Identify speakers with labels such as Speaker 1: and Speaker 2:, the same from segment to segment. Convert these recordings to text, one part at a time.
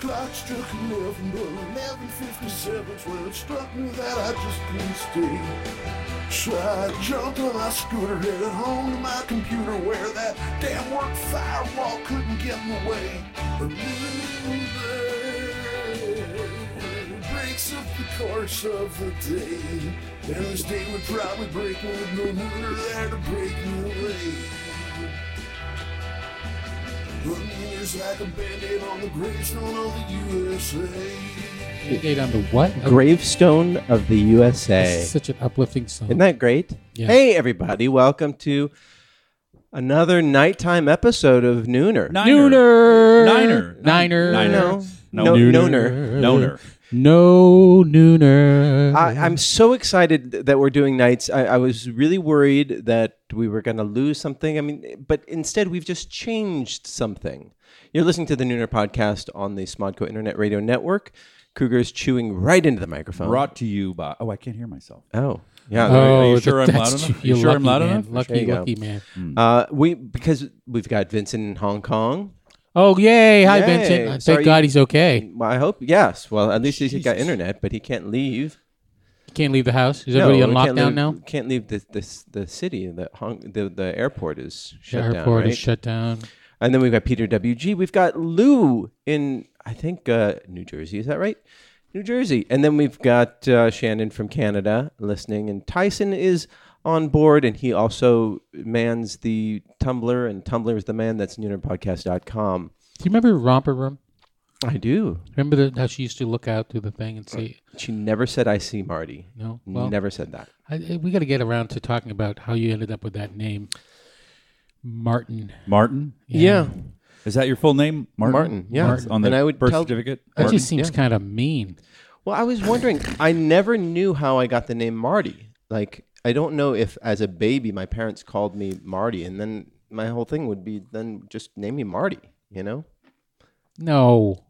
Speaker 1: clock struck 11, but 11.57's when it struck me that I just couldn't stay. So I jumped on my scooter, headed home to my computer where that damn work firewall couldn't get in the way. The moonlight breaks up the course of the day. And this day would probably break me with no nooner there to break me away. Lumineers like a band-aid on the gravestone of the USA.
Speaker 2: Eight on the what? Oh,
Speaker 3: Gravestone of the USA.
Speaker 2: it's Such an uplifting song.
Speaker 3: Isn't that great?
Speaker 2: Yeah.
Speaker 3: Hey, everybody. Welcome to another nighttime episode of Nooner.
Speaker 2: Nooner.
Speaker 4: Niner.
Speaker 2: Niner.
Speaker 4: Niner.
Speaker 3: No,
Speaker 4: No.
Speaker 3: no,
Speaker 4: Nooner.
Speaker 3: Nooner.
Speaker 4: Noner.
Speaker 2: No nooner.
Speaker 3: I, I'm so excited that we're doing nights. I, I was really worried that we were going to lose something. I mean, but instead we've just changed something. You're listening to the Nooner podcast on the Smodco Internet Radio Network. Cougar's chewing right into the microphone.
Speaker 4: Brought to you by. Oh, I can't hear myself.
Speaker 3: Oh, yeah.
Speaker 2: oh,
Speaker 4: Are you
Speaker 2: th-
Speaker 4: sure I'm
Speaker 2: that's
Speaker 4: loud enough?
Speaker 2: You're
Speaker 4: You sure
Speaker 2: lucky,
Speaker 4: I'm loud
Speaker 2: man.
Speaker 4: enough?
Speaker 3: There
Speaker 2: Lucky,
Speaker 3: you go.
Speaker 2: lucky man.
Speaker 3: Uh, we because we've got Vincent in Hong Kong.
Speaker 2: Oh, yay! Hi,
Speaker 3: Yay.
Speaker 2: Vincent. Thank
Speaker 3: Sorry,
Speaker 2: God
Speaker 3: you-
Speaker 2: he's okay.
Speaker 3: Well, I hope yes. Well, at least he's got internet, but he can't leave.
Speaker 2: He can't leave the house. Is everybody
Speaker 3: we
Speaker 2: on
Speaker 3: can't
Speaker 2: lockdown
Speaker 3: leave,
Speaker 2: now?
Speaker 3: Can't leave the the, the city. The, Hong, the the airport is
Speaker 2: The
Speaker 3: shut
Speaker 2: airport
Speaker 3: down. Right?
Speaker 2: is shut down.
Speaker 3: And then we've got Peter WG. We've got Lou in I think uh, New Jersey. Is that right? New Jersey. And then we've got uh, Shannon from Canada listening, and Tyson is on board, and he also mans the Tumblr, and Tumblr is the man that's noonerpodcast.com.
Speaker 2: Do you remember Romper Room?
Speaker 3: I do.
Speaker 2: Remember the, how she used to look out through the thing and see?
Speaker 3: She never said I see Marty.
Speaker 2: No. Well,
Speaker 3: never said that.
Speaker 2: I, I- we got to get around to talking about how you ended up with that name, Martin.
Speaker 4: Martin.
Speaker 3: Yeah.
Speaker 4: Is that your full name? Martin.
Speaker 3: Martin, yeah.
Speaker 4: Martin. On the
Speaker 3: And I would
Speaker 4: birth
Speaker 3: tell-
Speaker 4: certificate.
Speaker 2: That
Speaker 4: Martin?
Speaker 2: just seems kind of mean.
Speaker 3: Well, I was wondering. I never knew how I got the name Marty. Like, I don't know if as a baby my parents called me Marty, and then my whole thing would be then just name me Marty. You know?
Speaker 2: No.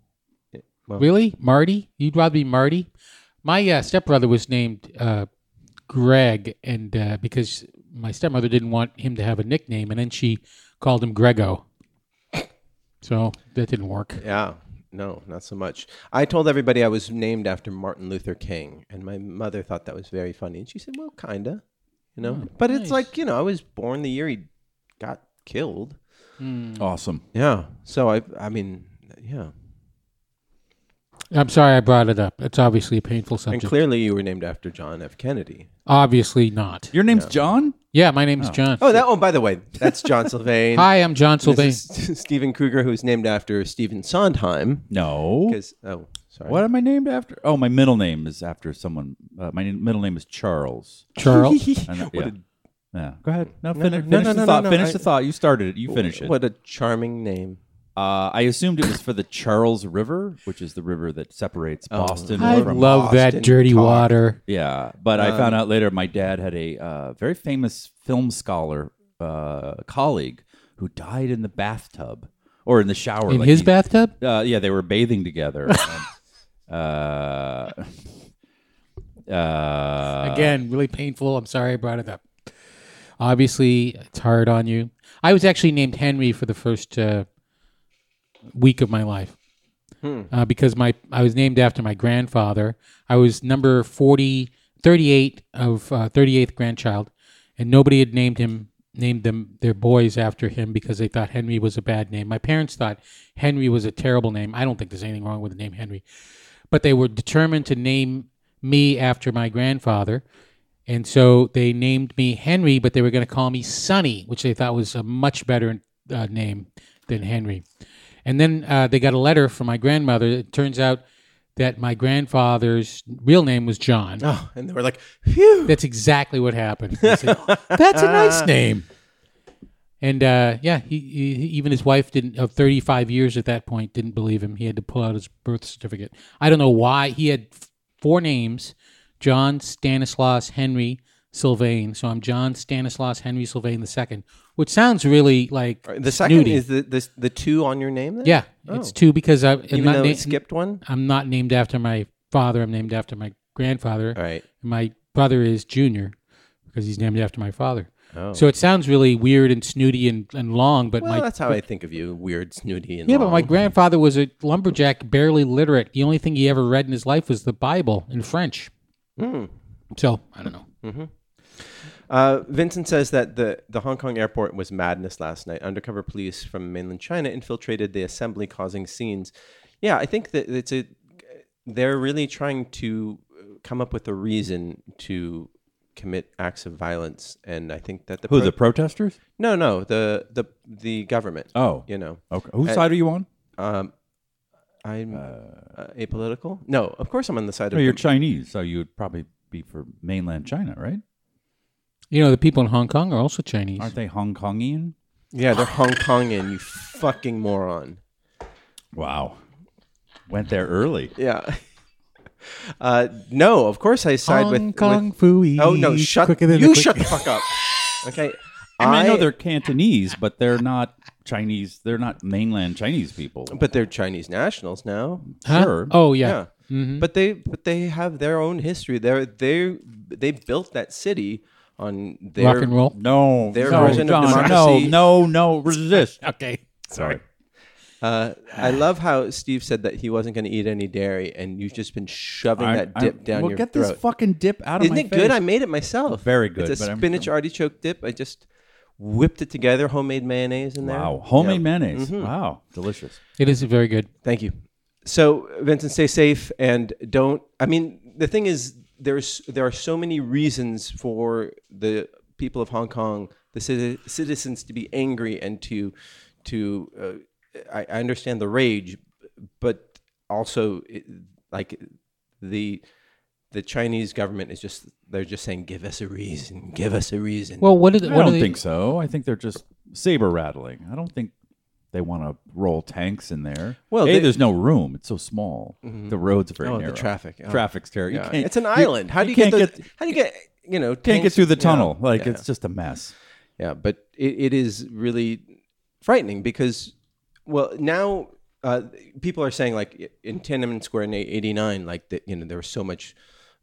Speaker 3: well-
Speaker 2: really? Marty? You'd rather be Marty? My uh, stepbrother was named uh, Greg, and uh, because my stepmother didn't want him to have a nickname, and then she called him Grego. So that didn't work.
Speaker 3: Yeah. No, not so much. I told everybody I was named after Martin Luther King, and my mother thought that was very funny, and she said, "Well, kinda," you know. but it's
Speaker 2: nice.
Speaker 3: like you know, I was born the year he got killed.
Speaker 4: awesome.
Speaker 3: Yeah. So I, I mean, yeah.
Speaker 2: I'm sorry I brought it up. It's obviously a painful
Speaker 3: And
Speaker 2: subject.
Speaker 3: clearly, you were named after John F. Kennedy.
Speaker 2: obviously not.
Speaker 4: Your name's John.
Speaker 2: Yeah, my name's John.
Speaker 3: Oh, that one, by the way, that's John Sylvain.
Speaker 2: Hi, I'm John
Speaker 3: This
Speaker 2: Sylvain.
Speaker 3: is Stephen Kruger, who's named after Stephen Sondheim.
Speaker 4: No.
Speaker 3: Because oh, sorry.
Speaker 4: What am I named after? Oh, my middle name is after someone. Uh, my n- middle name is Charles.
Speaker 2: Charles.
Speaker 4: I know- yeah. Yeah. Go ahead. No, fin- finish
Speaker 3: no, no,
Speaker 4: the
Speaker 3: no,
Speaker 4: thought.
Speaker 3: no,
Speaker 4: finish
Speaker 3: I-
Speaker 4: the thought. You started it. You finish it.
Speaker 3: What a charming name.
Speaker 4: Uh, I assumed it was for the Charles River, which is the river that separates
Speaker 3: Oh.
Speaker 4: Boston
Speaker 2: I
Speaker 4: from
Speaker 2: love
Speaker 3: Boston
Speaker 2: that dirty
Speaker 3: talk.
Speaker 2: water.
Speaker 4: Yeah, but I found
Speaker 2: Um,
Speaker 4: out later my dad had a uh, very famous film scholar uh, colleague who died in the bathtub or in the shower.
Speaker 2: In
Speaker 4: like
Speaker 2: his
Speaker 4: he-
Speaker 2: bathtub?
Speaker 4: Uh, yeah, they were bathing together. and, uh, uh,
Speaker 2: Again, really painful. I'm sorry I brought it up. Obviously, it's hard on you. I was actually named Henry for the first uh, week of my life uh, because my I was named after my grandfather. I was number 40, 38 of uh, 38th grandchild, and nobody had named him named them their boys after him because they thought Henry was a bad name. My parents thought Henry was a terrible name. I don't think there's anything wrong with the name Henry, but they were determined to name me after my grandfather. And so they named me Henry, but they were going to call me Sonny, which they thought was a much better uh, name than Henry. And then uh, they got a letter from my grandmother. It turns out that my grandfather's real name was John.
Speaker 3: Oh, and they were like, "Phew."
Speaker 2: That's exactly what happened. He said, "Oh, That's a nice name. And uh, yeah, he, he even his wife didn't of 35 years at that point didn't believe him. He had to pull out his birth certificate. I don't know why he had f- four names: John Stanislaus Henry Sylvain. So I'm John Stanislaus Henry Sylvain the second, which sounds really like
Speaker 3: The second
Speaker 2: snooty.
Speaker 3: is the, the the two on your name. Then?
Speaker 2: yeah, it's two because I, I'm
Speaker 3: Even
Speaker 2: not
Speaker 3: though
Speaker 2: na-
Speaker 3: it skipped one.
Speaker 2: I'm not named after my father. I'm named after my grandfather.
Speaker 3: All right.
Speaker 2: My brother is Junior because he's named after my father. So it sounds really weird and snooty and, and long, but
Speaker 3: Oh. Well,
Speaker 2: my
Speaker 3: that's how I think of you. Weird, snooty, and
Speaker 2: yeah, but my
Speaker 3: long.
Speaker 2: grandfather was a lumberjack, barely literate. The only thing he ever read in his life was the Bible in French.
Speaker 3: Hmm.
Speaker 2: So I don't know.
Speaker 3: Uh, Vincent says that the, the Hong Kong airport was madness last night. Undercover police from mainland China infiltrated the assembly, causing scenes. Yeah, I think that it's a. They're really trying to uh, come up with a reason to commit acts of violence, and I think that the
Speaker 4: Who
Speaker 3: pro-
Speaker 4: the protesters?
Speaker 3: no no the the the government.
Speaker 4: Oh.
Speaker 3: you know,
Speaker 4: Okay. Whose side are you on?
Speaker 3: I'm uh, apolitical. No, of course I'm on the side
Speaker 4: No,
Speaker 3: of.
Speaker 4: you're
Speaker 3: the-
Speaker 4: Chinese, so you would probably be for mainland China, right?
Speaker 2: You know, the people in Hong Kong are also Chinese.
Speaker 4: Aren't they Hong Kongian?
Speaker 3: yeah, they're Hong Kongian. You fucking moron.
Speaker 4: Wow. Went there early.
Speaker 3: Yeah. Uh, no, of course I side with
Speaker 2: Hong
Speaker 3: with-
Speaker 2: Kong fooey,
Speaker 3: Oh no, shut
Speaker 2: quicker than a
Speaker 3: you
Speaker 2: quick-
Speaker 3: shut the fuck up. Okay.
Speaker 4: I, mean, I know they're Cantonese, but they're not Chinese. They're not mainland Chinese people.
Speaker 3: but they're Chinese nationals now.
Speaker 2: Huh?
Speaker 4: Sure.
Speaker 2: Oh yeah.
Speaker 3: Yeah.
Speaker 4: Mm-hmm.
Speaker 3: But they but they have their own history. They're they they built that city on their
Speaker 2: Rock and roll.
Speaker 4: No,
Speaker 3: Their
Speaker 4: no,
Speaker 3: version of
Speaker 4: John, no,
Speaker 3: democracy-
Speaker 4: no, no, resist.
Speaker 2: Okay.
Speaker 4: Sorry.
Speaker 3: Uh, I love how Steve said that he wasn't going to eat any dairy, and you've just been shoving that dip down
Speaker 4: well,
Speaker 3: your
Speaker 4: get
Speaker 3: throat.
Speaker 4: this fucking dip out of
Speaker 3: Isn't
Speaker 4: my
Speaker 3: it good?
Speaker 4: face.
Speaker 3: I made it myself.
Speaker 4: Very good,
Speaker 3: It's
Speaker 4: but
Speaker 3: a
Speaker 4: I'm-
Speaker 3: spinach artichoke dip. I just whipped it together, homemade mayonnaise in there.
Speaker 4: Wow, homemade
Speaker 3: Yeah. Mm-hmm.
Speaker 4: mayonnaise. Wow, delicious.
Speaker 2: It is very good.
Speaker 3: Thank you. So, Vincent, stay safe and don't. I mean, the thing is, there's there are so many reasons for the people of Hong Kong, the citi- citizens, to be angry and to to. Uh, I, I understand the rage, but also it, like the the Chinese government is just they're just saying, give us a reason, give us a reason.
Speaker 2: Well, what did?
Speaker 4: I
Speaker 2: what are
Speaker 4: don't
Speaker 2: they-
Speaker 4: think so. I think they're just saber rattling. I don't think they want to roll tanks in there.
Speaker 3: Well,
Speaker 4: Well,
Speaker 3: they-
Speaker 4: there's no room. It's so small. The roads are very
Speaker 3: Oh, the
Speaker 4: narrow.
Speaker 3: traffic. Oh.
Speaker 4: Traffic's terrible.
Speaker 3: Yeah. it's an island. how do you,
Speaker 4: can't
Speaker 3: get,
Speaker 4: get,
Speaker 3: the, how do you get you know
Speaker 4: can't get
Speaker 3: tanks-
Speaker 4: through the
Speaker 3: yeah.
Speaker 4: tunnel? Like
Speaker 3: Yeah.
Speaker 4: it's just a mess.
Speaker 3: Yeah, but it, it is really frightening because, well, now uh, people are saying like in Tiananmen Square in '89, like that you know there was so much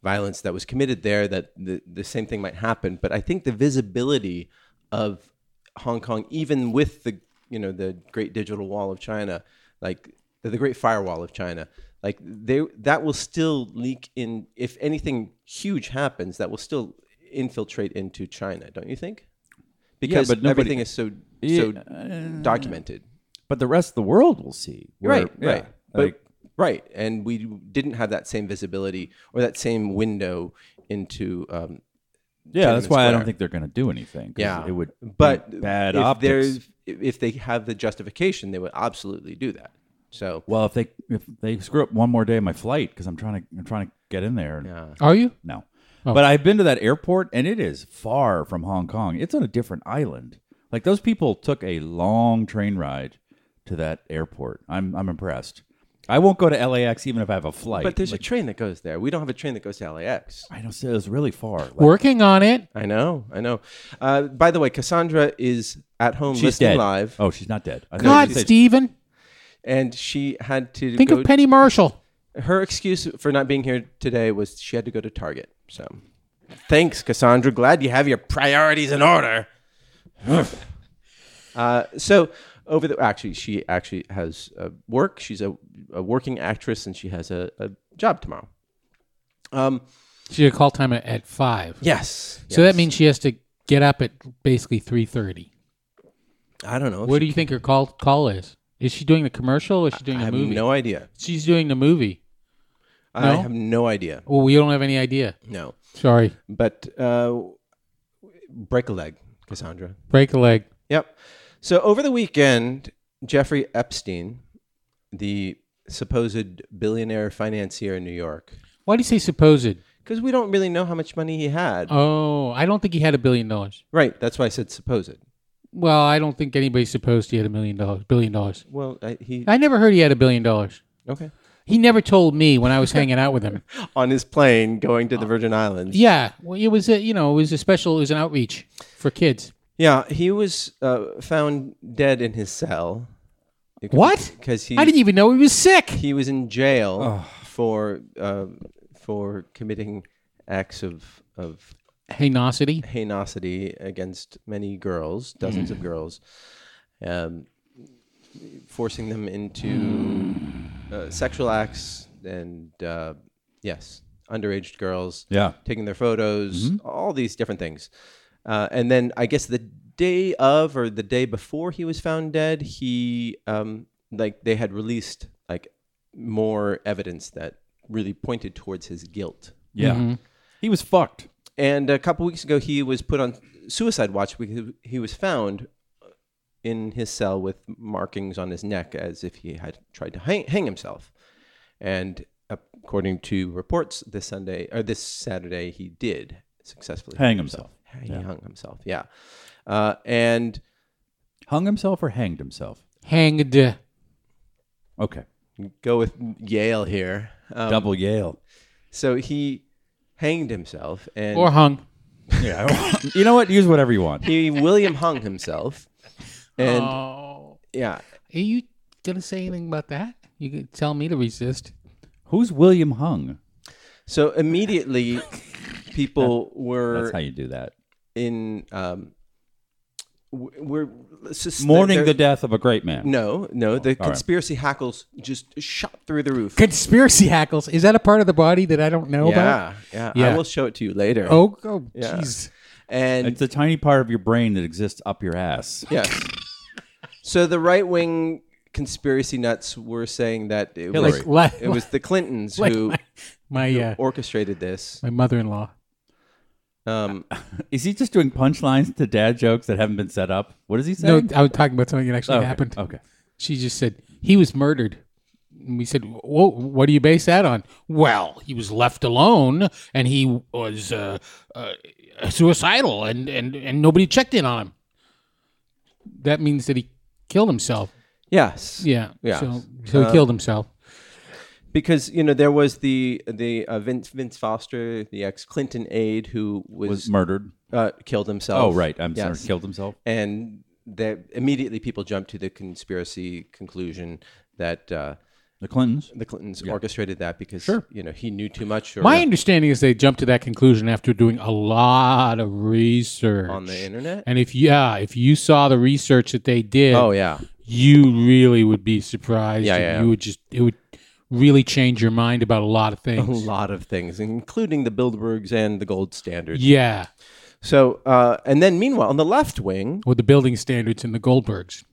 Speaker 3: violence that was committed there that the the same thing might happen. But I think the visibility of Hong Kong, even with the you know the Great Digital Wall of China, like the Great Firewall of China, like they that will still leak in. If anything huge happens, that will still infiltrate into China, don't you think? because
Speaker 4: but nobody- uh,
Speaker 3: everything is so so documented.
Speaker 4: But the rest of the world will see. Where-
Speaker 3: right,
Speaker 4: yeah,
Speaker 3: right. But,
Speaker 4: Like,
Speaker 3: right, and we didn't have that same visibility or that same window into um,
Speaker 4: yeah, that's
Speaker 3: Tiananmen
Speaker 4: why I don't
Speaker 3: Square.
Speaker 4: think they're going to do anything. 'cause
Speaker 3: yeah.
Speaker 4: it would. be
Speaker 3: but
Speaker 4: bad
Speaker 3: if
Speaker 4: optics.
Speaker 3: there's- If they have the justification, they would absolutely do that. So
Speaker 4: Well, if they if they screw up one more day of my flight because I'm trying to I'm trying to get in there. Yeah.
Speaker 2: Are you?
Speaker 4: No, but I've been to that airport and it is far from Hong Kong. It's on a different island. Like those people took a long train ride to that airport. I'm I'm impressed. I won't go to LAX even if I have a flight.
Speaker 3: But there's
Speaker 4: like,
Speaker 3: a train that goes there. We don't have a train that goes to LAX.
Speaker 4: I don't say it was really far. Like,
Speaker 2: Working on it.
Speaker 3: I know, I know. Uh, by the way, Cassandra is at home
Speaker 4: she's
Speaker 3: listening
Speaker 4: dead.
Speaker 3: live,
Speaker 4: Oh, she's not dead. I thought
Speaker 2: God,
Speaker 4: you said-
Speaker 2: Stephen.
Speaker 3: and she had to
Speaker 2: Think
Speaker 3: go.
Speaker 2: of Penny Marshall.
Speaker 3: her excuse for not being here today was she had to go to Target. So, thanks, Cassandra. Glad you have your priorities in order. uh, so, over the actually, she actually has uh, work. She's a, a working actress, and she has a, a job tomorrow. Um,
Speaker 2: She had a call time at, at five.
Speaker 3: yes.
Speaker 2: So
Speaker 3: yes.
Speaker 2: that means she has to get up at basically three thirty.
Speaker 3: I don't know.
Speaker 2: What do you think her call call is? Is she doing the commercial or is she doing
Speaker 3: I
Speaker 2: the
Speaker 3: have
Speaker 2: movie?
Speaker 3: no idea.
Speaker 2: She's doing the movie.
Speaker 3: I
Speaker 2: No?
Speaker 3: have no idea.
Speaker 2: Well, we don't have any idea.
Speaker 3: No,
Speaker 2: Sorry.
Speaker 3: but uh, break a leg, Cassandra.
Speaker 2: Break a leg.
Speaker 3: Yep. So over the weekend, Jeffrey Epstein, the supposed billionaire financier in New York,
Speaker 2: Why do you say supposed?
Speaker 3: because we don't really know how much money he had.
Speaker 2: Oh, I don't think he had a billion dollars.
Speaker 3: right. That's why I said supposed.
Speaker 2: Well, I don't think anybody's supposed he had a million dollars. Billion dollars.
Speaker 3: Well, I, he
Speaker 2: I never heard he had a billion dollars.
Speaker 3: okay
Speaker 2: He never told me when I was hanging out with him.
Speaker 3: on his plane going to the Virgin Islands.
Speaker 2: Yeah, well, it was a you know it was a special. It was an outreach for kids.
Speaker 3: Yeah, he was uh, found dead in his cell.
Speaker 2: What?
Speaker 3: Because he
Speaker 2: I didn't even know he was sick.
Speaker 3: he was in jail for uh, for committing acts of of
Speaker 2: hainosity.
Speaker 3: hainosity against many girls, dozens of girls, um, forcing them into uh, sexual acts and, uh, yes, underage girls,
Speaker 4: Yeah.
Speaker 3: taking their photos, all these different things. Uh, and then I guess the day of or the day before he was found dead, he, um, like, they had released, like, more evidence that really pointed towards his guilt
Speaker 4: Yeah. He was fucked.
Speaker 3: and a couple weeks ago, he was put on suicide watch because he was found in his cell with markings on his neck as if he had tried to hang, hang himself. And according to reports, this Sunday or this Saturday, he did successfully
Speaker 4: Hang himself.
Speaker 3: He hung himself. Yeah, uh, and
Speaker 4: Hung himself or hanged himself?
Speaker 2: Hanged.
Speaker 4: Okay.
Speaker 3: go with Yale here. Um,
Speaker 4: Double Yale.
Speaker 3: so he hanged himself, and
Speaker 2: Or hung.
Speaker 4: Yeah. you know what? Use whatever you want.
Speaker 3: he William hung himself. And
Speaker 2: oh.
Speaker 3: yeah,
Speaker 2: Are you going to say anything about that? You could tell me to resist.
Speaker 4: Who's William Hung?
Speaker 3: So immediately, people were
Speaker 4: That's how you do that.
Speaker 3: in um, w- were sus-
Speaker 4: Mourning
Speaker 3: they're-
Speaker 4: the death of a great man.
Speaker 3: No, no, the
Speaker 4: right.
Speaker 3: conspiracy hackles just shot through the roof.
Speaker 2: Conspiracy hackles. Is that a part of the body that I don't know about?
Speaker 3: yeah, yeah, I
Speaker 2: Yeah.
Speaker 3: will show it to you later.
Speaker 2: Oh, oh,
Speaker 3: Yeah.
Speaker 2: jeez.
Speaker 3: and
Speaker 4: It's a tiny part of your brain that exists up your ass.
Speaker 3: yes, so the right wing conspiracy nuts were saying that it
Speaker 4: Hillary.
Speaker 3: was
Speaker 2: Like,
Speaker 3: it was the Clintons
Speaker 2: like
Speaker 3: who
Speaker 2: my my, uh,
Speaker 3: orchestrated this.
Speaker 2: my mother-in-law.
Speaker 3: Um,
Speaker 4: Is he just doing punchlines to dad jokes that haven't been set up? What is he
Speaker 2: No,
Speaker 4: saying? Oh,
Speaker 2: I was talking about something that actually
Speaker 4: okay.
Speaker 2: happened.
Speaker 4: Okay.
Speaker 2: She just said he was murdered. And we said, "Whoa, what do you base that on?" Well, he was left alone, and he was uh, uh, suicidal, and, and and nobody checked in on him. That means that he killed himself.
Speaker 3: yes,
Speaker 2: Yeah.
Speaker 3: Yeah. Um,
Speaker 2: So, so he killed himself.
Speaker 3: because you know there was the the uh, Vince Vince Foster, the ex Clinton aide, who was
Speaker 4: Was murdered.
Speaker 3: uh, killed himself.
Speaker 4: Oh, right. I'm sorry.
Speaker 3: Yes.
Speaker 4: Killed himself.
Speaker 3: And that immediately people jumped to the conspiracy conclusion that uh,
Speaker 4: The Clintons.
Speaker 3: the Clintons orchestrated that because you know he knew too much or
Speaker 2: My understanding is they jumped to that conclusion after doing a lot of research
Speaker 3: on the internet.
Speaker 2: And if yeah, if you saw the research that they did,
Speaker 3: Oh yeah,
Speaker 2: you really would be surprised.
Speaker 3: Yeah,
Speaker 2: and
Speaker 3: yeah, yeah.
Speaker 2: You would just it would really change your mind about a lot of
Speaker 3: a
Speaker 2: things.
Speaker 3: lot of things, including the Bilderbergs and the gold standard.
Speaker 2: yeah,
Speaker 3: So, uh, and then meanwhile, on the left wing,
Speaker 2: with the building standards and the Goldbergs.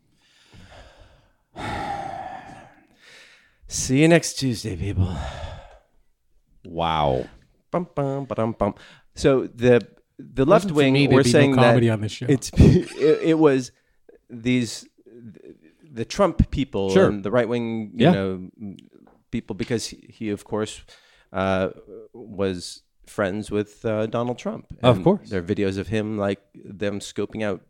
Speaker 3: see you next Tuesday, people.
Speaker 4: Wow.
Speaker 3: Bum, bum, ba-dum, bum. So the the left
Speaker 2: For
Speaker 3: wing,
Speaker 2: me,
Speaker 3: we're
Speaker 2: there'd be
Speaker 3: saying
Speaker 2: no comedy
Speaker 3: that
Speaker 2: on this show.
Speaker 3: it's it, it was these the Trump people
Speaker 4: Sure.
Speaker 3: and the right wing you
Speaker 4: Yeah.
Speaker 3: know people because he, he, of course uh, was friends with uh, Donald Trump.
Speaker 4: Of
Speaker 3: And
Speaker 4: course.
Speaker 3: there are videos of him like them scoping out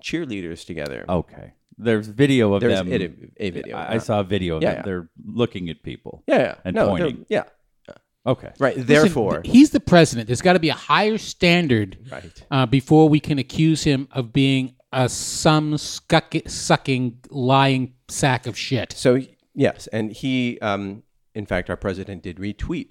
Speaker 3: cheerleaders together.
Speaker 2: Oh.
Speaker 4: Okay. There's video of
Speaker 3: There's
Speaker 4: them.
Speaker 3: a, a video.
Speaker 4: I, I saw a video of
Speaker 3: Yeah,
Speaker 4: them.
Speaker 3: yeah.
Speaker 4: They're looking at people.
Speaker 3: Yeah, yeah,
Speaker 4: And
Speaker 3: no, they're-
Speaker 4: pointing.
Speaker 3: Yeah,
Speaker 4: Okay.
Speaker 3: right.
Speaker 2: Listen,
Speaker 3: Therefore,
Speaker 2: th- he's the president. There's got to be a higher standard
Speaker 3: Right.
Speaker 2: uh, before we can accuse him of being a some scuck- sucking lying sack of shit.
Speaker 3: So yes, and he, um, in fact, our president did retweet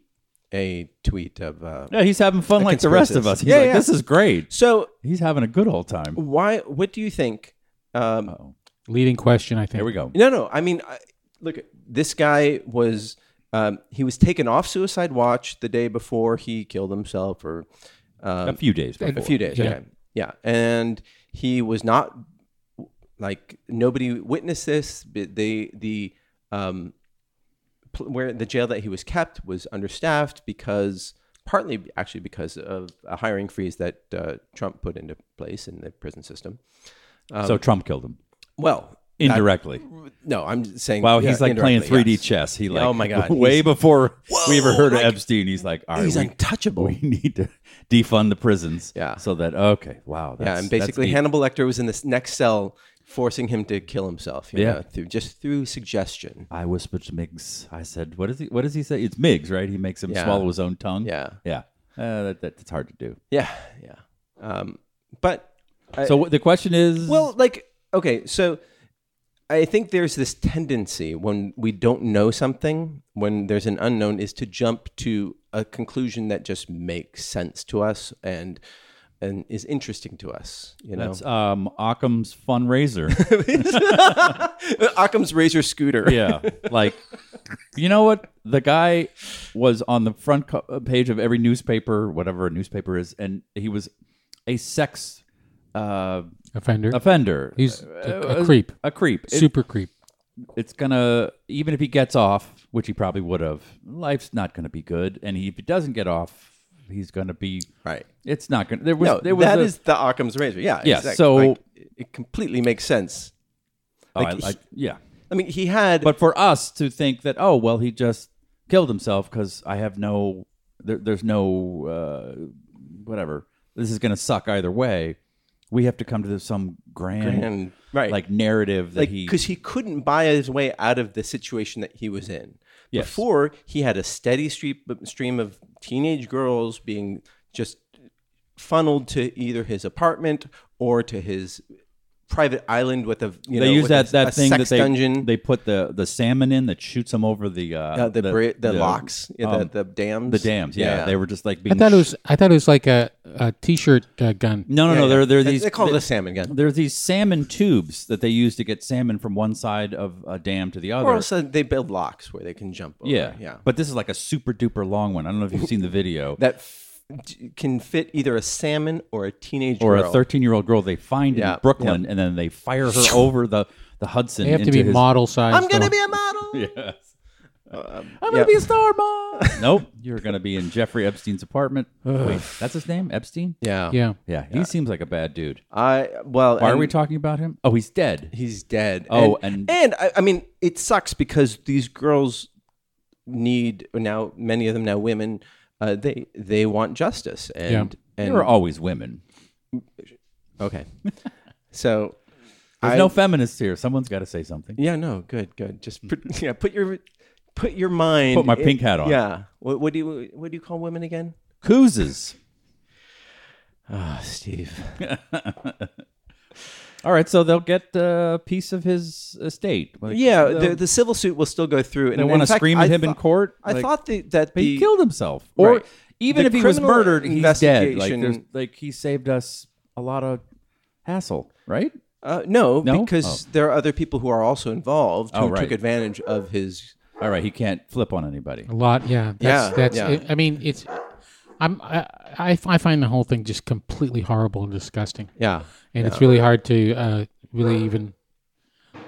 Speaker 3: a tweet of. Uh,
Speaker 4: Yeah, he's having fun like the rest of
Speaker 3: conspiracist.
Speaker 4: us. He's
Speaker 3: Yeah,
Speaker 4: like,
Speaker 3: yeah.
Speaker 4: this is great.
Speaker 3: so
Speaker 4: He's having a good old time.
Speaker 3: why? What do you think? Um,
Speaker 2: Leading question, I think.
Speaker 4: Here we go.
Speaker 3: No, no. I mean, I, look, this guy was um, he was taken off suicide watch the day before he killed himself, or
Speaker 4: a few days before.
Speaker 3: Uh, a few days. Yeah, yeah, and he was not like nobody witnessed this. But they the um, pl- where the jail that he was kept was understaffed because partly actually because of a hiring freeze that uh, Trump put into place in the prison system. um,
Speaker 4: so Trump killed him
Speaker 3: Well.
Speaker 4: indirectly.
Speaker 3: No, I'm saying.
Speaker 4: wow,
Speaker 3: yeah,
Speaker 4: he's like playing
Speaker 3: indirectly,
Speaker 4: 3D
Speaker 3: yes.
Speaker 4: chess. He like
Speaker 3: Oh my God,
Speaker 4: way
Speaker 3: he's-
Speaker 4: before we ever heard
Speaker 3: like-
Speaker 4: of Epstein. He's like, all right,
Speaker 3: He's
Speaker 4: we,
Speaker 3: untouchable.
Speaker 4: we need to defund the prisons.
Speaker 3: Yeah.
Speaker 4: So that okay, wow. That's,
Speaker 3: Yeah, and basically
Speaker 4: that's deep.
Speaker 3: Hannibal Lecter was in this next cell, forcing him to kill himself. yeah,
Speaker 4: Yeah.
Speaker 3: through just through suggestion.
Speaker 4: I whispered to Miggs. I said, "What is he? What does he say? It's Miggs, right? He makes him
Speaker 3: Yeah.
Speaker 4: swallow his own tongue.
Speaker 3: Yeah.
Speaker 4: yeah. Uh, that, that, that's hard to do.
Speaker 3: Yeah, yeah. Um, but I-
Speaker 4: So what, the question is,
Speaker 3: well, like okay, so I think there's this tendency when we don't know something, when there's an unknown, is to jump to a conclusion that just makes sense to us and and is interesting to us. You know,
Speaker 4: That's um, Occam's fundraiser.
Speaker 3: Occam's Razor scooter.
Speaker 4: Yeah, like you know what? The guy was on the front co- uh, page of every newspaper, whatever a newspaper is, and he was a sex uh,
Speaker 2: Offender.
Speaker 4: offender.
Speaker 2: He's
Speaker 3: uh,
Speaker 2: a- a creep.
Speaker 4: A creep. It-
Speaker 2: Super creep.
Speaker 4: it's gonna even if he gets off, which he probably would have. Life's not gonna be good, and he, if he doesn't get off, he's gonna be
Speaker 3: Right.
Speaker 4: It's not gonna. There was.
Speaker 3: No,
Speaker 4: there was
Speaker 3: that
Speaker 4: a-
Speaker 3: is the Occam's Razor. Yeah.
Speaker 4: Yeah,
Speaker 3: exact-
Speaker 4: so-
Speaker 3: like, it completely makes sense.
Speaker 4: oh,
Speaker 3: like,
Speaker 4: I- I- yeah.
Speaker 3: I mean, he had.
Speaker 4: But for us to think that, oh well, he just killed himself because I have no, there, there's no, uh, whatever. This is gonna suck either way. We have to come to this, some grand,
Speaker 3: Grand- right.
Speaker 4: like narrative that
Speaker 3: like
Speaker 4: he.
Speaker 3: because he, couldn't buy his way out of the situation that he was in.
Speaker 4: Yes.
Speaker 3: Before he had a steady stream stream of teenage girls being just funneled to either his apartment or to his private island with a you know,
Speaker 4: They use
Speaker 3: with
Speaker 4: that,
Speaker 3: a,
Speaker 4: that
Speaker 3: a
Speaker 4: thing
Speaker 3: sex
Speaker 4: that they
Speaker 3: dungeon
Speaker 4: they put the, the salmon in that shoots him over the uh,
Speaker 3: uh, the, bri- the, locks yeah,
Speaker 4: um,
Speaker 3: the, the dams
Speaker 4: the dams. Yeah, they were just like
Speaker 2: I
Speaker 4: being.
Speaker 2: thought it
Speaker 4: sh-
Speaker 2: was. I thought it was like a, a t-shirt uh, gun.
Speaker 3: Mm,
Speaker 4: no, no, no. They're, they're these.
Speaker 3: they call it
Speaker 4: they-
Speaker 3: a salmon gun
Speaker 4: There's these salmon tubes that they use to get salmon from one side of a dam to the other.
Speaker 3: or else they build locks where they can jump over.
Speaker 4: yeah,
Speaker 3: yeah
Speaker 4: But this is like a super duper long one. I don't know if you've seen the video.
Speaker 3: that f- d- can fit either a salmon or a teenage
Speaker 4: or
Speaker 3: girl.
Speaker 4: a 13 year old girl they find
Speaker 3: Yeah,
Speaker 4: in Brooklyn, and then they fire her over the the Hudson.
Speaker 2: They have to
Speaker 4: into
Speaker 2: be
Speaker 4: his-
Speaker 2: model size.
Speaker 3: I'm gonna
Speaker 2: though.
Speaker 3: be a model. Um,
Speaker 4: Yes.
Speaker 3: I'm gonna be a star mom.
Speaker 4: nope. You're gonna be in Jeffrey Epstein's apartment. Wait, that's his name, Epstein.
Speaker 3: Yeah.
Speaker 2: Yeah.
Speaker 4: Yeah, he seems like a bad dude.
Speaker 3: I well.
Speaker 4: Why are
Speaker 3: and
Speaker 4: we talking about him? Oh, he's dead.
Speaker 3: He's dead.
Speaker 4: Oh,
Speaker 3: and
Speaker 4: and-
Speaker 3: and I, I mean, it sucks because these girls need now. Many of them now women. Uh, they they want justice and and
Speaker 4: There are always women.
Speaker 3: okay. so
Speaker 4: There's
Speaker 3: I-
Speaker 4: no feminists here. Someone's got to say something.
Speaker 3: yeah, no, good, good. Just put, yeah, put your put your mind.
Speaker 4: Put my
Speaker 3: in-
Speaker 4: pink hat on.
Speaker 3: Yeah. What, what do you what do you call women again?
Speaker 4: Coozes.
Speaker 3: Ah, Steve.
Speaker 4: All right, so they'll get uh, a piece of his estate. Like,
Speaker 3: Yeah,
Speaker 4: they'll-
Speaker 3: the, the civil suit will still go through. And
Speaker 4: they
Speaker 3: in
Speaker 4: want to
Speaker 3: fact,
Speaker 4: scream
Speaker 3: I
Speaker 4: at him in
Speaker 3: thought-
Speaker 4: court.
Speaker 3: I
Speaker 4: Like,
Speaker 3: thought the, that
Speaker 4: but he
Speaker 3: the-
Speaker 4: killed himself, or
Speaker 3: Right.
Speaker 4: even
Speaker 3: The
Speaker 4: if he was
Speaker 3: criminal
Speaker 4: murdered, he's dead. Like,
Speaker 3: investigation-
Speaker 4: there's, like he saved us a lot of hassle, right?
Speaker 3: Uh, no,
Speaker 4: No?
Speaker 3: because
Speaker 2: Oh.
Speaker 3: there are other people who are also involved who
Speaker 4: Oh, right.
Speaker 3: took advantage of his.
Speaker 4: All right, he can't flip on anybody.
Speaker 2: A lot. Yeah. That's,
Speaker 3: Yeah,
Speaker 2: That's.
Speaker 3: yeah.
Speaker 2: I mean, it's. I'm. I, I. I find the whole thing just completely horrible and disgusting.
Speaker 3: Yeah,
Speaker 2: and it's really hard to uh, really even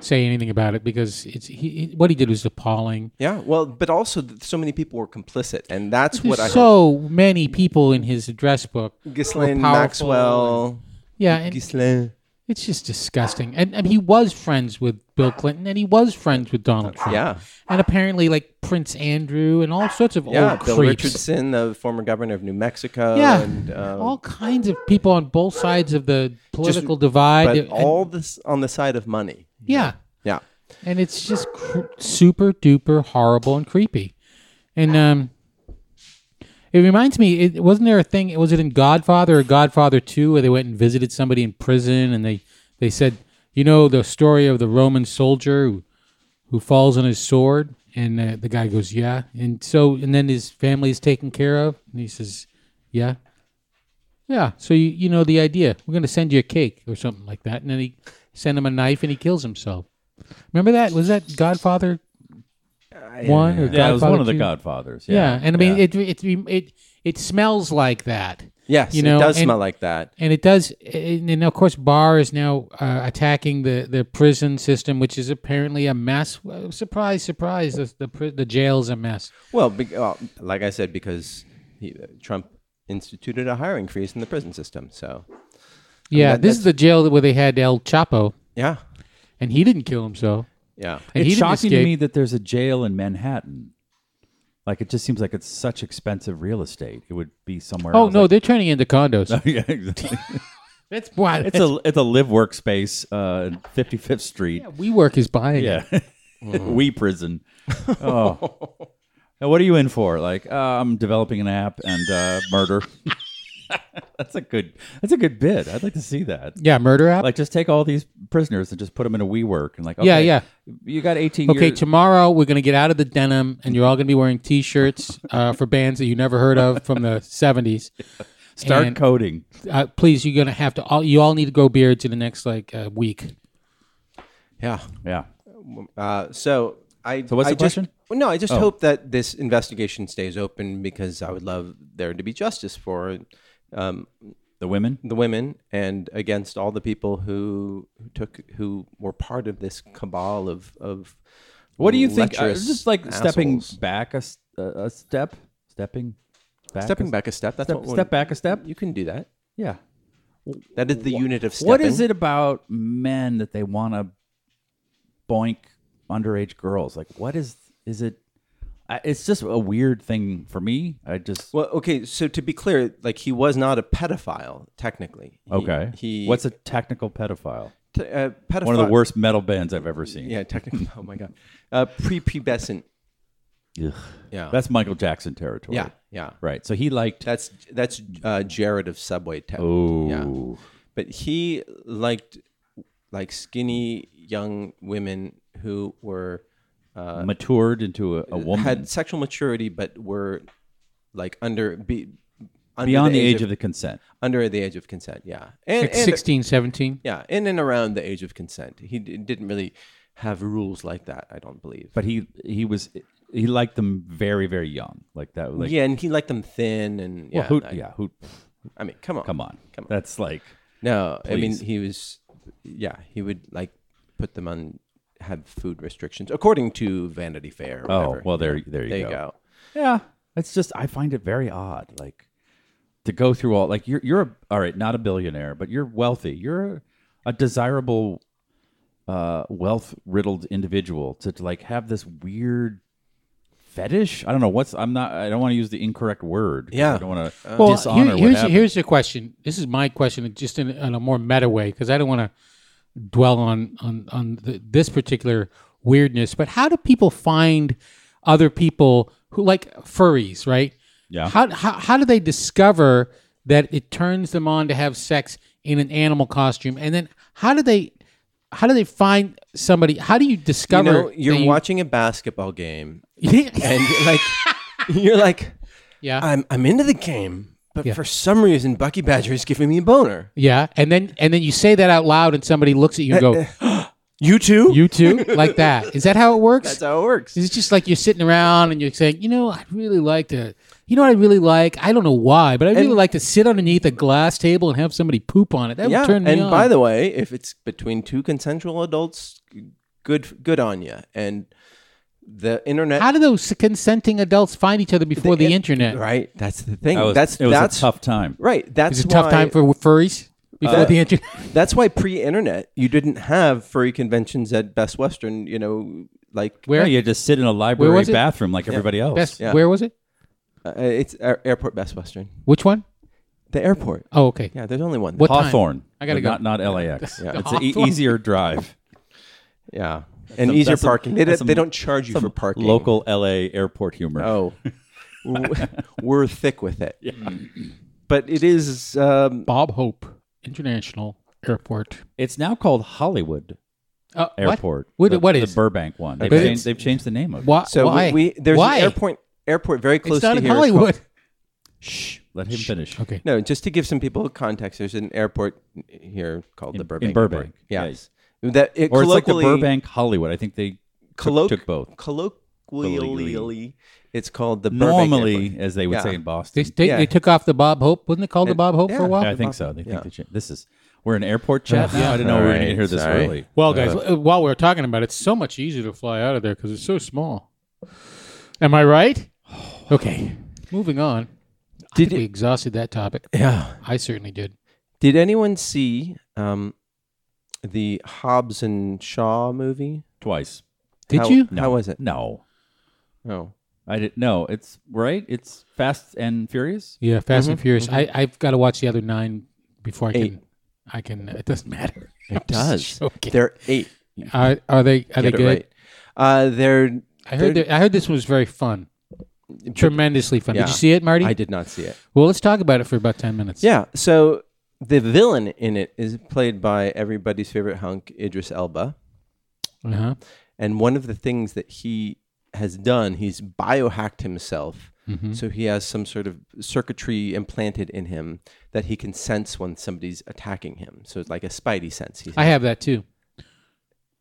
Speaker 2: say anything about it because it's he, he- what he did was appalling.
Speaker 3: yeah. Well, but also th- so many people were complicit, and that's what I.
Speaker 2: There's so many people in his address book. who are
Speaker 3: Ghislaine
Speaker 2: powerful.
Speaker 3: Maxwell.
Speaker 2: Yeah, and
Speaker 3: Ghislaine.
Speaker 2: it's just disgusting. And, and he was friends with Bill Clinton, and he was friends with Donald Trump.
Speaker 3: Yeah.
Speaker 2: and apparently like Prince Andrew and all sorts of
Speaker 3: Yeah,
Speaker 2: old
Speaker 3: Bill
Speaker 2: creeps.
Speaker 3: Richardson, the former governor of New Mexico.
Speaker 2: Yeah,
Speaker 3: and, um,
Speaker 2: all kinds of people on both sides of the political divide.
Speaker 3: but
Speaker 2: and-
Speaker 3: all this on the side of money.
Speaker 2: yeah.
Speaker 3: Yeah,
Speaker 2: and it's just cr- super duper horrible and creepy. And um, it reminds me, it wasn't there a thing? Was it in Godfather or Godfather Two where they went and visited somebody in prison and they they said, you know, the story of the Roman soldier who, who falls on his sword, and uh, the guy goes, yeah, and so and then his family is taken care of, and he says, yeah. Yeah, so you, you know the idea. We're going to send you a cake or something like that. And then he sent him a knife and he kills himself. Remember that? Was that Godfather
Speaker 3: uh,
Speaker 2: one or Godfather
Speaker 4: Yeah, it was one of the
Speaker 2: two?
Speaker 4: Godfathers.
Speaker 2: Yeah,
Speaker 4: Yeah,
Speaker 2: and I mean
Speaker 4: Yeah.
Speaker 2: it, it it it smells like that,
Speaker 3: yes,
Speaker 2: You know,
Speaker 3: it does
Speaker 2: and-
Speaker 3: smell like that.
Speaker 2: and it does. And, and of course, Barr is now uh, attacking the the prison system, which is apparently a mess. Well, Surprise, surprise! The the, pri- the jail's a mess.
Speaker 3: Well, be, uh, like I said, because he, uh, Trump instituted a hiring freeze in the prison system. So
Speaker 2: Yeah,
Speaker 3: that-
Speaker 2: this is the jail where they had El Chapo,
Speaker 3: yeah,
Speaker 2: and he didn't kill himself.
Speaker 3: yeah.
Speaker 2: And he didn't
Speaker 4: it's shocking to
Speaker 2: escape.
Speaker 4: me that there's a jail in Manhattan. Like it just seems like it's such expensive real estate. It would be somewhere.
Speaker 2: Oh
Speaker 4: else.
Speaker 2: no,
Speaker 4: Like,
Speaker 2: they're turning into condos.
Speaker 4: yeah, exactly.
Speaker 2: That's why.
Speaker 4: it's a it's a live workspace, uh, 55th Street.
Speaker 2: we work is buying. it.
Speaker 4: Yeah. we prison. Oh. Now, what are you in for? Like, uh, I'm developing an app and uh, murder. that's a good. That's a good bid. I'd like to see that.
Speaker 2: yeah, murder app.
Speaker 4: Like, just take all these prisoners and just put them in a WeWork and like, okay,
Speaker 2: Yeah, yeah.
Speaker 4: You got 18.
Speaker 2: Okay,
Speaker 4: years.
Speaker 2: tomorrow we're gonna get out of the denim, and you're all gonna be wearing T-shirts uh, for bands that you never heard of from the '70s.
Speaker 4: Start
Speaker 2: And-
Speaker 4: coding.
Speaker 2: Uh, please, you're gonna have to. All, you all need to grow beards in the next like uh, week.
Speaker 3: Yeah.
Speaker 4: Yeah.
Speaker 3: Uh, so I.
Speaker 4: So what's
Speaker 3: I
Speaker 4: the
Speaker 3: just-
Speaker 4: question? Oh.
Speaker 3: well, no, I just hope that this investigation stays open because I would love there to be justice for um,
Speaker 4: The women.
Speaker 3: the women and against all the people who who took who were part of this cabal of of.
Speaker 4: What do you think? uh,
Speaker 3: lecherous
Speaker 4: Just like stepping
Speaker 3: assholes.
Speaker 4: back a, s- a- a step, stepping back,
Speaker 3: stepping
Speaker 4: a,
Speaker 3: back a step. That's
Speaker 4: step,
Speaker 3: what
Speaker 4: step back a step.
Speaker 3: You can do that.
Speaker 4: Yeah.
Speaker 3: That is the unit of stepping.
Speaker 4: What is it about men that they want to boink underage girls? Like, what is is it? I- It's just a weird thing for me. I just
Speaker 3: Well, okay. So to be clear, like he was not a pedophile technically. He-
Speaker 4: okay.
Speaker 3: He,
Speaker 4: what's a technical pedophile?
Speaker 3: t- uh, pedophile?
Speaker 4: One of the worst metal bands I've ever seen.
Speaker 3: Yeah, technically. oh my god. Uh, prepubescent.
Speaker 4: Ugh.
Speaker 3: Yeah.
Speaker 4: That's Michael Jackson territory.
Speaker 3: yeah. Yeah.
Speaker 4: Right. So he liked.
Speaker 3: That's that's uh, Jared of Subway Tech.
Speaker 4: oh.
Speaker 3: Yeah. But he liked like skinny young women who were
Speaker 4: uh, matured into a, a woman
Speaker 3: had sexual maturity but were like under be under
Speaker 4: beyond the age of the consent.
Speaker 3: under the age of consent. Yeah. And,
Speaker 2: Like
Speaker 3: and
Speaker 2: 16, 17.
Speaker 3: yeah, in and around the age of consent. He d- didn't really have rules like that, I don't believe.
Speaker 4: But he he was he liked them very very young. Like that. Like,
Speaker 3: yeah, and he liked them thin and yeah.
Speaker 4: Well, who,
Speaker 3: I,
Speaker 4: yeah. Who?
Speaker 3: I mean, come on.
Speaker 4: Come on.
Speaker 3: Come on.
Speaker 4: That's like.
Speaker 3: No, I mean
Speaker 4: Please.
Speaker 3: he was, yeah, he would like put them on have food restrictions according to Vanity Fair. Or
Speaker 4: Oh
Speaker 3: whatever.
Speaker 4: well, there there you
Speaker 3: there
Speaker 4: go.
Speaker 3: you go.
Speaker 4: Yeah, it's just I find it very odd, like to go through all like you're you're a, all right, not a billionaire, but you're wealthy. You're a, a desirable, uh, wealth riddled individual to, to, like have this weird fetish. I don't know what's. I'm not. I don't want to use the incorrect word. 'cause
Speaker 3: Yeah.
Speaker 4: I don't want to
Speaker 2: Well,
Speaker 4: dishonor
Speaker 2: here-
Speaker 4: what
Speaker 2: here's
Speaker 4: happened.
Speaker 2: here's your question. This is my question, just in, in a more meta way, because I don't want to dwell on on on the, this particular weirdness. But how do people find other people who like furries, right?
Speaker 4: Yeah.
Speaker 2: How how how do they discover that it turns them on to have sex in an animal costume, and then how do they how do they find somebody? How do you
Speaker 3: You
Speaker 2: discover?
Speaker 3: know, you're
Speaker 2: that you-
Speaker 3: watching a basketball game, and you're like, you're like,
Speaker 2: yeah.
Speaker 3: I'm I'm into the game, but for some reason Bucky Badger is giving me a boner.
Speaker 2: yeah, and then and then you say that out loud, and somebody looks at you and go,
Speaker 3: You too.
Speaker 2: You too? Like that. Is that how it works?
Speaker 3: That's how it works.
Speaker 2: Is it just like you're sitting around and you're saying, you know, I'd really like to, you know what I really like? I don't know why, but I'd really like to sit underneath a glass table and have somebody poop on it. That
Speaker 3: yeah.
Speaker 2: would turn me
Speaker 3: and
Speaker 2: on.
Speaker 3: by the way, if it's between two consensual adults, good good on you. And the internet
Speaker 2: How do those consenting adults find each other before the,
Speaker 3: in-
Speaker 2: internet?
Speaker 3: Right. That's the thing.
Speaker 4: That was-
Speaker 3: that's
Speaker 4: it was
Speaker 3: that's
Speaker 4: a tough time.
Speaker 3: Right. That's
Speaker 2: It's a tough
Speaker 3: why- Uh,
Speaker 2: time for furries before the internet.
Speaker 3: That's why pre-internet you didn't have furry conventions at Best Western. You know, like
Speaker 4: Yeah,
Speaker 2: Where,
Speaker 4: you just sit in a library
Speaker 2: was it?
Speaker 4: bathroom like everybody else.
Speaker 2: best,
Speaker 3: yeah.
Speaker 2: where was it?
Speaker 3: uh, it's air- airport Best Western.
Speaker 2: Which one?
Speaker 3: The airport.
Speaker 2: Oh, okay.
Speaker 3: Yeah, there's only one.
Speaker 2: What time?
Speaker 4: Hawthorne.
Speaker 2: I gotta
Speaker 4: but
Speaker 2: go.
Speaker 4: Not not LAX.
Speaker 3: Yeah.
Speaker 4: It's an e-
Speaker 2: Hawthorne.
Speaker 4: easier drive.
Speaker 3: Yeah, and
Speaker 4: Some-
Speaker 3: easier
Speaker 4: that's some-
Speaker 3: parking. they,
Speaker 4: that's
Speaker 3: don't-
Speaker 4: some-
Speaker 3: they don't charge you
Speaker 4: Some
Speaker 3: for parking.
Speaker 4: Local LA airport humor.
Speaker 3: Oh, we're thick with it. But it is. Um,
Speaker 2: Bob Hope International Airport.
Speaker 4: It's now called Hollywood
Speaker 2: Uh,
Speaker 4: Airport.
Speaker 2: What,
Speaker 4: the,
Speaker 2: what, what
Speaker 4: the
Speaker 2: is?
Speaker 4: Burbank one? They've
Speaker 2: But
Speaker 4: changed,
Speaker 2: it's-
Speaker 4: they've changed the name of it.
Speaker 2: why,
Speaker 3: so
Speaker 2: why?
Speaker 3: we there's
Speaker 2: why?
Speaker 3: an airport airport very close
Speaker 2: It's not
Speaker 3: to
Speaker 2: in
Speaker 3: here. It's
Speaker 2: Hollywood.
Speaker 4: Shh, let him finish.
Speaker 2: Okay.
Speaker 3: No, just to give some people context, there's an airport here called the
Speaker 4: In- in
Speaker 3: Burbank.
Speaker 4: Burbank,
Speaker 3: Airport. Yes. That it
Speaker 4: Or it's like the
Speaker 3: colloquially,
Speaker 4: Burbank Hollywood. I think they
Speaker 3: colloqu-
Speaker 4: took both.
Speaker 3: Colloquially, it's called the Burbank
Speaker 4: normally,
Speaker 3: Airport.
Speaker 4: as they would
Speaker 3: Yeah.
Speaker 4: say in
Speaker 2: They,
Speaker 4: Boston.
Speaker 2: they,
Speaker 3: Yeah.
Speaker 2: they took off the Bob Hope. Wasn't it called the Bob Hope for a while?
Speaker 4: Yeah, I think so. They think they changed. This is we're in airport chat now.
Speaker 2: Yeah.
Speaker 4: I didn't know we were going to
Speaker 3: Alright,
Speaker 4: hear this
Speaker 3: sorry.
Speaker 4: early.
Speaker 2: Well, guys, uh, while we are talking about it, it's so much easier to fly out of there because it's so small. Am I right? Okay. Moving on. I think
Speaker 3: Did
Speaker 2: we
Speaker 3: it-
Speaker 2: exhausted that topic.
Speaker 3: Yeah.
Speaker 2: I certainly did.
Speaker 3: Did anyone see um, the Hobbs and Shaw movie?
Speaker 4: Twice.
Speaker 2: Did
Speaker 3: How-
Speaker 2: you?
Speaker 3: How was it?
Speaker 4: No,
Speaker 3: No.
Speaker 4: I didn't. No, it's right. It's Fast and Furious.
Speaker 2: Yeah, Fast and Furious. I, I've got to watch the other nine before I can.
Speaker 3: Mm-hmm. Eight.
Speaker 2: I can. It doesn't matter.
Speaker 3: It does.
Speaker 2: joking.
Speaker 3: They're eight.
Speaker 2: Are, are they? Are they
Speaker 3: Get
Speaker 2: good?
Speaker 3: it right. Uh, they're.
Speaker 2: I heard. that- I heard this was very fun. Tremendously fun.
Speaker 3: Yeah.
Speaker 2: Did you see it, Marty?
Speaker 3: I did not see it.
Speaker 2: Well, let's talk about it for about ten minutes.
Speaker 3: Yeah. So the villain in it is played by everybody's favorite hunk, Idris Elba.
Speaker 2: Uh-huh.
Speaker 3: And one of the things that he has done, he's biohacked himself
Speaker 2: Mm-hmm.
Speaker 3: So he has some sort of circuitry implanted in him that he can sense when somebody's attacking him. So it's like a spidey sense. He
Speaker 2: I have that too.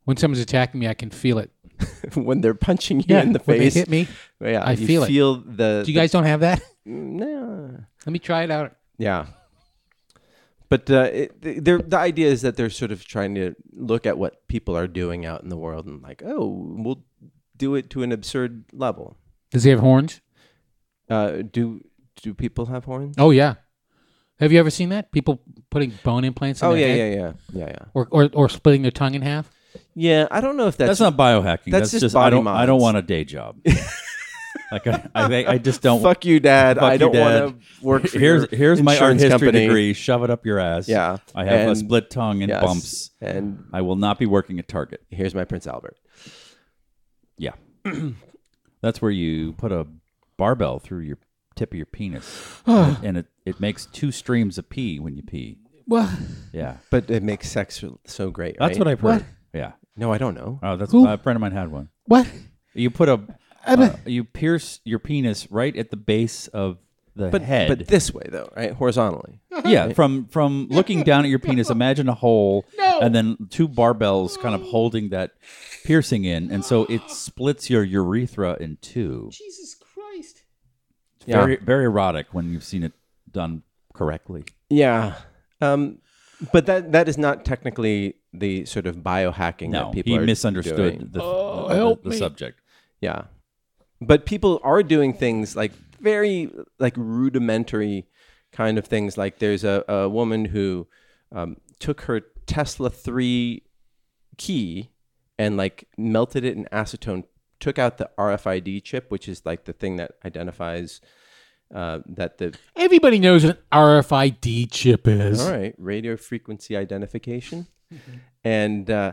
Speaker 2: When someone's attacking me, I can feel it.
Speaker 3: when they're punching you in the
Speaker 2: when they
Speaker 3: face,
Speaker 2: hit me.
Speaker 3: Yeah,
Speaker 2: I
Speaker 3: you
Speaker 2: feel it.
Speaker 3: the. Mm,
Speaker 2: Do you guys don't have that?
Speaker 3: Nah.
Speaker 2: Let me try it out.
Speaker 3: Yeah. But uh, it, they're, the idea is that they're sort of trying to look at what people are doing out in the world and like, oh, we'll do it to an absurd level.
Speaker 2: Does he have horns?
Speaker 3: Uh, do do people have horns?
Speaker 2: Oh yeah. Have you ever seen that? People putting bone implants in
Speaker 3: Oh
Speaker 2: their
Speaker 3: yeah,
Speaker 2: head
Speaker 3: yeah, yeah, yeah, yeah.
Speaker 2: Or, or or splitting their tongue in half.
Speaker 3: Yeah, I don't know if that's,
Speaker 4: That's not biohacking.
Speaker 3: that's
Speaker 4: That's,
Speaker 3: just
Speaker 4: just, I
Speaker 3: body
Speaker 4: don't I don't
Speaker 3: mods.
Speaker 4: want a day job. like I, I I just don't
Speaker 3: fuck you, dad.
Speaker 4: Fuck
Speaker 3: I
Speaker 4: you,
Speaker 3: don't
Speaker 4: Dad.
Speaker 3: want to work. For
Speaker 4: Here's
Speaker 3: your
Speaker 4: here's my art
Speaker 3: insurance
Speaker 4: history
Speaker 3: company.
Speaker 4: degree. Shove it up your ass.
Speaker 3: Yeah,
Speaker 4: I have a
Speaker 3: and-
Speaker 4: split tongue and
Speaker 3: Yes,
Speaker 4: bumps.
Speaker 3: and
Speaker 4: I will not be working at Target.
Speaker 3: here's my Prince Albert.
Speaker 4: Yeah. That's where you put a barbell through your tip of your penis. and it- and it, it makes two streams of pee when you pee.
Speaker 2: Well,
Speaker 4: Yeah.
Speaker 3: But it makes sex so great.
Speaker 4: That's
Speaker 3: right?
Speaker 4: what I've heard. Yeah.
Speaker 3: No, I don't know.
Speaker 4: Oh, that's
Speaker 2: Who-
Speaker 4: a friend of mine had one.
Speaker 2: what?
Speaker 4: You put a
Speaker 2: but-
Speaker 4: uh, you pierce your penis right at the base of the
Speaker 3: But
Speaker 4: head.
Speaker 3: but this way though, right? Horizontally.
Speaker 4: yeah, from from looking down at your penis, imagine a hole, and then two barbells kind of holding that piercing in, and so it splits your urethra in two.
Speaker 2: Jesus Christ!
Speaker 3: Yeah.
Speaker 4: Very very erotic when you've seen it done correctly.
Speaker 3: Yeah. Um, but that that is not technically the sort of biohacking
Speaker 4: No,
Speaker 3: that people
Speaker 4: he
Speaker 3: are doing.
Speaker 4: misunderstood the, the-
Speaker 2: Oh, help
Speaker 4: the
Speaker 2: me.
Speaker 4: subject.
Speaker 3: Yeah. But people are doing things like very like rudimentary kind of things. Like there's a, a woman who um, took her Tesla three key and like melted it in acetone, took out the RFID chip, which is like the thing that identifies uh, that the
Speaker 2: Everybody knows what an RFID chip is.
Speaker 3: All right, radio frequency identification.
Speaker 2: Mm-hmm.
Speaker 3: and uh,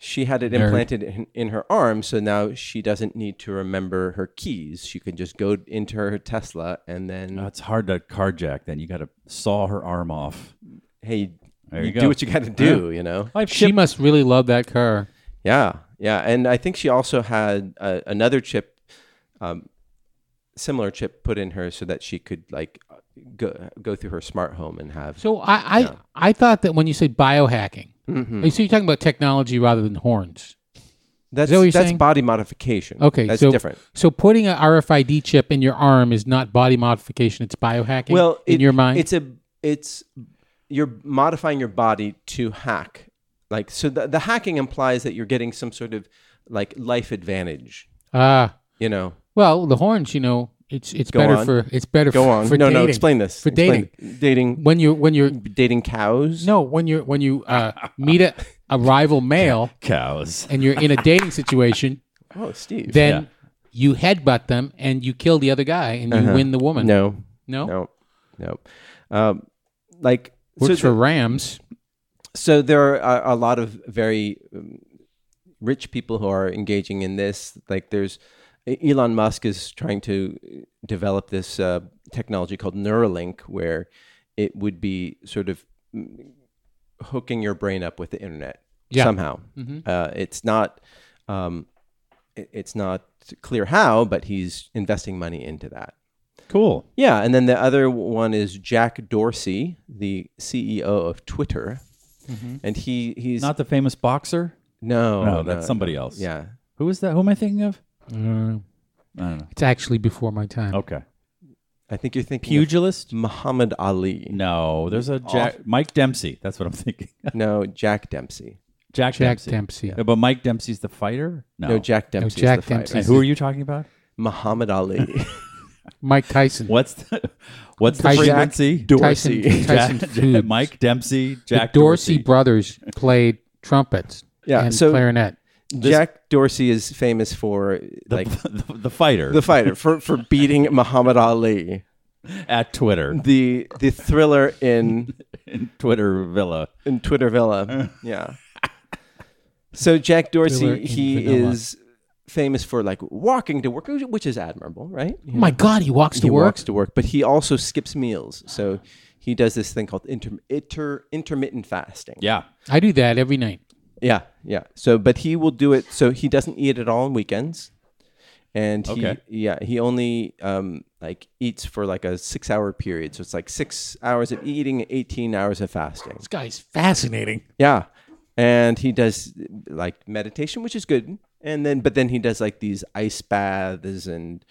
Speaker 3: she had it implanted in, in her arm, so now she doesn't need to remember her keys. She can just go into her Tesla and then,
Speaker 2: Uh,
Speaker 4: No, it's hard to carjack. Then you got to saw her arm off.
Speaker 3: hey,
Speaker 4: There you
Speaker 3: do
Speaker 4: go.
Speaker 3: what you got to
Speaker 2: Uh-huh.
Speaker 3: do, you know?
Speaker 4: I've
Speaker 2: She must really love that car.
Speaker 3: Yeah, yeah, and I think she also had uh, another chip, um, similar chip, put in her so that she could like go go through her smart home and have.
Speaker 2: So I I, I thought that when you say biohacking,
Speaker 3: Mm-hmm.
Speaker 2: so you're talking about technology rather than horns.
Speaker 3: that's
Speaker 2: what you're
Speaker 3: that's
Speaker 2: saying?
Speaker 3: body modification.
Speaker 2: Okay,
Speaker 3: that's
Speaker 2: so
Speaker 3: different.
Speaker 2: So putting an RFID chip in your arm is not body modification; it's biohacking.
Speaker 3: well
Speaker 2: in
Speaker 3: it-
Speaker 2: your mind,
Speaker 3: it's a it's you're modifying your body to hack like so the, the hacking implies that you're getting some sort of like life advantage
Speaker 2: ah.
Speaker 3: you know
Speaker 2: well, the horns, you know, it's it's
Speaker 3: Go
Speaker 2: better
Speaker 3: on.
Speaker 2: for it's better
Speaker 3: go
Speaker 2: for,
Speaker 3: on
Speaker 2: for
Speaker 3: no no
Speaker 2: dating.
Speaker 3: explain this
Speaker 2: for
Speaker 3: Explain- dating
Speaker 2: when you when you're
Speaker 3: dating cows
Speaker 2: no when you're when you uh, meet a, a rival male
Speaker 4: cows.
Speaker 2: and you're in a dating situation,
Speaker 3: oh steve
Speaker 2: then you headbutt them and you kill the other guy and you win the woman.
Speaker 3: Uh-huh. no
Speaker 2: no,
Speaker 3: no no um like
Speaker 2: works
Speaker 3: so
Speaker 2: for Rams.
Speaker 3: so there are a, a lot of very um, rich people who are engaging in this like there's uh, elon musk is trying to uh, develop this uh, technology called neuralink where it would be sort of mm, hooking your brain up with the internet
Speaker 2: Yeah.
Speaker 3: somehow uh, it's not um, it- it's not clear how but he's investing money into that
Speaker 4: Cool.
Speaker 3: yeah, and then the other one is Jack Dorsey, the CEO of Twitter, and he he's
Speaker 4: Not the famous boxer.
Speaker 3: Oh, no
Speaker 4: no, that's somebody else.
Speaker 3: yeah
Speaker 4: Who is that? Who am I thinking of?
Speaker 2: Uh,
Speaker 4: I don't know.
Speaker 2: it's actually before my time.
Speaker 3: Oh,
Speaker 4: Okay.
Speaker 3: I think you're thinking of
Speaker 4: Pugilist?
Speaker 3: Muhammad Ali
Speaker 4: No, there's a Jack, Mike Dempsey. That's what I'm thinking.
Speaker 3: no Jack Dempsey
Speaker 4: Jack,
Speaker 2: Jack
Speaker 4: Dempsey.
Speaker 2: Dempsey.
Speaker 4: Yeah, but Mike Dempsey's the fighter? No.
Speaker 3: no, Jack Dempsey
Speaker 2: Jack
Speaker 3: is the
Speaker 2: Dempsey.
Speaker 3: fighter.
Speaker 4: And who are you talking about?
Speaker 3: Muhammad Ali
Speaker 2: Mike Tyson.
Speaker 4: What's the what's the
Speaker 2: Tyson-
Speaker 4: frequency?
Speaker 2: Tyson,
Speaker 3: Dorsey
Speaker 2: Tyson
Speaker 4: Jack-
Speaker 2: Foods.
Speaker 4: Mike Dempsey, Jack
Speaker 2: the Dorsey,
Speaker 4: Dorsey.
Speaker 2: brothers played trumpets
Speaker 3: Yeah,
Speaker 2: and
Speaker 3: so-
Speaker 2: clarinet.
Speaker 3: Jack Dorsey is famous for like
Speaker 4: the, the fighter
Speaker 3: the fighter for for beating Muhammad Ali
Speaker 4: at Twitter,
Speaker 3: the the thriller in
Speaker 4: in Twitter Villa.
Speaker 3: in Twitter Villa. yeah. So Jack
Speaker 2: Thriller
Speaker 3: Dorsey,
Speaker 2: in
Speaker 3: he
Speaker 2: Vanilla.
Speaker 3: is famous for like walking to work, which is admirable, right?
Speaker 2: Oh my God, he walks to
Speaker 3: he
Speaker 2: work.
Speaker 3: walks to work, but he also skips meals. So he does this thing called inter- inter- intermittent fasting.
Speaker 4: Yeah.
Speaker 2: I do that every night.
Speaker 3: yeah, yeah. So, but he will do it. So he doesn't eat at all on weekends, and he
Speaker 4: Okay.
Speaker 3: yeah he only um like eats for like a six hour period so it's like six hours of eating 18 hours of fasting
Speaker 2: This guy's fascinating.
Speaker 3: yeah and he does like meditation which is good and then but then he does like these ice baths and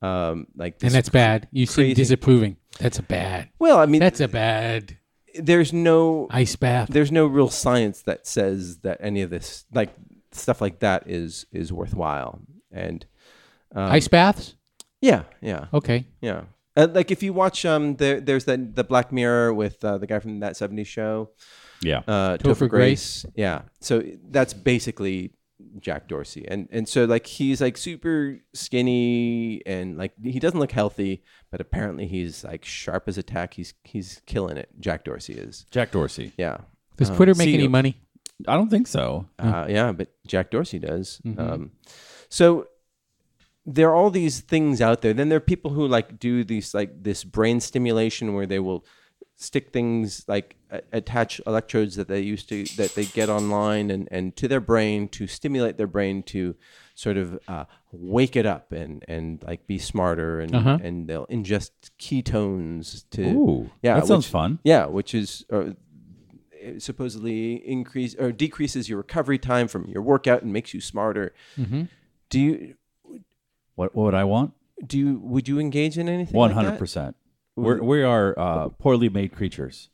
Speaker 3: um like
Speaker 2: And
Speaker 3: this,
Speaker 2: that's bad. You seem
Speaker 3: crazy-
Speaker 2: disapproving. That's a bad.
Speaker 3: well i mean
Speaker 2: That's a bad
Speaker 3: there's no
Speaker 2: ice bath.
Speaker 3: there's no real science that says that any of this like stuff like that is is worthwhile and
Speaker 2: ice baths?
Speaker 3: yeah yeah
Speaker 2: Okay.
Speaker 3: yeah uh, like if you watch um there there's that the black mirror with uh, the guy from that 70s show
Speaker 4: Yeah.
Speaker 3: uh
Speaker 2: Topher
Speaker 3: Topher Grace. yeah so that's basically Jack Dorsey and and so like he's like super skinny and like he doesn't look healthy but apparently he's like sharp as a tack he's he's killing it Jack Dorsey is
Speaker 4: Jack Dorsey.
Speaker 3: yeah
Speaker 2: Does Twitter make
Speaker 3: Uh, see
Speaker 2: any
Speaker 3: you.
Speaker 2: money?
Speaker 4: I don't think so.
Speaker 3: Uh, yeah, but Jack Dorsey does. Um, so there are all these things out there. Then there are people who like do these like this brain stimulation where they will stick things like a- attach electrodes that they used to that they get online and and to their brain to stimulate their brain to sort of uh, wake it up and and like be smarter and and they'll ingest ketones to
Speaker 4: Uh-huh. Ooh,
Speaker 3: yeah
Speaker 4: that sounds
Speaker 3: which-
Speaker 4: fun.
Speaker 3: yeah which is uh, it supposedly increase or decreases your recovery time from your workout and makes you smarter.
Speaker 4: Mm-hmm.
Speaker 3: Do you
Speaker 4: What, what would I want?
Speaker 3: do you would you engage in anything?
Speaker 4: One
Speaker 3: like that?
Speaker 4: hundred percent. We're we are uh, poorly made creatures.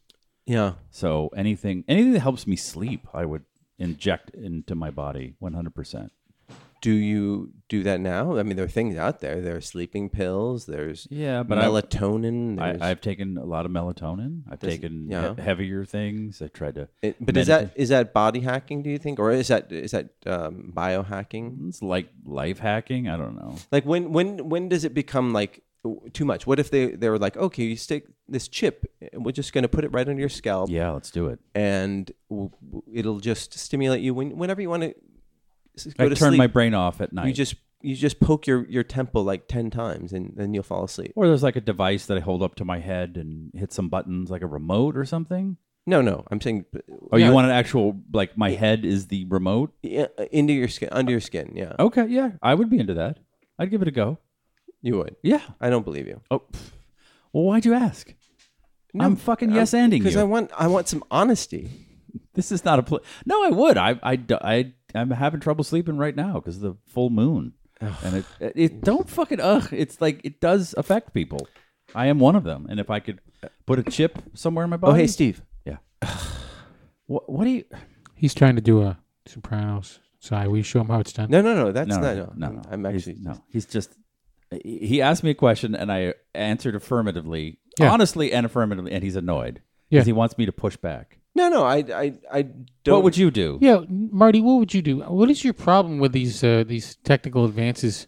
Speaker 3: Yeah.
Speaker 4: So anything anything that helps me sleep, I would inject into my body. One hundred percent.
Speaker 3: Do you do that now? I mean, there are things out there. There are sleeping pills. There's
Speaker 4: Yeah, but I-
Speaker 3: melatonin. there's-
Speaker 4: I've taken a lot of melatonin. I've taken he-
Speaker 3: yeah.
Speaker 4: heavier things. I tried to.
Speaker 3: it- but is that is that body hacking? Do you think, or is that is that um, biohacking?
Speaker 4: It's like life hacking. I don't know.
Speaker 3: Like when when when does it become like w- too much? What if they they were like, okay, you stick this chip, and we're just going to put it right under your scalp.
Speaker 4: Yeah, let's do it.
Speaker 3: and w- w- it'll just stimulate you when, whenever you want to go
Speaker 4: I
Speaker 3: to
Speaker 4: turn
Speaker 3: sleep.
Speaker 4: my brain off at night.
Speaker 3: you just you just poke your, your temple like ten times and then you'll fall asleep.
Speaker 4: or there's like a device that I hold up to my head and hit some buttons, like a remote or something.
Speaker 3: No, no, I'm saying b-
Speaker 4: Oh, you want an actual like my head is the remote?
Speaker 3: yeah, uh, into your skin, under your skin. Yeah,
Speaker 4: Okay, yeah, I would be into that. I'd give it a go.
Speaker 3: you would.
Speaker 4: Yeah.
Speaker 3: I don't believe you
Speaker 4: Oh, pff. well, why'd you ask? I'm fucking yes anding
Speaker 3: because
Speaker 4: you.
Speaker 3: I want I want some honesty.
Speaker 4: this is not a pl- no. I would. I I d- I am having trouble sleeping right now because of the full moon, and it, it don't fucking ugh. It's like it does affect people. I am one of them, and if I could put a chip somewhere in my body.
Speaker 3: Oh, hey, Steve.
Speaker 4: Yeah. what, what do you?
Speaker 2: He's trying to do a Sopranos. Sorry, will you show him how it's done?
Speaker 3: No, no, no. That's
Speaker 4: No,
Speaker 3: not.
Speaker 4: no, no, no.
Speaker 3: I'm
Speaker 4: He's-
Speaker 3: actually
Speaker 4: no. He's just. He asked me a question, and I answered affirmatively,
Speaker 2: Yeah.
Speaker 4: honestly and affirmatively, and he's annoyed
Speaker 2: Yeah.
Speaker 4: because he wants me to push back.
Speaker 3: no, no. I I I don't.
Speaker 4: What would you do?
Speaker 2: Yeah, Marty, what would you do? What is your problem with these uh, these technical advances?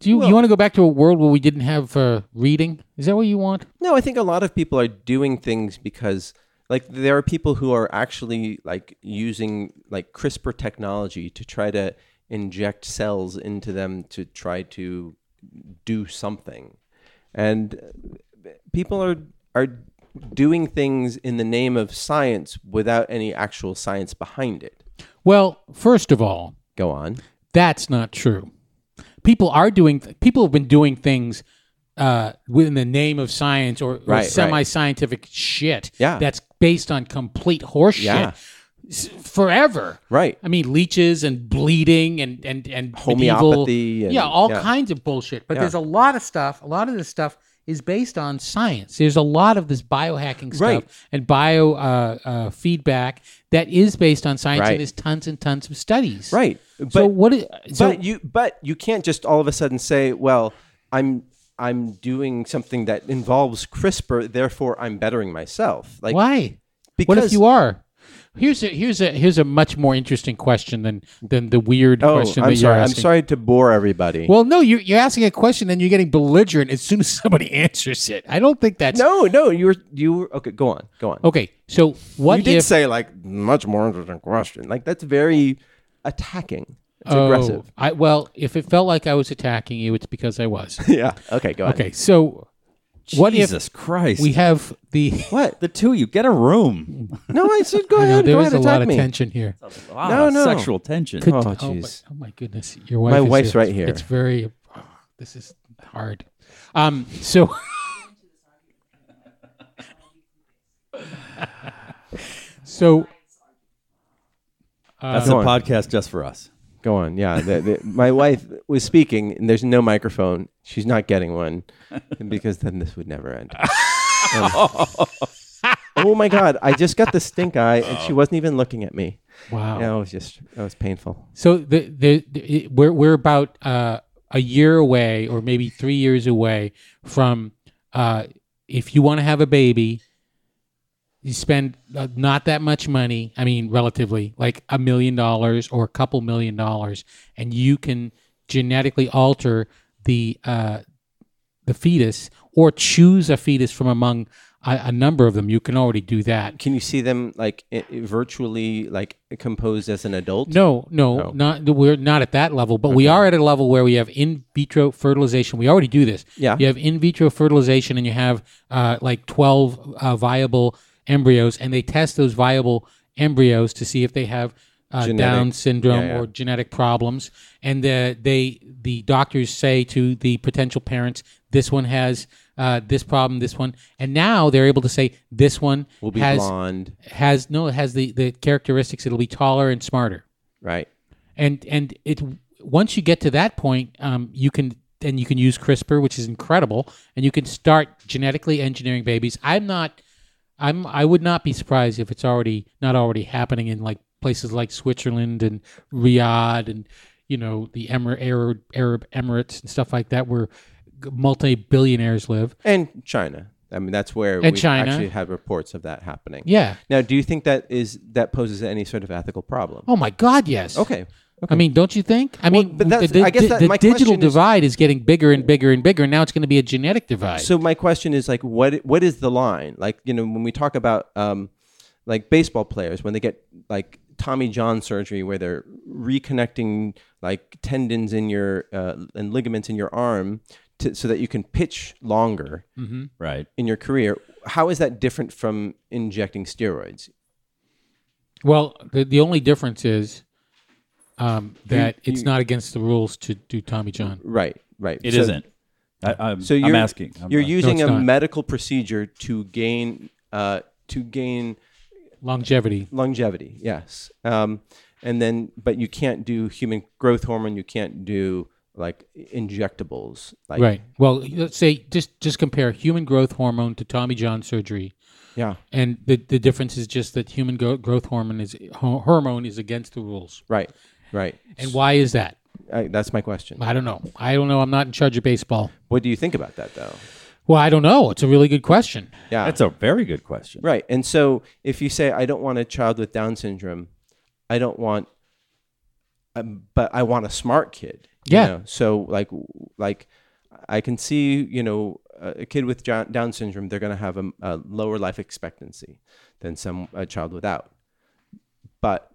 Speaker 2: Do you, you want to go back to a world where we didn't have uh, reading? Is that what you want?
Speaker 3: No, I think a lot of people are doing things because like there are people who are actually like using like CRISPR technology to try to inject cells into them to try to do something. And uh, people are are doing things in the name of science without any actual science behind it.
Speaker 2: Well, first of all,
Speaker 3: Go on.
Speaker 2: That's not true. People are doing. people have been doing things uh, within the name of science or, or
Speaker 3: Right, right.
Speaker 2: semi-scientific shit.
Speaker 3: Yeah.
Speaker 2: that's based on complete horseshit.
Speaker 3: Yeah.
Speaker 2: s- Forever.
Speaker 3: Right.
Speaker 2: I mean, leeches and bleeding and and and
Speaker 3: Homeopathy
Speaker 2: medieval-
Speaker 3: and-
Speaker 2: yeah, all
Speaker 3: yeah.
Speaker 2: kinds of bullshit. But there's a lot of stuff. A lot of this stuff is based on science. There's a lot of this biohacking stuff
Speaker 3: Right.
Speaker 2: and bio uh, uh, feedback that is based on science.
Speaker 3: Right.
Speaker 2: And there's tons and tons of studies.
Speaker 3: Right.
Speaker 2: so what is so
Speaker 3: but you but you can't just all of a sudden say, well, I'm I'm doing something that involves CRISPR, therefore I'm bettering myself. Like
Speaker 2: Why?
Speaker 3: Because
Speaker 2: what if you are? Here's a here's a here's a much more interesting question than than the weird
Speaker 3: Oh,
Speaker 2: question
Speaker 3: I'm
Speaker 2: that
Speaker 3: sorry.
Speaker 2: you're
Speaker 3: I'm
Speaker 2: asking.
Speaker 3: sorry to bore everybody.
Speaker 2: Well, no, you're you're asking a question, and you're getting belligerent as soon as somebody answers it. I don't think that's
Speaker 3: no, no, you were you were okay. Go on, go on.
Speaker 2: okay. So what
Speaker 3: you did
Speaker 2: if?
Speaker 3: say like much more interesting question. Like that's very attacking. It's
Speaker 2: oh,
Speaker 3: aggressive.
Speaker 2: I well, if it felt like I was attacking you, it's because I was.
Speaker 3: Yeah. Okay. Go on.
Speaker 2: Okay, so what if
Speaker 4: Jesus Christ?
Speaker 2: we have the?
Speaker 3: What?
Speaker 4: the two of you get a room.
Speaker 3: No, I said go
Speaker 2: No,
Speaker 3: ahead.
Speaker 2: there
Speaker 3: go
Speaker 2: is
Speaker 3: ahead.
Speaker 2: a
Speaker 3: attack
Speaker 2: lot of
Speaker 3: me.
Speaker 2: tension here.
Speaker 4: Wow,
Speaker 3: No, no.
Speaker 4: sexual tension.
Speaker 2: Could-
Speaker 3: Oh,
Speaker 2: my-
Speaker 3: jeez.
Speaker 2: oh my goodness, your wife.
Speaker 3: My
Speaker 2: is
Speaker 3: wife's right here.
Speaker 2: It's very. oh, This is hard. Um, so. so.
Speaker 4: That's
Speaker 3: Go
Speaker 4: a
Speaker 3: on.
Speaker 4: podcast just for us.
Speaker 3: Go on. Yeah. The, the, my wife was speaking, and there's no microphone. She's not getting one because then this would never end. Um, oh my God. I just got the stink eye, and
Speaker 2: Oh.
Speaker 3: she wasn't even looking at me.
Speaker 2: Wow.
Speaker 3: That was just, that was painful.
Speaker 2: So the, the, the it- we're we're about uh, a year away, or maybe three years away from uh, if you want to have a baby, you spend uh, not that much money. I mean, relatively, like a million dollars or a couple million dollars, and you can genetically alter the uh, the fetus or choose a fetus from among a, a number of them. You can already do that.
Speaker 3: Can you see them like i i- virtually like composed as an adult?
Speaker 2: No, no,
Speaker 3: Oh.
Speaker 2: not we're not at that level, but we are at a level where we have in vitro fertilization. We already do this.
Speaker 3: Yeah.
Speaker 2: you have in vitro fertilization, and you have uh, like twelve uh, viable embryos, and they test those viable embryos to see if they have uh,
Speaker 3: Genetic.
Speaker 2: Down syndrome
Speaker 3: Yeah, yeah.
Speaker 2: or genetic problems, and the, they the doctors say to the potential parents, this one has. Uh, this problem, this one, and now they're able to say this one
Speaker 3: Will be
Speaker 2: has
Speaker 3: blonde,
Speaker 2: has no it has the the characteristics. It'll be taller and smarter
Speaker 3: right?
Speaker 2: and and it once you get to that point, um, you can and you can use CRISPR, which is incredible, and you can start genetically engineering babies. I'm not, I'm I would not be surprised if it's already not already happening in like places like Switzerland and Riyadh and you know the Emir- Arab, Arab Emirates and stuff like that, where multi billionaires live.
Speaker 3: And China. I mean, that's where
Speaker 2: And
Speaker 3: we
Speaker 2: China.
Speaker 3: actually had reports of that happening.
Speaker 2: Yeah.
Speaker 3: Now, do you think that is that poses any sort of ethical problem?
Speaker 2: Oh my God, yes.
Speaker 3: Okay.
Speaker 2: I mean, don't you think? I mean,
Speaker 3: but that's-
Speaker 2: the, the-
Speaker 3: I guess that-
Speaker 2: the
Speaker 3: my
Speaker 2: digital
Speaker 3: question is-
Speaker 2: divide is getting bigger and bigger and bigger, and now it's going to be a genetic divide.
Speaker 3: So my question is like, what what is the line? Like, you know, when we talk about um, like baseball players when they get like Tommy John surgery, where they're reconnecting like tendons in your uh, and ligaments in your arm, to, so that you can pitch longer
Speaker 4: Mm-hmm. Right.
Speaker 3: in your career. How is that different from injecting steroids?
Speaker 2: Well, the, the only difference is um, that it's
Speaker 3: you-
Speaker 2: not against the rules to do Tommy John.
Speaker 3: Right, right.
Speaker 4: It
Speaker 3: So-
Speaker 4: not I, I'm,
Speaker 3: So you're
Speaker 4: I'm asking. I'm-
Speaker 3: you're
Speaker 4: I'm-
Speaker 3: using
Speaker 2: it's
Speaker 3: a
Speaker 2: not.
Speaker 3: medical procedure to gain uh, to gain
Speaker 2: Longevity.
Speaker 3: longevity yes um, and then but you can't do human growth hormone you can't do like injectables like
Speaker 2: Right. Well, let's say just just compare human growth hormone to Tommy John surgery,
Speaker 3: yeah
Speaker 2: and the, the difference is just that human go- growth hormone is ho- hormone is against the rules.
Speaker 3: right right
Speaker 2: And why is that?
Speaker 3: I, that's my question
Speaker 2: I don't know. I don't know. I'm not in charge of baseball.
Speaker 3: what do you think about that though
Speaker 2: Well, I don't know. It's a really good question.
Speaker 3: yeah
Speaker 4: that's a very good question.
Speaker 3: right and so if you say i don't want a child with down syndrome i don't want um, but i want a smart kid you
Speaker 2: Yeah.
Speaker 3: know? so like like i can see you know a a kid with John- down syndrome they're going to have a, a lower life expectancy than some a child without but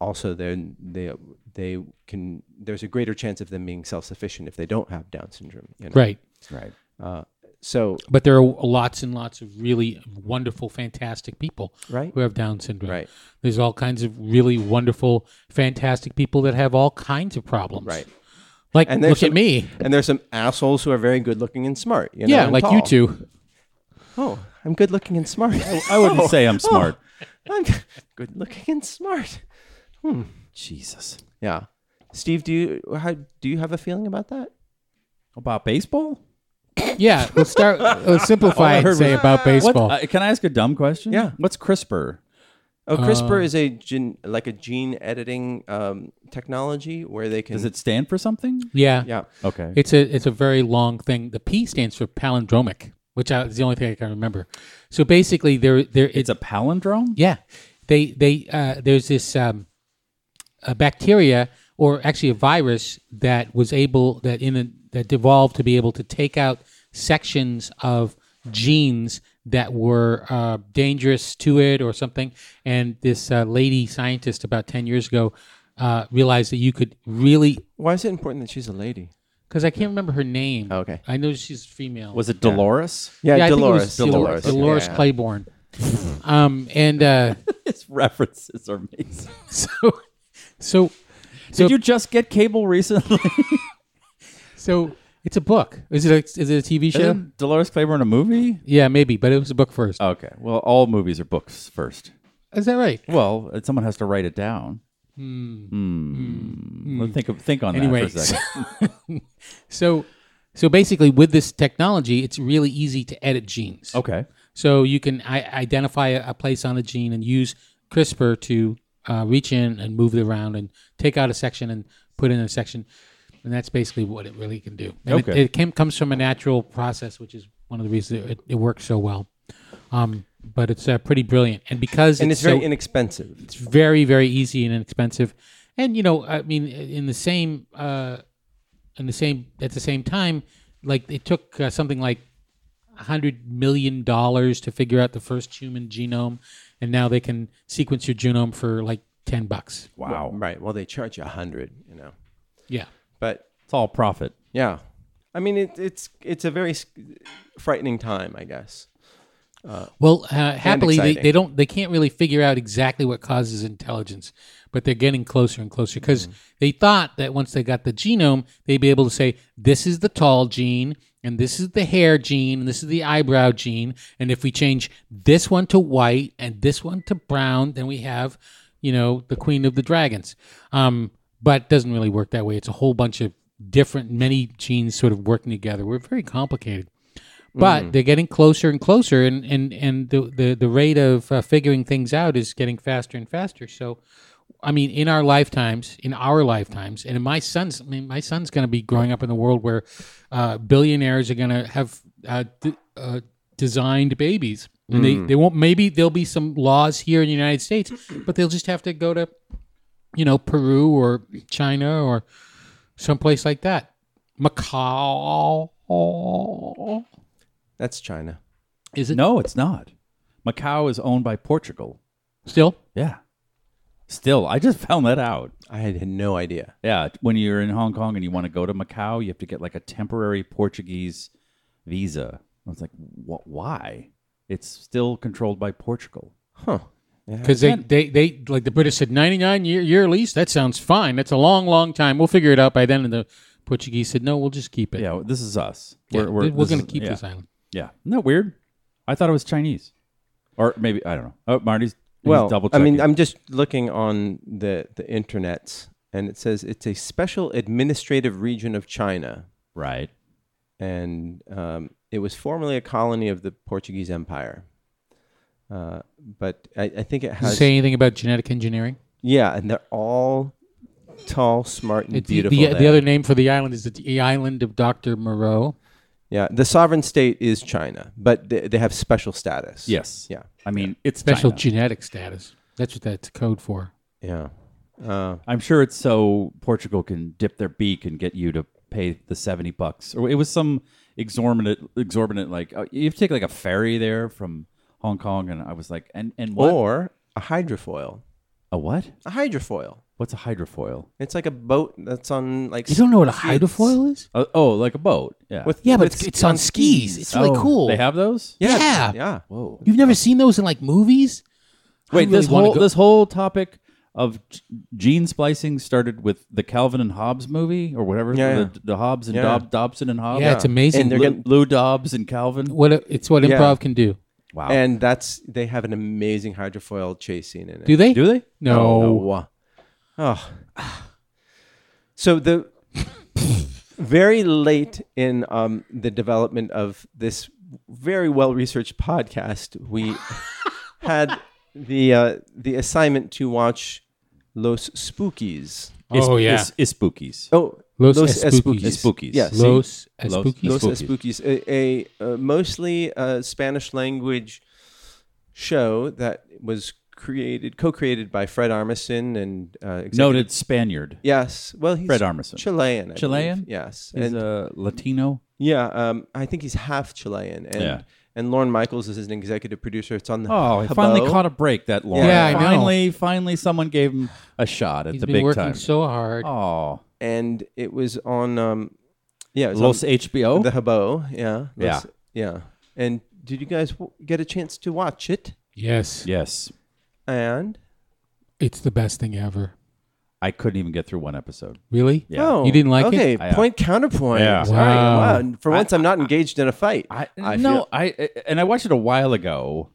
Speaker 3: also they they they can there's a greater chance of them being self-sufficient if they don't have down syndrome you know? Uh,
Speaker 2: Right.
Speaker 4: Right.
Speaker 3: so
Speaker 2: But there are lots and lots of really wonderful, fantastic people
Speaker 3: Right.
Speaker 2: who have Down syndrome.
Speaker 3: Right.
Speaker 2: There's all kinds of really wonderful, fantastic people that have all kinds of problems.
Speaker 3: Right.
Speaker 2: Like
Speaker 3: And
Speaker 2: look
Speaker 3: there's
Speaker 2: at
Speaker 3: some-
Speaker 2: me.
Speaker 3: and there's some assholes who are very good looking and smart you know,
Speaker 2: Yeah,
Speaker 3: and
Speaker 2: like
Speaker 3: tall.
Speaker 2: you two.
Speaker 3: Oh, I'm good looking and smart. I,
Speaker 4: I wouldn't say
Speaker 3: Oh.
Speaker 4: I'm smart.
Speaker 3: am good looking and smart.
Speaker 4: Jesus.
Speaker 3: Yeah. Steve, do you how do you have a feeling about that?
Speaker 4: About baseball?
Speaker 2: Yeah. Let's start let's simplify
Speaker 4: heard
Speaker 2: and
Speaker 4: was-
Speaker 2: say
Speaker 3: "Ah,
Speaker 2: about
Speaker 4: What,
Speaker 2: baseball.
Speaker 4: uh, can I ask a dumb question?
Speaker 3: Yeah.
Speaker 4: What's CRISPR?
Speaker 3: Oh,
Speaker 2: Uh,
Speaker 3: CRISPR is a gene, like a gene editing um, technology where they can.
Speaker 4: Does it Oh. stand for something?
Speaker 2: yeah.
Speaker 3: Yeah.
Speaker 4: Okay.
Speaker 2: It's a it's a very long thing. The P stands for palindromic, which I, is the only thing I can remember. So basically there there
Speaker 4: it's a palindrome?
Speaker 2: Yeah, they they uh, there's this um, a bacteria or actually a virus that was able that in a, that evolved to be able to take out sections of genes that were uh, dangerous to it or something. And this uh, lady scientist about ten years ago uh, realized that you could really
Speaker 3: Why is it important that she's a lady?
Speaker 2: because I can't remember her name.
Speaker 3: Oh, Okay.
Speaker 2: I know she's female.
Speaker 4: Was it Dolores?
Speaker 3: Yeah,
Speaker 2: I think it
Speaker 3: Dolores.
Speaker 2: was Dolores Dolores
Speaker 3: Yeah.
Speaker 2: Claiborne. um, and uh,
Speaker 4: His references are amazing.
Speaker 2: so so.
Speaker 4: Did you just get cable recently?
Speaker 2: So It's a book. Is it a, is it a TV show?
Speaker 4: Isn't Dolores Claiborne a movie?
Speaker 2: Yeah, maybe, but it was a book first.
Speaker 4: Okay. Well, all movies are books first.
Speaker 2: Is that right?
Speaker 4: Well, uh, someone has to write it down. Hmm. Well, think of, think on
Speaker 2: Anyway,
Speaker 4: that for a second.
Speaker 2: so so basically with this technology, it's really easy to edit genes.
Speaker 4: okay.
Speaker 2: So you can I- identify a, a place on a gene and use CRISPR to uh, reach in and move it around and take out a section and put in a section. And that's basically what it really can do. And
Speaker 4: Okay.
Speaker 2: It, it came, comes from a natural process, which is one of the reasons it, it works so well. Um, but it's uh, pretty brilliant. And because
Speaker 3: and it's, very
Speaker 2: so-
Speaker 3: inexpensive.
Speaker 2: it's very very easy and inexpensive and you know i mean in the same uh in the same at the same time like it took uh, something like a 100 million dollars to figure out the first human genome and now they can sequence your genome for like 10 bucks
Speaker 4: Wow.
Speaker 3: Right. Well, they charge you a hundred, you know.
Speaker 2: yeah
Speaker 3: But
Speaker 4: It's all profit.
Speaker 3: yeah, I mean, it, it's it's a very sc- frightening time, I guess.
Speaker 2: well uh, happily they,
Speaker 3: exciting.
Speaker 2: they don't they can't really figure out exactly what causes intelligence but they're getting closer and closer because they thought that once they got the genome they'd be able to say this is the tall gene and this is the hair gene and this is the eyebrow gene and if we change this one to white and this one to brown then we have you know the queen of the dragons um, but it doesn't really work that way it's a whole bunch of different many genes sort of working together we're very complicated but they're getting closer and closer and and and the the, the rate of uh, figuring things out is getting faster and faster so i mean in our lifetimes in our lifetimes and in my son's i mean my son's going to be growing up in the world where uh, billionaires are going to have uh, d- uh, designed babies and they, they won't maybe there'll be some laws here in the united states but they'll just have to go to you know peru or china or someplace like that macau
Speaker 3: That's China.
Speaker 2: is it
Speaker 4: No, it's not. Macau is owned by Portugal.
Speaker 2: still
Speaker 4: Yeah. Still, I just found that out.
Speaker 3: I had, had no idea.
Speaker 4: Yeah, when you're in Hong Kong and you want to go to Macau, you have to get like a temporary Portuguese visa. I was like, what? Why? It's still controlled by Portugal.
Speaker 3: Huh.
Speaker 2: Because they, they, they, like the British said, 99 year, year lease, that sounds fine. That's a long, long time. We'll figure it out by then. And the Portuguese said, no, we'll just keep it.
Speaker 4: Yeah, this is us.
Speaker 2: Yeah, we're,
Speaker 4: this
Speaker 2: going to
Speaker 4: is-
Speaker 2: keep
Speaker 4: yeah.
Speaker 2: this island.
Speaker 4: Yeah, isn't that weird? I thought it was Chinese, or maybe I don't know. Oh, Marty's
Speaker 3: Well,
Speaker 4: double.
Speaker 3: I mean, I'm just looking on the the internets, and it says it's a special administrative region of China,
Speaker 4: right.
Speaker 3: and um, it was formerly a colony of the Portuguese Empire. Uh, but I, I think it
Speaker 2: Does it
Speaker 3: has.
Speaker 2: say anything about genetic engineering?
Speaker 3: Yeah, and they're all tall, smart, and
Speaker 2: It's the-
Speaker 3: beautiful.
Speaker 2: the, the
Speaker 3: there.
Speaker 2: other name for the island is the island of Dr. Moreau.
Speaker 3: yeah, the sovereign state is China, but they, they have special status.
Speaker 4: Yes.
Speaker 3: Yeah.
Speaker 4: I mean, it's
Speaker 2: Special
Speaker 4: China.
Speaker 2: genetic status. That's what that's code for.
Speaker 3: Yeah. Uh,
Speaker 4: I'm sure it's so Portugal can dip their beak and get you to pay the 70 bucks. Or it was some exorbitant, exorbitant like, uh, you have to take like a ferry there from Hong Kong. And I was like, and, and what?
Speaker 3: or a hydrofoil.
Speaker 4: a what?
Speaker 3: A hydrofoil.
Speaker 4: What's a hydrofoil?
Speaker 3: It's like a boat that's on like.
Speaker 2: You don't know what a
Speaker 3: skids.
Speaker 2: hydrofoil is?
Speaker 4: Uh, oh, like a boat. Yeah.
Speaker 3: With,
Speaker 2: Yeah, but
Speaker 3: with
Speaker 2: it's, it's on skis. It's really
Speaker 4: Oh,
Speaker 2: cool.
Speaker 4: They have those?
Speaker 2: yeah.
Speaker 3: yeah. Yeah.
Speaker 4: Whoa.
Speaker 2: You've never seen those in like movies? I
Speaker 4: Wait,
Speaker 2: really
Speaker 4: this
Speaker 2: wanna
Speaker 4: whole,
Speaker 2: go-
Speaker 4: this whole topic of g- gene splicing started with the Calvin and Hobbes movie or whatever.
Speaker 3: Yeah.
Speaker 4: The, the Hobbes and
Speaker 3: Yeah.
Speaker 4: Dob, Dobson and Hobbes.
Speaker 2: Yeah, it's amazing.
Speaker 3: And they're
Speaker 4: Lou,
Speaker 3: getting-
Speaker 4: Lou Dobbs and Calvin.
Speaker 2: what it- it's what improv
Speaker 3: Yeah.
Speaker 2: can do.
Speaker 4: Wow.
Speaker 3: And that's they have an amazing hydrofoil chase scene in it.
Speaker 2: Do they?
Speaker 4: Do they?
Speaker 2: No.
Speaker 3: Oh. Oh. So the very late in um, the development of this very well researched podcast, we had the uh, the assignment to watch Los Spookies.
Speaker 4: Is-
Speaker 2: Oh, yeah.
Speaker 4: Is, is spookies.
Speaker 3: Oh,
Speaker 2: Los Espookies.
Speaker 4: Espookies.
Speaker 3: Yes.
Speaker 2: Los
Speaker 4: Los-
Speaker 2: Espookies.
Speaker 3: Los
Speaker 4: Spookies.
Speaker 3: Espookies, a, a uh, mostly uh, Spanish language show that was created, co-created by Fred Armisen and uh, executive-
Speaker 4: Noted Spaniard.
Speaker 3: Yes, well, he's
Speaker 4: Fred Armisen.
Speaker 3: Chilean. I believe.
Speaker 4: Chilean?
Speaker 3: yes,
Speaker 4: He's
Speaker 3: and
Speaker 4: a Latino.
Speaker 3: yeah, um, I think he's half Chilean, and
Speaker 4: Yeah.
Speaker 3: and Lauren Michaels is an executive producer. It's on the
Speaker 4: Oh, he
Speaker 3: Hubo.
Speaker 4: finally caught a break that long.
Speaker 2: Yeah, I know.
Speaker 4: finally, finally, someone gave him a shot at
Speaker 2: He's
Speaker 4: the
Speaker 2: been
Speaker 4: big
Speaker 2: working
Speaker 4: time.
Speaker 2: so hard.
Speaker 4: oh,
Speaker 3: and it was on um, yeah, it was
Speaker 4: Los
Speaker 3: on
Speaker 4: HBO.
Speaker 3: the Habo, yeah,
Speaker 4: Yeah.
Speaker 3: yeah. And did you guys w- get a chance to watch it?
Speaker 2: Yes.
Speaker 4: yes,
Speaker 3: And
Speaker 2: It's the best thing ever.
Speaker 4: I couldn't even get through one episode.
Speaker 2: Really?
Speaker 4: Yeah.
Speaker 3: Oh,
Speaker 2: You didn't like it?
Speaker 3: okay,
Speaker 4: I, uh,
Speaker 3: point counterpoint.
Speaker 4: Yeah.
Speaker 3: All right,
Speaker 2: Wow.
Speaker 3: wow. For once, I, am not engaged in a fight.
Speaker 4: I, no,
Speaker 3: feel-
Speaker 4: I I- and I watched it a while ago,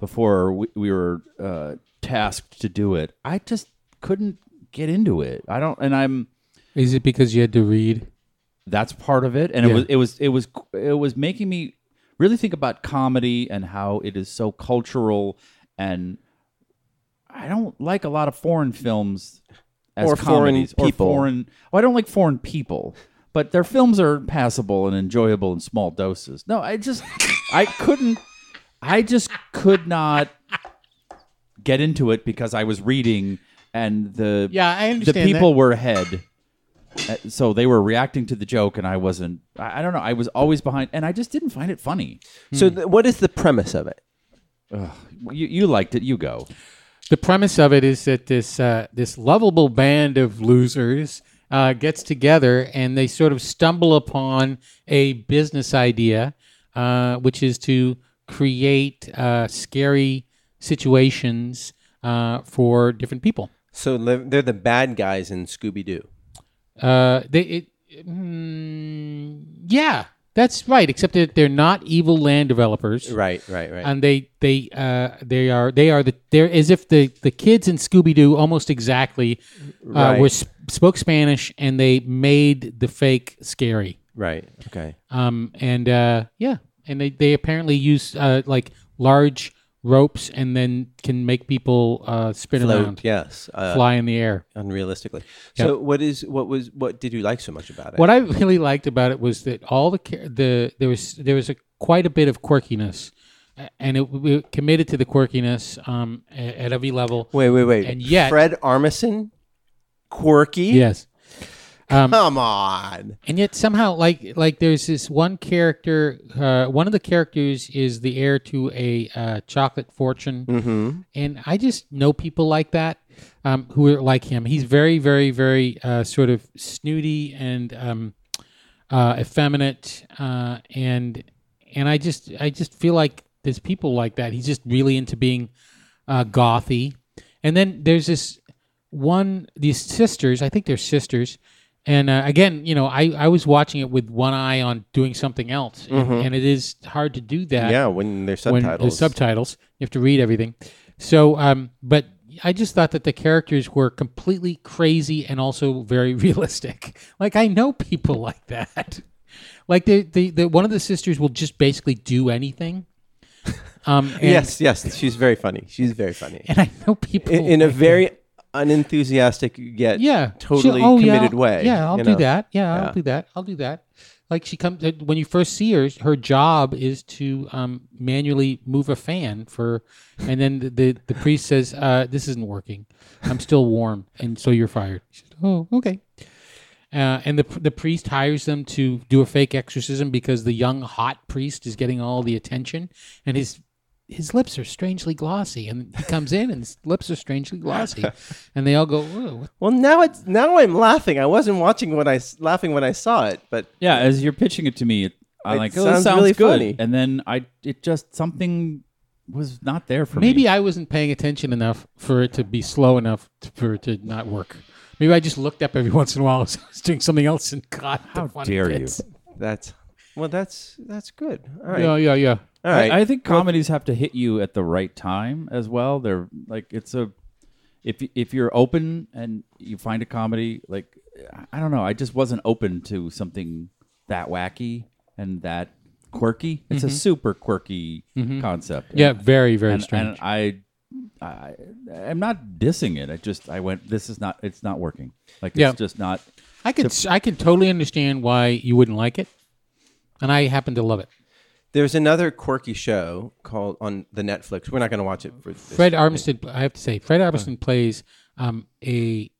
Speaker 4: before we, we were uh, tasked to do it. I just couldn't get into it. I don't, and I'm
Speaker 2: Is it because you had to read?
Speaker 4: that's part of it. And
Speaker 2: Yeah.
Speaker 4: it was it was it was it was making me really think about comedy and how it is so cultural. And I don't like a lot of foreign films as
Speaker 3: Or foreign
Speaker 4: comedies
Speaker 3: people.
Speaker 4: or foreign. Well, I don't like foreign people. But their films are passable and enjoyable in small doses. No, I just, I couldn't I just could not get into it because I was reading and the
Speaker 2: Yeah, I understand
Speaker 4: the people were ahead. Uh, So they were reacting to the joke and I wasn't I I don't know, I was always behind and I just didn't find it funny.
Speaker 2: Hmm.
Speaker 3: So, th- what is the premise of it?
Speaker 4: You, you liked it, you go.
Speaker 2: The premise of it is that this uh, this lovable band of losers uh, gets together and they sort of stumble upon a business idea, uh, which is to create uh, scary situations uh, for different people.
Speaker 3: So li- they're the bad guys in Scooby Doo.
Speaker 2: Uh, they, it, mm, yeah, that's right. Except that they're not evil land developers,
Speaker 3: Right, right, right.
Speaker 2: and they they uh they are they are the they're as if the the kids in Scooby Doo almost exactly uh,
Speaker 3: Right.
Speaker 2: were sp- spoke Spanish and they made the fake scary.
Speaker 3: right. Okay.
Speaker 2: Um and uh yeah, and they they apparently use uh like large ropes and then can make people uh spin
Speaker 3: Float.
Speaker 2: around,
Speaker 3: Yes. Uh,
Speaker 2: fly in the air.
Speaker 3: unrealistically. So, what is what was what did you like so much about it?
Speaker 2: What I really liked about it was that all the char- the there was there was a quite a bit of quirkiness, a- and it we committed to the quirkiness um a- at every level.
Speaker 3: Wait, wait, wait.
Speaker 2: And yet-
Speaker 3: Fred Armisen, quirky.
Speaker 2: Yes. Um,
Speaker 3: Come on.
Speaker 2: And yet somehow, like like there's this one character. Uh, one of the characters is the heir to a uh, chocolate fortune, and I just know people like that um, who are like him. He's very, very, very uh, sort of snooty and um, uh, effeminate, uh, and and I just I just feel like there's people like that. He's just really into being uh, gothy, and then there's this one these sisters. I think they're sisters. And uh, again, you know, I, I was watching it with one eye on doing something else, and, and it is hard to do that
Speaker 3: Yeah, when there's
Speaker 2: when
Speaker 3: subtitles.
Speaker 2: there's subtitles. You have to read everything. So, um, but I just thought that the characters were completely crazy and also very realistic. Like I know people like that. Like the the, the one of the sisters will just basically do anything. Um, and,
Speaker 3: yes, yes. She's very funny. She's very funny.
Speaker 2: and I know people
Speaker 3: in, in a very unenthusiastic yet
Speaker 2: Oh yeah
Speaker 3: totally
Speaker 2: She'll- oh, yeah,
Speaker 3: committed way.
Speaker 2: Yeah, I'll
Speaker 3: you
Speaker 2: do
Speaker 3: know?
Speaker 2: that. Yeah,
Speaker 3: Yeah.
Speaker 2: I'll do that. I'll do that. Like she comes uh, when you first see her, her job is to um, manually move a fan for, and then the the, the priest says, uh, "This isn't working. I'm still warm, and so you're fired." She says, "Oh, okay." Uh, and the the priest hires them to do a fake exorcism because the young hot priest is getting all the attention, and his his lips are strangely glossy. And he comes in, and his lips are strangely glossy, and they all go, "Whoa, what
Speaker 3: Well, now it's now I'm laughing. I wasn't watching when I s- laughing when I saw it, but
Speaker 4: Yeah, as you're pitching it to me, I'm
Speaker 3: It
Speaker 4: like, oh,
Speaker 3: sounds
Speaker 4: that sounds
Speaker 3: really
Speaker 4: good.
Speaker 3: funny.
Speaker 4: And then I it just something was not there for
Speaker 2: Maybe
Speaker 4: me.
Speaker 2: I wasn't paying attention enough for it to be slow enough to, for it to not work. Maybe I just looked up every once in a while as I was doing something else and caught the
Speaker 4: How
Speaker 2: funny
Speaker 4: dare you?
Speaker 2: bits.
Speaker 3: that's well, that's that's good. All right,
Speaker 2: Yeah, yeah, yeah.
Speaker 3: all right.
Speaker 4: I, I think comedies have to hit you at the right time as well. They're like it's a if y- if you're open and you find a comedy like I don't know, I just wasn't open to something that wacky and that quirky. It's a super quirky concept.
Speaker 2: Mm-hmm. Yeah, very, very
Speaker 4: and,
Speaker 2: strange.
Speaker 4: and I I I'm not dissing it. I just I went this is not it's not working. Like it's
Speaker 2: Yeah.
Speaker 4: just not
Speaker 2: I could, s I could totally understand why you wouldn't like it, and I happen to love it.
Speaker 3: There's another quirky show called on the Netflix. We're not going to watch it for this.
Speaker 2: Fred Armstead, I have to say, Fred Armstead plays um, a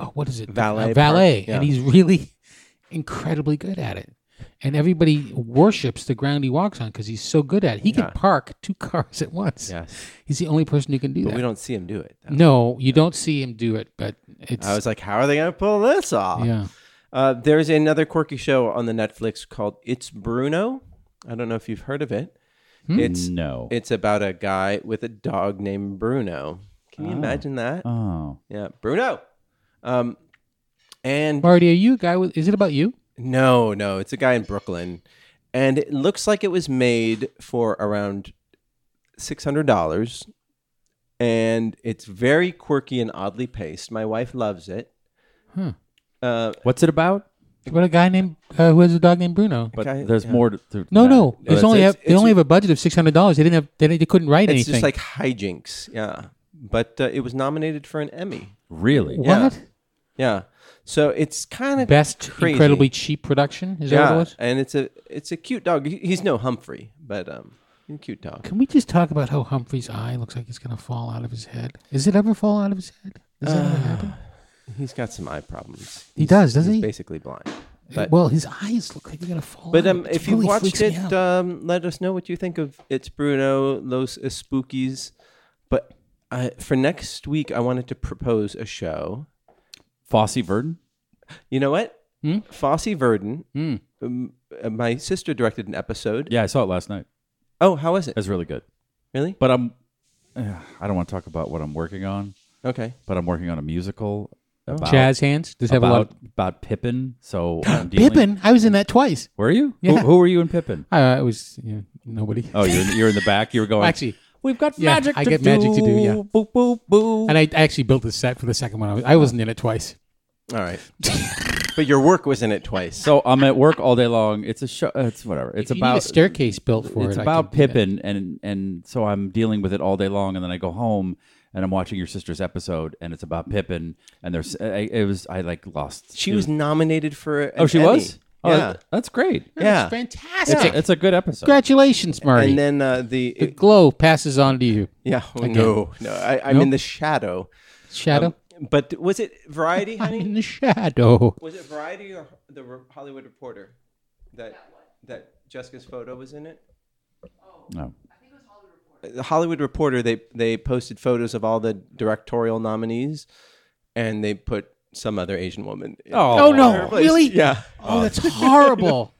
Speaker 2: oh, what is it?
Speaker 3: Valet
Speaker 2: A valet,
Speaker 3: part- yeah.
Speaker 2: and he's really incredibly good at it. And everybody worships the ground he walks on because he's so good at it. He can park two cars at once.
Speaker 3: Yes.
Speaker 2: He's the only person who can do
Speaker 3: but
Speaker 2: that.
Speaker 3: we don't see him do it. though.
Speaker 2: no, you don't see him do it, but it's
Speaker 3: I was like, how are they going to pull this off?
Speaker 2: yeah.
Speaker 3: Uh, there's another quirky show on the Netflix called It's Bruno. I don't know if you've heard of it.
Speaker 2: Hmm.
Speaker 3: It's
Speaker 4: no.
Speaker 3: it's about a guy with a dog named Bruno. Can you imagine that?
Speaker 4: oh.
Speaker 3: Yeah, Bruno. Um, and
Speaker 2: Marty, are you a guy with? Is it about you?
Speaker 3: No, no, it's a guy in Brooklyn, and it looks like it was made for around six hundred dollars, and it's very quirky and oddly paced. My wife loves it. Uh,
Speaker 4: What's it about?
Speaker 2: It's about a guy named uh, who has a dog named Bruno.
Speaker 4: But
Speaker 3: Okay,
Speaker 4: there's
Speaker 3: yeah.
Speaker 4: more to, to
Speaker 2: No,
Speaker 4: that.
Speaker 2: no,
Speaker 4: But
Speaker 2: it's only
Speaker 3: it's-
Speaker 2: have, they
Speaker 3: it's-
Speaker 2: only have a budget of six hundred dollars. They didn't have they, didn't- they couldn't write
Speaker 3: it's
Speaker 2: anything.
Speaker 3: just like hijinks, yeah. But uh, it was nominated for an Emmy,
Speaker 4: really.
Speaker 2: what
Speaker 3: yeah. So it's kind of
Speaker 2: best
Speaker 3: crazy.
Speaker 2: incredibly cheap production is that what it
Speaker 3: yeah.
Speaker 2: was?
Speaker 3: And it's a it's a cute dog. He- He's no Humphrey, but um, he's a cute dog.
Speaker 2: Can we just talk about how Humphrey's eye looks like it's gonna fall out of his head? Does it ever fall out of his head? Does that ever happen?
Speaker 3: He's got some eye problems.
Speaker 2: He does, doesn't
Speaker 3: Uh, he's
Speaker 2: he?
Speaker 3: Basically blind. but-
Speaker 2: well, his eyes look like they're gonna fall.
Speaker 3: But
Speaker 2: out.
Speaker 3: um,
Speaker 2: It
Speaker 3: if you
Speaker 2: really
Speaker 3: watched
Speaker 2: freaks me
Speaker 3: it,
Speaker 2: out.
Speaker 3: um, let us know what you think of It's Bruno, Los Spookies. But I, for next week, I wanted to propose a show.
Speaker 4: Fossey Verdon.
Speaker 3: You know what?
Speaker 2: Hmm?
Speaker 3: Fosse Verdon.
Speaker 2: Hmm.
Speaker 3: Um, uh, my sister directed an episode.
Speaker 4: Yeah, I saw it last night.
Speaker 3: Oh, how was it?
Speaker 4: That's really good.
Speaker 3: Really?
Speaker 4: But I'm. eh, I don't want to talk about what I'm working on,
Speaker 3: Okay.
Speaker 4: but I'm working on a musical about
Speaker 2: jazz hands does Oh. have a
Speaker 4: about,
Speaker 2: lot.
Speaker 4: about Pippin. So I'm dealing-
Speaker 2: Pippin, I was in that twice.
Speaker 4: were you?
Speaker 2: Yeah.
Speaker 4: Who, who were you in Pippin?
Speaker 2: Uh, it was you know, nobody.
Speaker 4: Oh, you're in, you're in the back. You were going.
Speaker 2: Actually,
Speaker 4: we've got
Speaker 2: yeah,
Speaker 4: magic.
Speaker 2: I
Speaker 4: to
Speaker 2: get
Speaker 4: do.
Speaker 2: magic to do, yeah.
Speaker 4: Boop boop boop.
Speaker 2: and I, I actually built the set for the second one. I, was, I wasn't in it twice.
Speaker 3: All right. but your work was in it twice.
Speaker 4: so I'm at work all day long. It's a show. uh, It's whatever. It's
Speaker 2: If you need
Speaker 4: about
Speaker 2: a staircase built for
Speaker 4: it's
Speaker 2: it. I
Speaker 4: about
Speaker 2: could do that.
Speaker 4: Pippin, and and so I'm dealing with it all day long, and then I go home and I'm watching your sister's episode, and it's about Pippin, and there's I, it was I like lost.
Speaker 3: she was nominated for. An
Speaker 4: Hmm. oh, she
Speaker 3: Emmy.
Speaker 4: was. Oh,
Speaker 3: yeah.
Speaker 4: that- that's great.
Speaker 3: yeah.
Speaker 2: Fantastic!
Speaker 4: It's a- it's a good episode.
Speaker 2: Congratulations, Marty.
Speaker 3: And then uh, the
Speaker 2: the glow passes on to you.
Speaker 3: yeah. oh, no, no. I, I'm in the shadow.
Speaker 2: Shadow
Speaker 3: But was it Variety,
Speaker 2: I'm
Speaker 3: honey?
Speaker 2: in the shadow.
Speaker 3: Was it Variety or the Re- Hollywood Reporter that that Jessica's photo was in it? Uh,
Speaker 4: no.
Speaker 3: The Hollywood Reporter they they posted photos of all the directorial nominees, and they put some other Asian woman. in-
Speaker 4: Oh.
Speaker 2: Oh
Speaker 3: her
Speaker 2: no!
Speaker 3: place.
Speaker 2: Really?
Speaker 3: Yeah.
Speaker 2: Oh, that's horrible.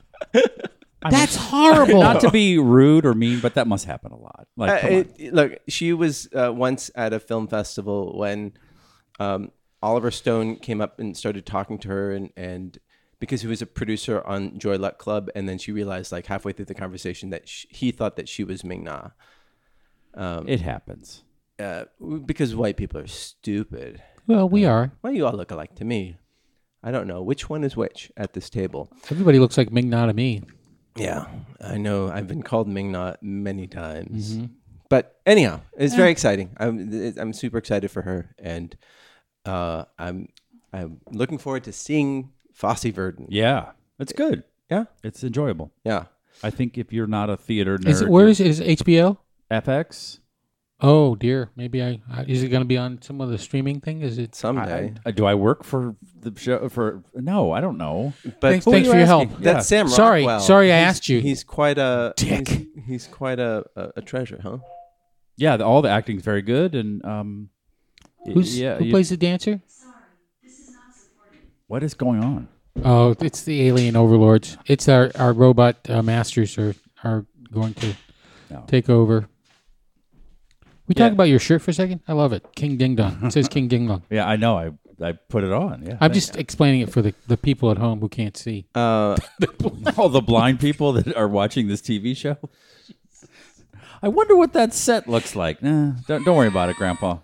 Speaker 2: that's horrible.
Speaker 4: Not to be rude or mean, but that must happen a lot.
Speaker 3: Uh,
Speaker 4: Like, come on.
Speaker 3: it- it- look, she was uh, once at a film festival when um, Oliver Stone came up and started talking to her, and, and because he was a producer on Joy Luck Club, and then she realized like halfway through the conversation that sh he thought that she was Ming Na.
Speaker 4: it happens.
Speaker 3: uh, because white people are stupid.
Speaker 2: well, we are.
Speaker 3: Why you all look alike to me? I don't know which one is which at this table.
Speaker 2: Everybody looks like Ming Na to me.
Speaker 3: Yeah, I know. I've been called Ming-Na many times,
Speaker 2: Mm-hmm.
Speaker 3: but anyhow, it's very exciting. I'm it- I'm super excited for her, and uh, I'm I'm looking forward to seeing Fosse Verdon.
Speaker 4: Yeah, it's good.
Speaker 3: Yeah,
Speaker 4: It's enjoyable.
Speaker 3: yeah.
Speaker 4: I think if you're not a theater nerd,
Speaker 2: Is it, where is it? Is it HBO?
Speaker 4: you're- FX?
Speaker 2: Oh dear. Maybe I, I is it going to be on some other streaming thing? Is it?
Speaker 3: Someday,
Speaker 4: Uh, do I work for the show? For no, I don't know.
Speaker 3: but
Speaker 2: Thanks,
Speaker 3: who
Speaker 2: thanks
Speaker 3: are
Speaker 2: for
Speaker 3: you
Speaker 2: your
Speaker 3: asking?
Speaker 2: help.
Speaker 3: That's Sam.
Speaker 2: Sorry,
Speaker 3: Rockwell.
Speaker 2: sorry, I
Speaker 3: He's-
Speaker 2: asked you.
Speaker 3: He's quite a
Speaker 2: Dick.
Speaker 3: He's, he's quite a, a a treasure, huh?
Speaker 4: Yeah, the, all the acting's very good, and um, y-
Speaker 2: Who's
Speaker 4: yeah,
Speaker 2: who
Speaker 4: you-
Speaker 2: plays the dancer?
Speaker 4: What is going on?
Speaker 2: Oh, it's the alien overlords. It's our our robot uh, masters are are going to
Speaker 4: No.
Speaker 2: take over. We
Speaker 3: Yeah.
Speaker 2: talk about your shirt for a second. I love it, King Ding Dong. It says King Ding Dong.
Speaker 4: Yeah, I know. I I put it on. Yeah,
Speaker 2: I'm just explaining it for the, the people at home who can't see.
Speaker 3: Uh,
Speaker 4: all the blind people that are watching this TV show. I wonder what that set looks like. Nah, don't, don't worry about it, Grandpa.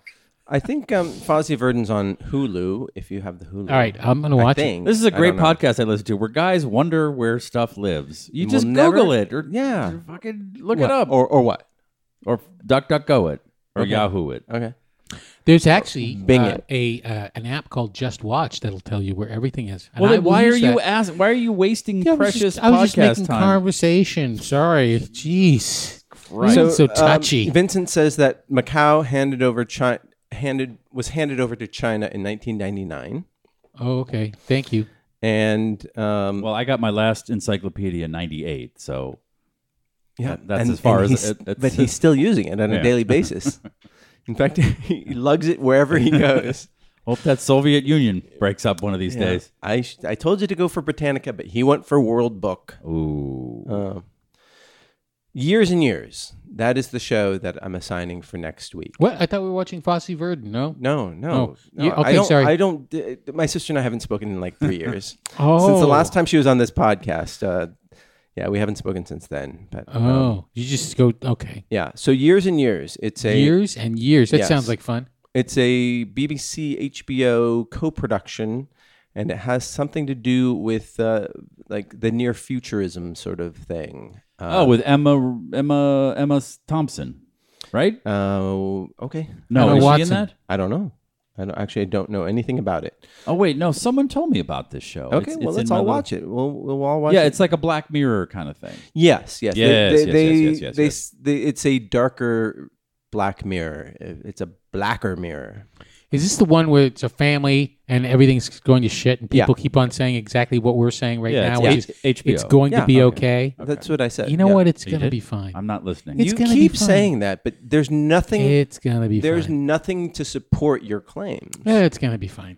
Speaker 3: I think um, Fosse Verdon's on Hulu. If you have the Hulu,
Speaker 2: All right, I'm gonna watch it.
Speaker 3: thing.
Speaker 4: This is a
Speaker 3: I
Speaker 4: great
Speaker 3: don't know.
Speaker 4: podcast I listen to where guys wonder where stuff lives. You
Speaker 3: We'll
Speaker 4: just
Speaker 3: never-
Speaker 4: Google it or
Speaker 3: Yeah.
Speaker 4: or fucking look it up or
Speaker 3: Or or what?
Speaker 4: or duck duck go it or Yahoo it.
Speaker 3: Okay.
Speaker 2: There's actually
Speaker 3: Bing
Speaker 2: uh, a uh, an app called Just Watch that'll tell you where everything is. And
Speaker 4: Well,
Speaker 2: I
Speaker 4: then
Speaker 2: will
Speaker 4: why are
Speaker 2: use
Speaker 4: you
Speaker 2: that.
Speaker 4: asking? Why are you wasting
Speaker 2: Yeah, I was
Speaker 4: precious
Speaker 2: just, I was just
Speaker 4: podcast
Speaker 2: making
Speaker 4: time?
Speaker 2: conversation. Sorry, jeez, right? So,
Speaker 3: um,
Speaker 2: touchy.
Speaker 3: Vincent says that Macau handed over China handed was handed over to China in 1999,
Speaker 2: oh, okay. Thank you.
Speaker 3: and um,
Speaker 4: Well, I got my last encyclopedia in '98, so
Speaker 3: yeah,
Speaker 4: that's as far as
Speaker 3: he's-
Speaker 4: it- it's-
Speaker 3: but he's still using it on
Speaker 4: Yeah.
Speaker 3: a daily basis. In fact, he lugs it wherever he goes.
Speaker 4: hope that Soviet Union breaks up one of these
Speaker 3: Yeah.
Speaker 4: days.
Speaker 3: I sh-
Speaker 4: Oh.
Speaker 3: I told you to go for Britannica, but he went for World Book.
Speaker 4: Ooh,
Speaker 3: Um, Years and Years. That is the show that I'm assigning for next week.
Speaker 2: What? I thought we were watching Fosse Verdon. No.
Speaker 3: No, no.
Speaker 2: Oh, you-
Speaker 3: no, I
Speaker 2: okay,
Speaker 3: don't,
Speaker 2: sorry.
Speaker 3: I don't. d- My sister and I haven't spoken in like three years.
Speaker 2: Oh.
Speaker 3: Since the last time she was on this podcast. Uh, yeah, we haven't spoken since then. But um,
Speaker 2: Oh, you just go. Okay.
Speaker 3: yeah, so Years and Years. It's a
Speaker 2: Years and years. That
Speaker 3: Yes.
Speaker 2: sounds like fun.
Speaker 3: It's a BBC HBO co-production, and it has something to do with uh, like the near futurism sort of thing. Uh,
Speaker 4: oh, with Emma Emma Emma Thompson, right?
Speaker 3: Uh, okay,
Speaker 2: Emma
Speaker 4: No, is she in
Speaker 2: Watson.
Speaker 4: that?
Speaker 3: I don't know. I don't, actually I don't know anything about it.
Speaker 4: Oh wait, no. Someone told me about this show.
Speaker 3: Okay,
Speaker 4: It's-
Speaker 3: well
Speaker 4: it's
Speaker 3: let's
Speaker 4: in my
Speaker 3: all
Speaker 4: little-
Speaker 3: watch it. We'll we'll all watch
Speaker 4: Yeah,
Speaker 3: it.
Speaker 4: it's like a Black Mirror kind of thing.
Speaker 3: yes, yes,
Speaker 4: Yes, yes, yes, yes, yes,
Speaker 3: they,
Speaker 4: yes.
Speaker 3: they- it's a darker black mirror. It's a blacker mirror.
Speaker 2: Is this the one where it's a family and everything's going to shit and
Speaker 3: Yeah.
Speaker 2: people keep on saying exactly what we're saying right
Speaker 4: Yeah,
Speaker 2: now,
Speaker 4: it's
Speaker 2: which
Speaker 4: H-
Speaker 2: is
Speaker 4: HBO.
Speaker 2: it's going
Speaker 3: Yeah,
Speaker 2: to be
Speaker 3: okay.
Speaker 2: okay.
Speaker 3: That's what I said.
Speaker 2: You know
Speaker 3: yeah.
Speaker 2: what? It's
Speaker 4: You
Speaker 2: gonna
Speaker 4: Uh, did?
Speaker 2: be fine.
Speaker 4: I'm not listening.
Speaker 2: It's
Speaker 3: you
Speaker 2: gonna be
Speaker 3: keep
Speaker 2: fine.
Speaker 3: saying that, but there's nothing.
Speaker 2: It's gonna be
Speaker 3: there's
Speaker 2: fine.
Speaker 3: nothing to support your claims.
Speaker 2: Eh, it's gonna be fine.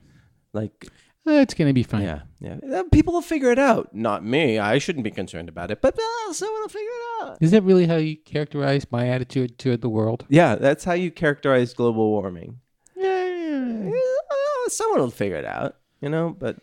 Speaker 3: Like,
Speaker 2: Eh, It's gonna be fine.
Speaker 3: yeah, yeah. Uh, People will figure it out. Not me. I shouldn't be concerned about it, but uh, someone will figure it out.
Speaker 2: Is that really how you characterize my attitude toward the world?
Speaker 3: Yeah, that's how you characterize global warming.
Speaker 2: Yeah.
Speaker 3: Uh, someone will figure it out, you know, but.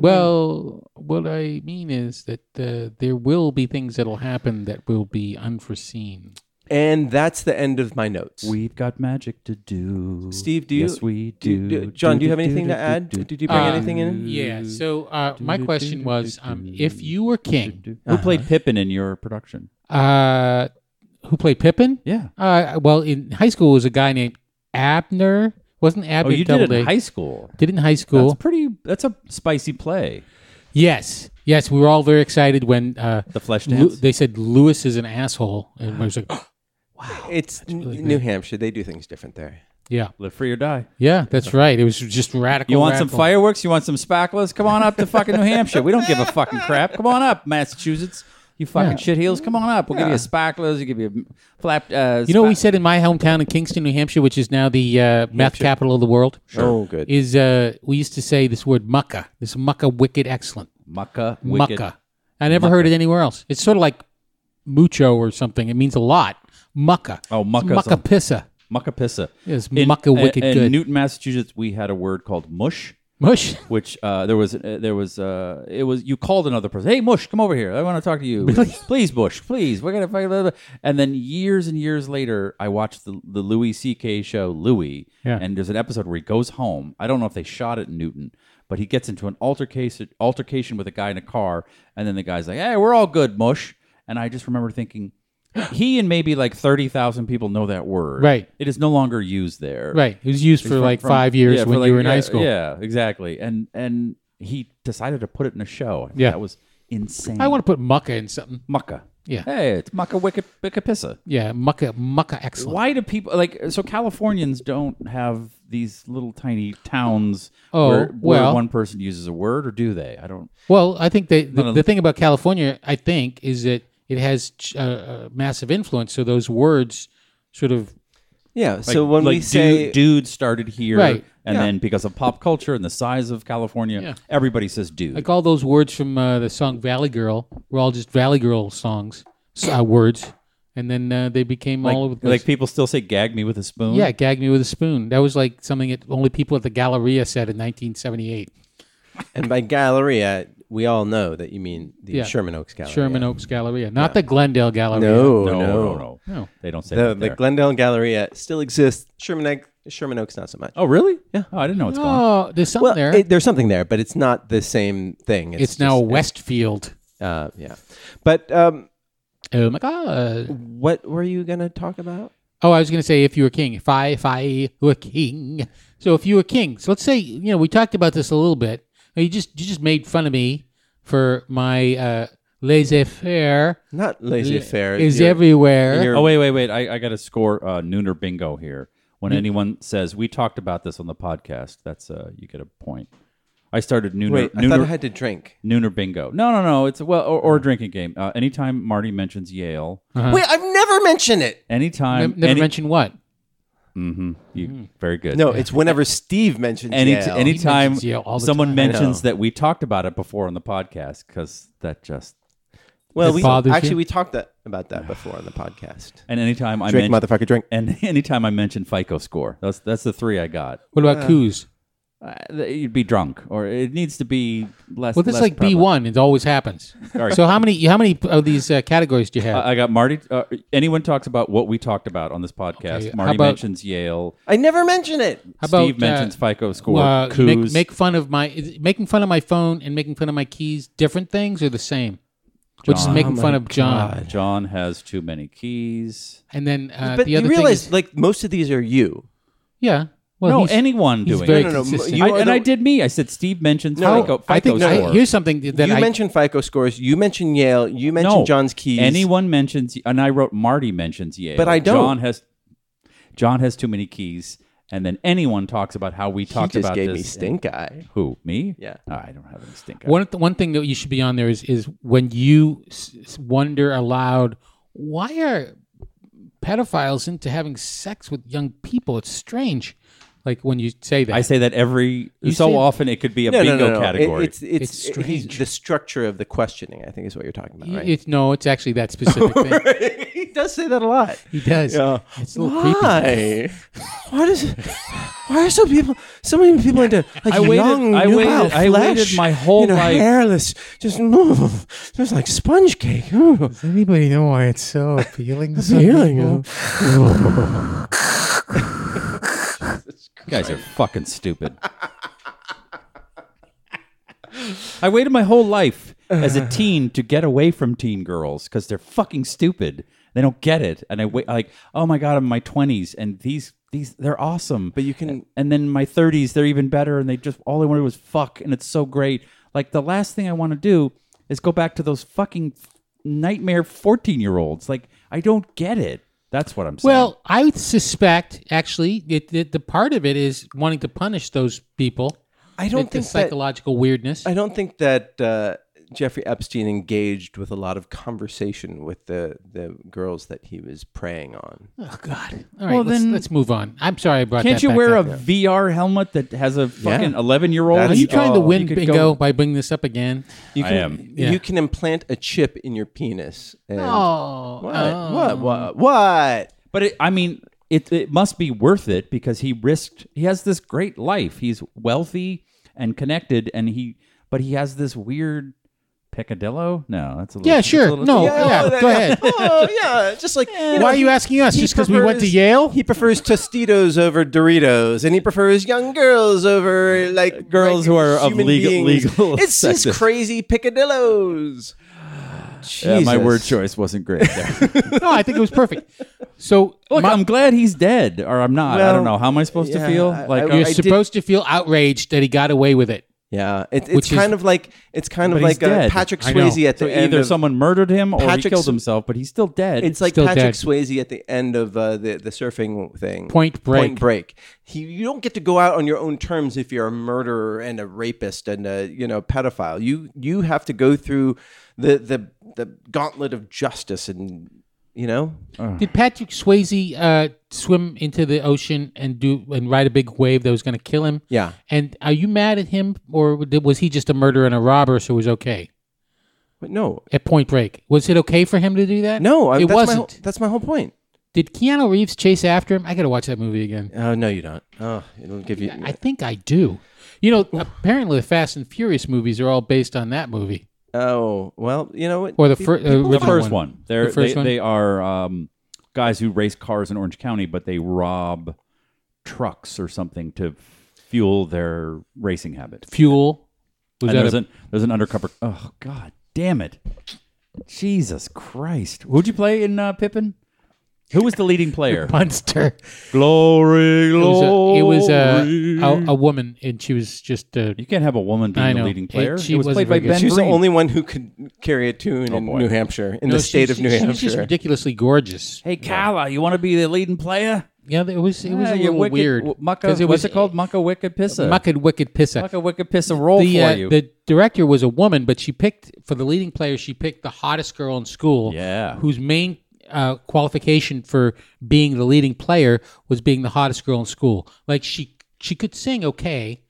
Speaker 2: Well, what I mean is that uh, there will be things that'll happen that will be unforeseen.
Speaker 3: And that's the end of my notes.
Speaker 4: We've got magic to do.
Speaker 3: Steve, do you-
Speaker 4: Yes, we
Speaker 3: Do-
Speaker 4: do.
Speaker 3: do- John, do you have anything
Speaker 4: do,
Speaker 3: to
Speaker 4: do,
Speaker 3: add?
Speaker 4: do,
Speaker 3: Did you bring
Speaker 2: Uh,
Speaker 3: anything in?
Speaker 2: Yeah. So uh, my question was, um, if you were king,
Speaker 4: Who played Pippin in your production?
Speaker 2: uh, who played Pippin?
Speaker 4: Yeah.
Speaker 2: Uh, well, in high school it was a guy named Abner. Wasn't Abner
Speaker 4: Oh, you did it
Speaker 2: Doubleday?
Speaker 4: in high school.
Speaker 2: Did it in high school.
Speaker 4: That's pretty. That's a spicy play.
Speaker 2: yes. Yes, we were all very excited when uh,
Speaker 4: The flesh
Speaker 2: Lu-
Speaker 4: dance.
Speaker 2: they said Lewis is an asshole, and I was like,
Speaker 3: It's
Speaker 2: really
Speaker 3: New Hampshire. They do things different there.
Speaker 2: yeah,
Speaker 4: Live free or die.
Speaker 2: yeah, that's right. It was just radical.
Speaker 4: You want some
Speaker 2: radical.
Speaker 4: fireworks? You want some spacklers? Come on up to fucking New Hampshire. We don't give a fucking crap. Come on up, Massachusetts. You fucking shit heels. Come on up. We'll give you spacklers. We'll give you flap. Uh,
Speaker 2: You know, what we
Speaker 4: spa-
Speaker 2: said in my hometown in Kingston, New Hampshire, which is now the uh, meth capital of the world.
Speaker 3: Oh, good.
Speaker 2: Is uh, we used to say this word mucka. This mucka, wicked, excellent.
Speaker 4: mucka, wicked.
Speaker 2: Mucka. I never heard it anywhere else. It's sort of like mucho or something. It means a lot. Mucka.
Speaker 4: Oh,
Speaker 2: It's
Speaker 4: mucka's
Speaker 2: Mucka
Speaker 4: a-
Speaker 2: pissa.
Speaker 4: Mucka pissa.
Speaker 2: Yes, mucka wicked
Speaker 4: in,
Speaker 2: good.
Speaker 4: In Newton, Massachusetts, we had a word called mush,
Speaker 2: Mush.
Speaker 4: which uh, there was uh, there was uh, it was you called another person. Hey, mush, come over here. I want to talk to you. please, mush, please. We're gonna fucking. Blah, blah. And then years and years later, I watched the the Louis C.K. show Louis,
Speaker 2: Yeah.
Speaker 4: and there's an episode where he goes home. I don't know if they shot it in Newton. But he gets into an altercation, altercation with a guy in a car, and then the guy's like, "Hey, we're all good, mush." And I just remember thinking, he and maybe like thirty thousand people know that word.
Speaker 2: Right.
Speaker 4: It is no longer used there.
Speaker 2: Right. It was used for
Speaker 4: From-
Speaker 2: like
Speaker 4: from-
Speaker 2: five years
Speaker 4: yeah, for
Speaker 2: when
Speaker 4: like-
Speaker 2: you were in
Speaker 4: yeah,
Speaker 2: high school.
Speaker 4: Yeah, exactly. And and he decided to put it in a show. I think
Speaker 2: Yeah.
Speaker 4: that was insane.
Speaker 2: I want to put mucka in something.
Speaker 4: mucka.
Speaker 2: Yeah.
Speaker 4: hey, it's mucka wicka wicka pissa.
Speaker 2: Yeah, mucka, mucka, excellent.
Speaker 4: Why do people like so? Californians don't have these little tiny towns
Speaker 2: Oh,
Speaker 4: where, where
Speaker 2: well.
Speaker 4: one person uses a word, or do they? I don't.
Speaker 2: Well, I think they, the,
Speaker 4: no.
Speaker 2: the thing about California, I think, is that it has ch- uh, uh, massive influence. So those words sort of
Speaker 3: Yeah. so when
Speaker 4: like
Speaker 3: we say
Speaker 4: dude, dude started here,
Speaker 2: Right.
Speaker 4: and then because of pop culture and the size of California,
Speaker 2: Yeah.
Speaker 4: everybody says dude.
Speaker 2: like all those words from uh, the song Valley Girl were all just Valley Girl songs s- uh, words, and then uh, they became all over the place.
Speaker 4: like people still say gag me with a spoon.
Speaker 2: yeah, gag me with a spoon. That was like something that only people at the Galleria said in 1978.
Speaker 3: And by Galleria, we all know that you mean the
Speaker 2: Yeah.
Speaker 3: Sherman Oaks Galleria.
Speaker 2: Sherman Oaks Galleria, not the Glendale Galleria.
Speaker 3: No,
Speaker 4: No,
Speaker 3: no,
Speaker 4: no, no,
Speaker 2: No.
Speaker 4: They don't say
Speaker 3: The,
Speaker 4: that
Speaker 3: the
Speaker 4: there.
Speaker 3: Glendale Galleria still exists. Sherman, Egg, Sherman Oaks, not so much.
Speaker 4: Oh, really? Yeah. Oh, I didn't know it's gone.
Speaker 2: Oh, there's something
Speaker 3: well,
Speaker 2: there.
Speaker 3: it- there's something there, but it's not the same thing.
Speaker 2: it's now Westfield.
Speaker 3: just, uh, yeah. But um,
Speaker 2: Oh my God.
Speaker 3: what were you gonna talk about?
Speaker 2: Oh, I was going to say if you were king, if I if I were king. So if you were king, so let's say you know we talked about this a little bit. You just you just made fun of me for my uh, laissez faire
Speaker 3: Not laissez faire.
Speaker 2: is everywhere.
Speaker 3: you're-
Speaker 4: Oh, wait, wait, wait. I, I got to score uh, Nooner Bingo here. When anyone says we talked about this on the podcast, that's uh, you get a point. I started Nooner.
Speaker 3: Wait, I thought
Speaker 4: Nooner,
Speaker 3: I had to drink.
Speaker 4: Nooner Bingo. No, no, no. It's a, well, or, or a drinking game. Uh, anytime Marty mentions Yale,
Speaker 2: Uh-huh.
Speaker 3: Wait, I've never mentioned it.
Speaker 4: anytime,
Speaker 2: Never, Oh, never
Speaker 4: any-
Speaker 2: mentioned what.
Speaker 4: you, very good.
Speaker 3: Hmm. No, it's whenever Steve mentions
Speaker 4: Any,
Speaker 3: Yale.
Speaker 4: anytime
Speaker 2: mentions Yale all the
Speaker 4: someone
Speaker 2: time.
Speaker 4: mentions
Speaker 3: know.
Speaker 4: that we talked about it before on the podcast, because that just
Speaker 3: well,
Speaker 2: It
Speaker 3: we
Speaker 2: bothers
Speaker 3: actually
Speaker 2: you?
Speaker 3: we talked that about that before on the podcast.
Speaker 4: And anytime I
Speaker 3: Drink,
Speaker 4: mention,
Speaker 3: motherfucker, drink.
Speaker 4: and anytime I mention FICO score, that's that's the three I got.
Speaker 2: What about coups?
Speaker 4: Uh, th- you'd be drunk, or it needs to be less.
Speaker 2: Well, this is
Speaker 4: less
Speaker 2: like B
Speaker 4: prevalent.
Speaker 2: one. It always happens.
Speaker 4: right.
Speaker 2: So how many how many of these uh, categories do you have?
Speaker 4: I I got Marty. Uh, anyone talks about what we talked about on this podcast.
Speaker 2: Okay, how
Speaker 4: Marty
Speaker 2: about-
Speaker 4: mentions Yale.
Speaker 3: I never mention it.
Speaker 2: how about
Speaker 4: Steve mentions FICO score.
Speaker 2: uh, make,
Speaker 4: coups.
Speaker 2: make fun of my is making fun of my phone and making fun of my keys. Different things or the same? Which is
Speaker 4: John.
Speaker 2: making fun of John.
Speaker 4: Uh, John has too many keys.
Speaker 2: And then uh,
Speaker 3: but
Speaker 2: the other
Speaker 3: you realize,
Speaker 2: thing is,
Speaker 3: like, most of these are you.
Speaker 2: yeah. Well,
Speaker 4: no,
Speaker 2: he's-
Speaker 4: anyone
Speaker 2: he's
Speaker 4: doing
Speaker 2: very
Speaker 4: it.
Speaker 3: No, no, no,
Speaker 2: consistent.
Speaker 3: you
Speaker 4: I,
Speaker 3: are
Speaker 4: and
Speaker 3: the-
Speaker 4: I did me. I said Steve mentions
Speaker 3: No,
Speaker 4: FICO, FICO
Speaker 2: I think
Speaker 4: score.
Speaker 2: I, here's something that
Speaker 3: you
Speaker 2: I
Speaker 3: mentioned FICO scores. You mentioned Yale. You mentioned John's keys.
Speaker 4: Anyone mentions, and I wrote Marty mentions Yale,
Speaker 3: But I don't.
Speaker 4: John has, John has too many keys, and then anyone talks about how we
Speaker 3: he
Speaker 4: talked
Speaker 3: just
Speaker 4: about
Speaker 3: gave
Speaker 4: this.
Speaker 3: me stink eye.
Speaker 4: Who me?
Speaker 3: Yeah.
Speaker 4: Oh, I don't have any stink. eye.
Speaker 2: One one thing that you should be on there is is when you s- s- wonder aloud, why are pedophiles into having sex with young people? It's strange. Like when you say that,
Speaker 4: I say that every so
Speaker 2: say-
Speaker 4: often. It could be a
Speaker 3: No,
Speaker 4: bingo
Speaker 3: no, no, no. It-
Speaker 4: category.
Speaker 3: it's it's,
Speaker 2: It's
Speaker 3: it- he's-
Speaker 2: strange.
Speaker 3: the structure of the questioning. I think is what you're talking about,
Speaker 2: Y-
Speaker 3: right?
Speaker 2: it's no, it's actually that specific thing.
Speaker 3: he does say that a lot.
Speaker 2: He does.
Speaker 3: Yeah.
Speaker 2: It's a little creepy.
Speaker 3: Why? why does? Why are so people? So many people into like
Speaker 4: I waited-
Speaker 3: young,
Speaker 4: I
Speaker 3: new
Speaker 4: waited-
Speaker 3: out
Speaker 4: I waited
Speaker 3: flesh,
Speaker 4: my whole
Speaker 3: you know,
Speaker 4: life-
Speaker 3: hairless, just mm, just like sponge cake. mm.
Speaker 2: Does anybody know why it's so appealing? to some
Speaker 3: Appealing,
Speaker 2: people?
Speaker 4: You guys are fucking stupid. I waited my whole life as a teen to get away from teen girls because they're fucking stupid. They don't get it, and I wait like, oh my god, I'm in my twenties, and these these they're awesome.
Speaker 3: But you can-
Speaker 4: and then in my thirties, they're even better, and they just all they wanted was fuck, and it's so great. Like the last thing I want to do is go back to those fucking nightmare fourteen year olds. Like I don't get it. That's what I'm saying.
Speaker 2: Well, I would suspect actually it, it, the part of it is wanting to punish those people.
Speaker 3: I
Speaker 2: the,
Speaker 3: don't think
Speaker 2: the
Speaker 3: that.
Speaker 2: psychological weirdness.
Speaker 3: I don't think that uh, Jeffrey Epstein engaged with a lot of conversation with the the girls that he was preying on.
Speaker 2: Oh God! All right,
Speaker 4: Well,
Speaker 2: let's,
Speaker 4: then-
Speaker 2: let's move on. I'm sorry I brought
Speaker 4: Can't
Speaker 2: that
Speaker 4: you
Speaker 2: back
Speaker 4: wear a
Speaker 2: up.
Speaker 4: VR helmet that has a fucking eleven year old?
Speaker 3: That's-
Speaker 2: Are you trying to
Speaker 3: Oh,
Speaker 2: win
Speaker 3: you could
Speaker 2: bingo
Speaker 3: go-
Speaker 2: by bringing this up again?
Speaker 3: You
Speaker 4: I
Speaker 3: can,
Speaker 4: am.
Speaker 2: Yeah.
Speaker 3: You can implant a chip in your penis. And
Speaker 2: Oh,
Speaker 3: What?
Speaker 2: oh.
Speaker 3: What? What? What?
Speaker 4: But it, I mean, it it must be worth it because he risked. He has this great life. He's wealthy and connected, and he. But he has this weird picadillo. No, that's a little,
Speaker 2: Yeah,
Speaker 4: that's a
Speaker 2: sure.
Speaker 4: little-
Speaker 2: No,
Speaker 3: oh,
Speaker 2: yeah,
Speaker 3: that-
Speaker 2: go ahead.
Speaker 3: Oh, yeah. Just like you know,
Speaker 2: Why are you
Speaker 3: he-
Speaker 2: asking us?
Speaker 3: he
Speaker 2: Just because we went to
Speaker 3: prefers-
Speaker 2: Yale?
Speaker 3: He prefers Tostitos over Doritos, and he prefers young girls over like
Speaker 4: Uh, Girls
Speaker 3: like
Speaker 4: who are of
Speaker 3: human
Speaker 4: legal-
Speaker 3: beings.
Speaker 4: legal
Speaker 3: It's just
Speaker 4: sexist.
Speaker 3: crazy picadillos.
Speaker 4: Yeah, my
Speaker 3: Jesus.
Speaker 4: word choice wasn't great. There.
Speaker 2: no, I think it was perfect. So
Speaker 3: Oh,
Speaker 4: Look,
Speaker 2: my-
Speaker 4: I'm glad he's dead, or I'm not. I
Speaker 3: Well,
Speaker 4: don't know. How am I supposed
Speaker 3: yeah,
Speaker 4: to feel?
Speaker 3: I-
Speaker 4: Like,
Speaker 3: I-
Speaker 4: uh,
Speaker 2: you're
Speaker 3: did-
Speaker 2: supposed to feel outraged that he got away with it.
Speaker 3: Yeah, it, it's
Speaker 2: Which is-
Speaker 3: kind of like it's kind of
Speaker 4: but he's
Speaker 3: like uh,
Speaker 4: dead.
Speaker 3: Patrick
Speaker 2: I know.
Speaker 3: Swayze at the
Speaker 4: so
Speaker 3: end
Speaker 4: either
Speaker 3: of
Speaker 4: someone murdered him or he
Speaker 3: Patrick
Speaker 4: killed
Speaker 3: Sw-
Speaker 4: himself, but he's still dead.
Speaker 3: It's like
Speaker 2: Still dead.
Speaker 3: Patrick Swayze at the end of uh, the the surfing thing.
Speaker 2: Point Break.
Speaker 3: Point Break. He, you don't get to go out on your own terms if you're a murderer and a rapist and a you know pedophile. You you have to go through the the the gauntlet of justice and you know
Speaker 2: Did Patrick Swayze uh, swim into the ocean and do and ride a big wave that was going to kill him?
Speaker 3: Yeah.
Speaker 2: And are you mad at him, or did- was he just a murderer and a robber, so it was okay?
Speaker 3: but no
Speaker 2: At Point Break, was it okay for him to do that?
Speaker 3: no I,
Speaker 2: it
Speaker 3: that's
Speaker 2: wasn't.
Speaker 3: My whole, that's my whole point.
Speaker 2: Did Keanu Reeves chase after him? I got to watch that movie again.
Speaker 3: Oh no, you don't. Oh, it'll give you.
Speaker 2: I think I do. You know, apparently the Fast and Furious movies are all based on that movie.
Speaker 3: oh well, you know what?
Speaker 2: Or the
Speaker 3: Pe-
Speaker 2: fir- uh,
Speaker 3: people
Speaker 4: the
Speaker 2: original
Speaker 4: first one. They're,
Speaker 2: The first
Speaker 4: they,
Speaker 2: one?
Speaker 4: they are um, guys who race cars in Orange County, but they rob trucks or something to fuel their racing habit.
Speaker 2: Fuel. Was
Speaker 4: And
Speaker 2: that
Speaker 4: there's,
Speaker 2: a-
Speaker 4: an, there's an undercover. Oh God, damn it! Jesus Christ, who'd you play in uh, Pippin? Who was the leading player?
Speaker 2: monster?
Speaker 4: glory,
Speaker 2: It was, a,
Speaker 4: glory.
Speaker 2: it was a, a, a woman, and she was just uh,
Speaker 4: you can't have a woman
Speaker 2: I
Speaker 4: being the
Speaker 2: know.
Speaker 4: leading
Speaker 2: It-
Speaker 4: player.
Speaker 2: she
Speaker 4: it was
Speaker 2: wasn't
Speaker 4: played by
Speaker 2: very good.
Speaker 4: Ben
Speaker 3: She was the
Speaker 4: Breen.
Speaker 3: only one who could carry a tune in
Speaker 4: boy.
Speaker 3: New Hampshire,
Speaker 2: Oh,
Speaker 3: in
Speaker 2: no,
Speaker 3: the
Speaker 2: she-
Speaker 3: state of
Speaker 2: she-
Speaker 3: New
Speaker 2: she was
Speaker 3: Hampshire.
Speaker 2: just ridiculously gorgeous.
Speaker 4: Hey, Kala, you want to be the leading player?
Speaker 2: Yeah, it was it was a
Speaker 4: Yeah, you
Speaker 2: little
Speaker 4: wicked-
Speaker 2: weird.
Speaker 4: w-
Speaker 2: 'cause
Speaker 4: Mucka,
Speaker 2: it was
Speaker 4: what's it called? Mucka Wicked Pissa.
Speaker 2: Mucked wicked pisser.
Speaker 4: Mucka Wicked Pissa roll
Speaker 2: the,
Speaker 4: for
Speaker 2: uh,
Speaker 4: you.
Speaker 2: the director was a woman, but she picked for the leading player. She picked the hottest girl in school.
Speaker 4: Yeah.
Speaker 2: whose main uh, qualification for being the leading player was being the hottest girl in school. Like she she could sing okay,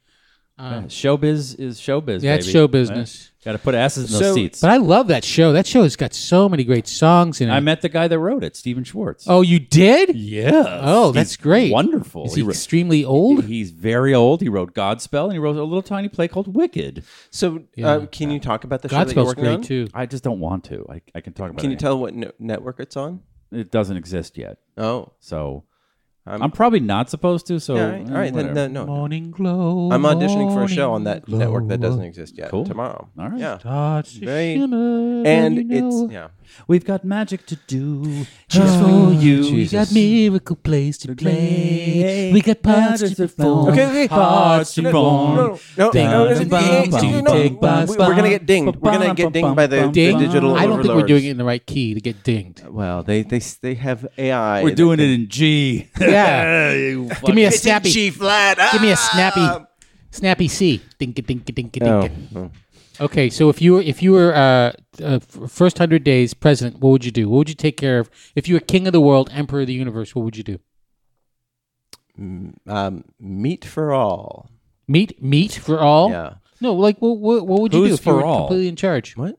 Speaker 4: showbiz is showbiz.
Speaker 2: Yeah, it's
Speaker 4: baby.
Speaker 2: show business.
Speaker 4: Got to put asses in those
Speaker 3: So-
Speaker 4: seats.
Speaker 2: But I love that show. That show has got so many great songs in it.
Speaker 4: I met the guy that wrote it, Stephen Schwartz.
Speaker 2: oh, you did?
Speaker 4: yeah.
Speaker 2: Oh, that's great.
Speaker 4: Wonderful.
Speaker 2: Is he,
Speaker 4: wrote-
Speaker 2: extremely old?
Speaker 4: He's very old. He wrote Godspell and he wrote a little tiny play called Wicked.
Speaker 3: So,
Speaker 2: Yeah.
Speaker 3: um, can you talk about the show that you're
Speaker 2: Godspell's
Speaker 3: working
Speaker 2: great
Speaker 3: on?
Speaker 2: too.
Speaker 4: I just don't want to. I, I can talk about
Speaker 3: Can
Speaker 4: it.
Speaker 3: you tell what no- network it's on?
Speaker 4: it doesn't exist yet.
Speaker 3: Oh,
Speaker 4: So
Speaker 3: I'm-
Speaker 4: I'm, probably not supposed to. So
Speaker 3: Um,
Speaker 4: eh,
Speaker 3: yeah, all right, all right then.
Speaker 4: whatever.
Speaker 3: No, no.
Speaker 2: Morning glow.
Speaker 3: I'm auditioning for a show on that
Speaker 2: morning
Speaker 3: network that
Speaker 2: glow.
Speaker 3: doesn't exist yet
Speaker 4: Cool.
Speaker 3: tomorrow.
Speaker 4: All right.
Speaker 3: Yeah.
Speaker 2: Starts to
Speaker 3: Very-
Speaker 2: shimmer
Speaker 3: And
Speaker 2: when you know
Speaker 3: it's yeah.
Speaker 4: We've got magic to do
Speaker 2: Just
Speaker 4: Oh,
Speaker 2: for you, we
Speaker 3: Jesus.
Speaker 2: got miracle place to play. We got parts
Speaker 4: Parts
Speaker 2: to
Speaker 4: to form.
Speaker 2: perform.
Speaker 3: Okay, okay.
Speaker 4: Hearts to
Speaker 3: No,
Speaker 4: form.
Speaker 3: No, no, no,
Speaker 2: Ding,
Speaker 3: no,
Speaker 2: ding,
Speaker 3: no,
Speaker 2: bum,
Speaker 3: no,
Speaker 2: bum,
Speaker 3: no,
Speaker 2: ding,
Speaker 3: we-
Speaker 2: bum,
Speaker 3: We're gonna get dinged. We're gonna get dinged by the, the
Speaker 2: Ding?
Speaker 3: digital
Speaker 2: I don't think we're
Speaker 3: overlords.
Speaker 2: doing it in the right key to get dinged.
Speaker 3: Well, they they they have AI.
Speaker 4: We're doing it in G.
Speaker 2: Yeah.
Speaker 4: You
Speaker 2: Give me a
Speaker 4: fuck-
Speaker 2: snappy.
Speaker 3: flat.
Speaker 2: Give me a snappy, snappy C. Dinka dinka dinka dinka.
Speaker 3: Oh.
Speaker 2: Okay, so if you were if you were uh, uh, f- first hundred days president, what would you do? What would you take care of? If you were king of the world, emperor of the universe, what would you do?
Speaker 3: Um, meat for all.
Speaker 2: Meat, meat for all.
Speaker 3: Yeah.
Speaker 2: No, like what what, what would you
Speaker 4: Who's
Speaker 2: do if
Speaker 4: for
Speaker 2: you were
Speaker 4: all?
Speaker 2: completely in charge?
Speaker 3: What?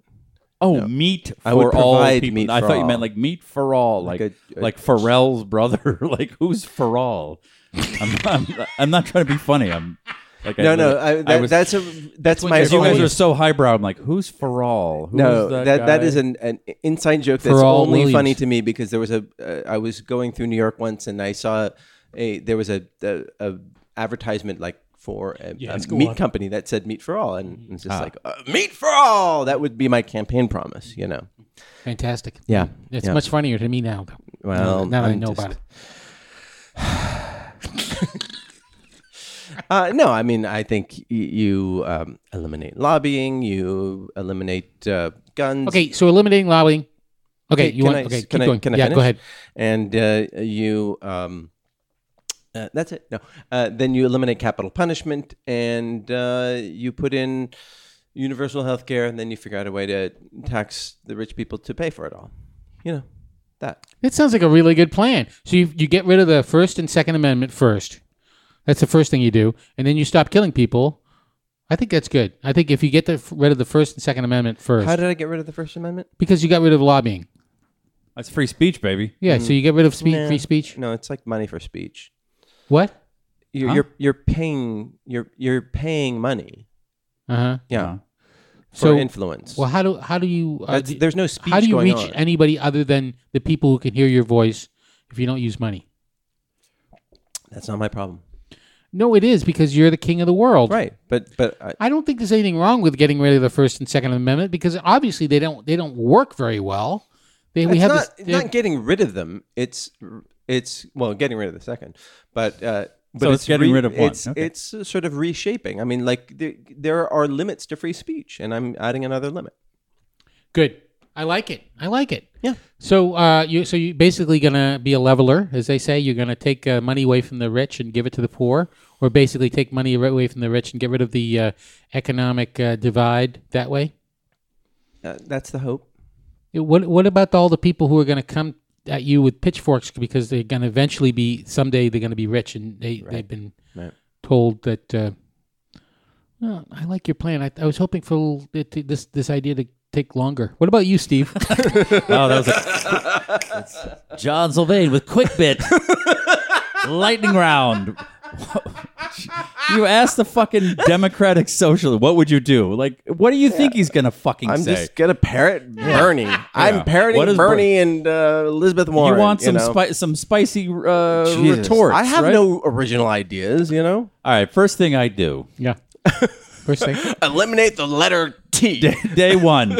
Speaker 4: Oh, meat for
Speaker 3: I would
Speaker 4: all
Speaker 3: provide
Speaker 4: people.
Speaker 3: meat
Speaker 4: I
Speaker 3: for
Speaker 4: thought you
Speaker 3: all.
Speaker 4: meant like meat for all, like
Speaker 3: Like
Speaker 4: like,
Speaker 3: a- a-
Speaker 4: Pharrell's brother. like who's Pharrell? I'm, I'm, I'm not trying to be funny. I'm like
Speaker 3: No,
Speaker 4: I,
Speaker 3: no. I, that,
Speaker 4: was-
Speaker 3: that's a that's my.
Speaker 4: Because you guys
Speaker 3: only-
Speaker 4: are so highbrow. I'm like, who's Pharrell? Who's
Speaker 3: no,
Speaker 4: that
Speaker 3: that that
Speaker 4: guy?
Speaker 3: is an, an inside joke that's
Speaker 2: Pharrell
Speaker 3: only
Speaker 2: Williams.
Speaker 3: funny to me because there was a uh, I was going through New York once and I saw a there was a a, a advertisement like for a, a meat company that said meat for all
Speaker 2: Mm-hmm.
Speaker 3: and it's just
Speaker 2: Ah.
Speaker 3: like uh, meat for all that would be my campaign promise you know
Speaker 2: Fantastic.
Speaker 3: yeah
Speaker 2: It's
Speaker 3: yeah.
Speaker 2: much funnier to me now. Though.
Speaker 3: Well,
Speaker 2: now that I
Speaker 3: Um, I'm
Speaker 2: know
Speaker 3: just-
Speaker 2: about it.
Speaker 3: Uh, no, I mean, I think y- you um, eliminate lobbying, you eliminate uh, guns.
Speaker 2: Okay, so eliminating lobbying. Okay,
Speaker 3: Hey,
Speaker 2: you
Speaker 3: can
Speaker 2: want?
Speaker 3: I,
Speaker 2: okay,
Speaker 3: can
Speaker 2: keep
Speaker 3: I,
Speaker 2: going.
Speaker 3: Can I
Speaker 2: yeah,
Speaker 3: finish?
Speaker 2: go ahead.
Speaker 3: And uh, you, um, uh, that's it. No, uh, then you eliminate capital punishment, and uh, you put in universal health care, and then you figure out a way to tax the rich people to pay for it all. You know that.
Speaker 2: That sounds like a really good plan. So you, you get rid of the First and Second Amendment first. That's the first thing you do, and then you stop killing people. I think that's good. I think if you get the, rid of the First and Second Amendment first,
Speaker 3: How did I get rid of the First Amendment?
Speaker 2: because you got rid of lobbying.
Speaker 4: That's free speech, baby.
Speaker 2: Yeah,
Speaker 3: Mm.
Speaker 2: so you get rid of spe- free speech.
Speaker 3: No, it's like money for speech.
Speaker 2: What?
Speaker 3: You're, you're you're paying you're you're paying money.
Speaker 2: Uh huh.
Speaker 3: Yeah. For
Speaker 2: So-
Speaker 3: influence.
Speaker 2: Well, how do how do you? Uh,
Speaker 3: That's,
Speaker 2: do,
Speaker 3: there's no speech.
Speaker 2: how do you
Speaker 3: going
Speaker 2: reach
Speaker 3: on.
Speaker 2: anybody other than the people who can hear your voice if you don't use money?
Speaker 3: That's not my problem.
Speaker 2: No, it is because you're the king of the world.
Speaker 3: Right, but but I,
Speaker 2: I don't think there's anything wrong with getting rid of the First and Second Amendment because obviously they don't they don't work very well. They we
Speaker 3: it's
Speaker 2: have
Speaker 3: not,
Speaker 2: this.
Speaker 3: it's not getting rid of them. It's it's well, getting rid of the second, but uh, but
Speaker 4: So it's getting rid of one.
Speaker 3: It's
Speaker 4: Okay.
Speaker 3: it's uh, sort of reshaping. I mean, like there, there are limits to free speech, and I'm adding another limit.
Speaker 2: Good. I like it. I like it.
Speaker 3: Yeah.
Speaker 2: So uh, you so you basically gonna be a leveler, as they say. You're gonna take uh, money away from the rich and give it to the poor, or basically take money away from the rich and get rid of the uh, economic uh, divide that way.
Speaker 3: Uh, that's the hope.
Speaker 2: It- What what about all the people who are going to come at you with pitchforks because they're going to eventually be someday they're going to be rich and they they've been
Speaker 3: Right.
Speaker 2: told that. Uh, well, I like your plan. I, I was hoping for a little, it, to- this this idea to take longer. What about you, Steve?
Speaker 4: Oh, that was a, that's John Sylvain with Quick Bit. Lightning round. you asked the fucking Democratic Socialist, what would you do? Like, what do you think he's going to fucking
Speaker 3: I'm
Speaker 4: say?
Speaker 3: just gonna parrot Bernie. I'm parroting
Speaker 4: What is Ber-
Speaker 3: Bernie and uh, Elizabeth
Speaker 4: you
Speaker 3: Warren.
Speaker 4: want some,
Speaker 3: know?
Speaker 4: spi- some spicy uh,
Speaker 3: Jesus.
Speaker 4: retorts.
Speaker 3: I have
Speaker 4: right?
Speaker 3: no original ideas. You know,
Speaker 4: All right, first thing I do,
Speaker 2: yeah. First thing.
Speaker 3: eliminate the letter T.
Speaker 4: day one,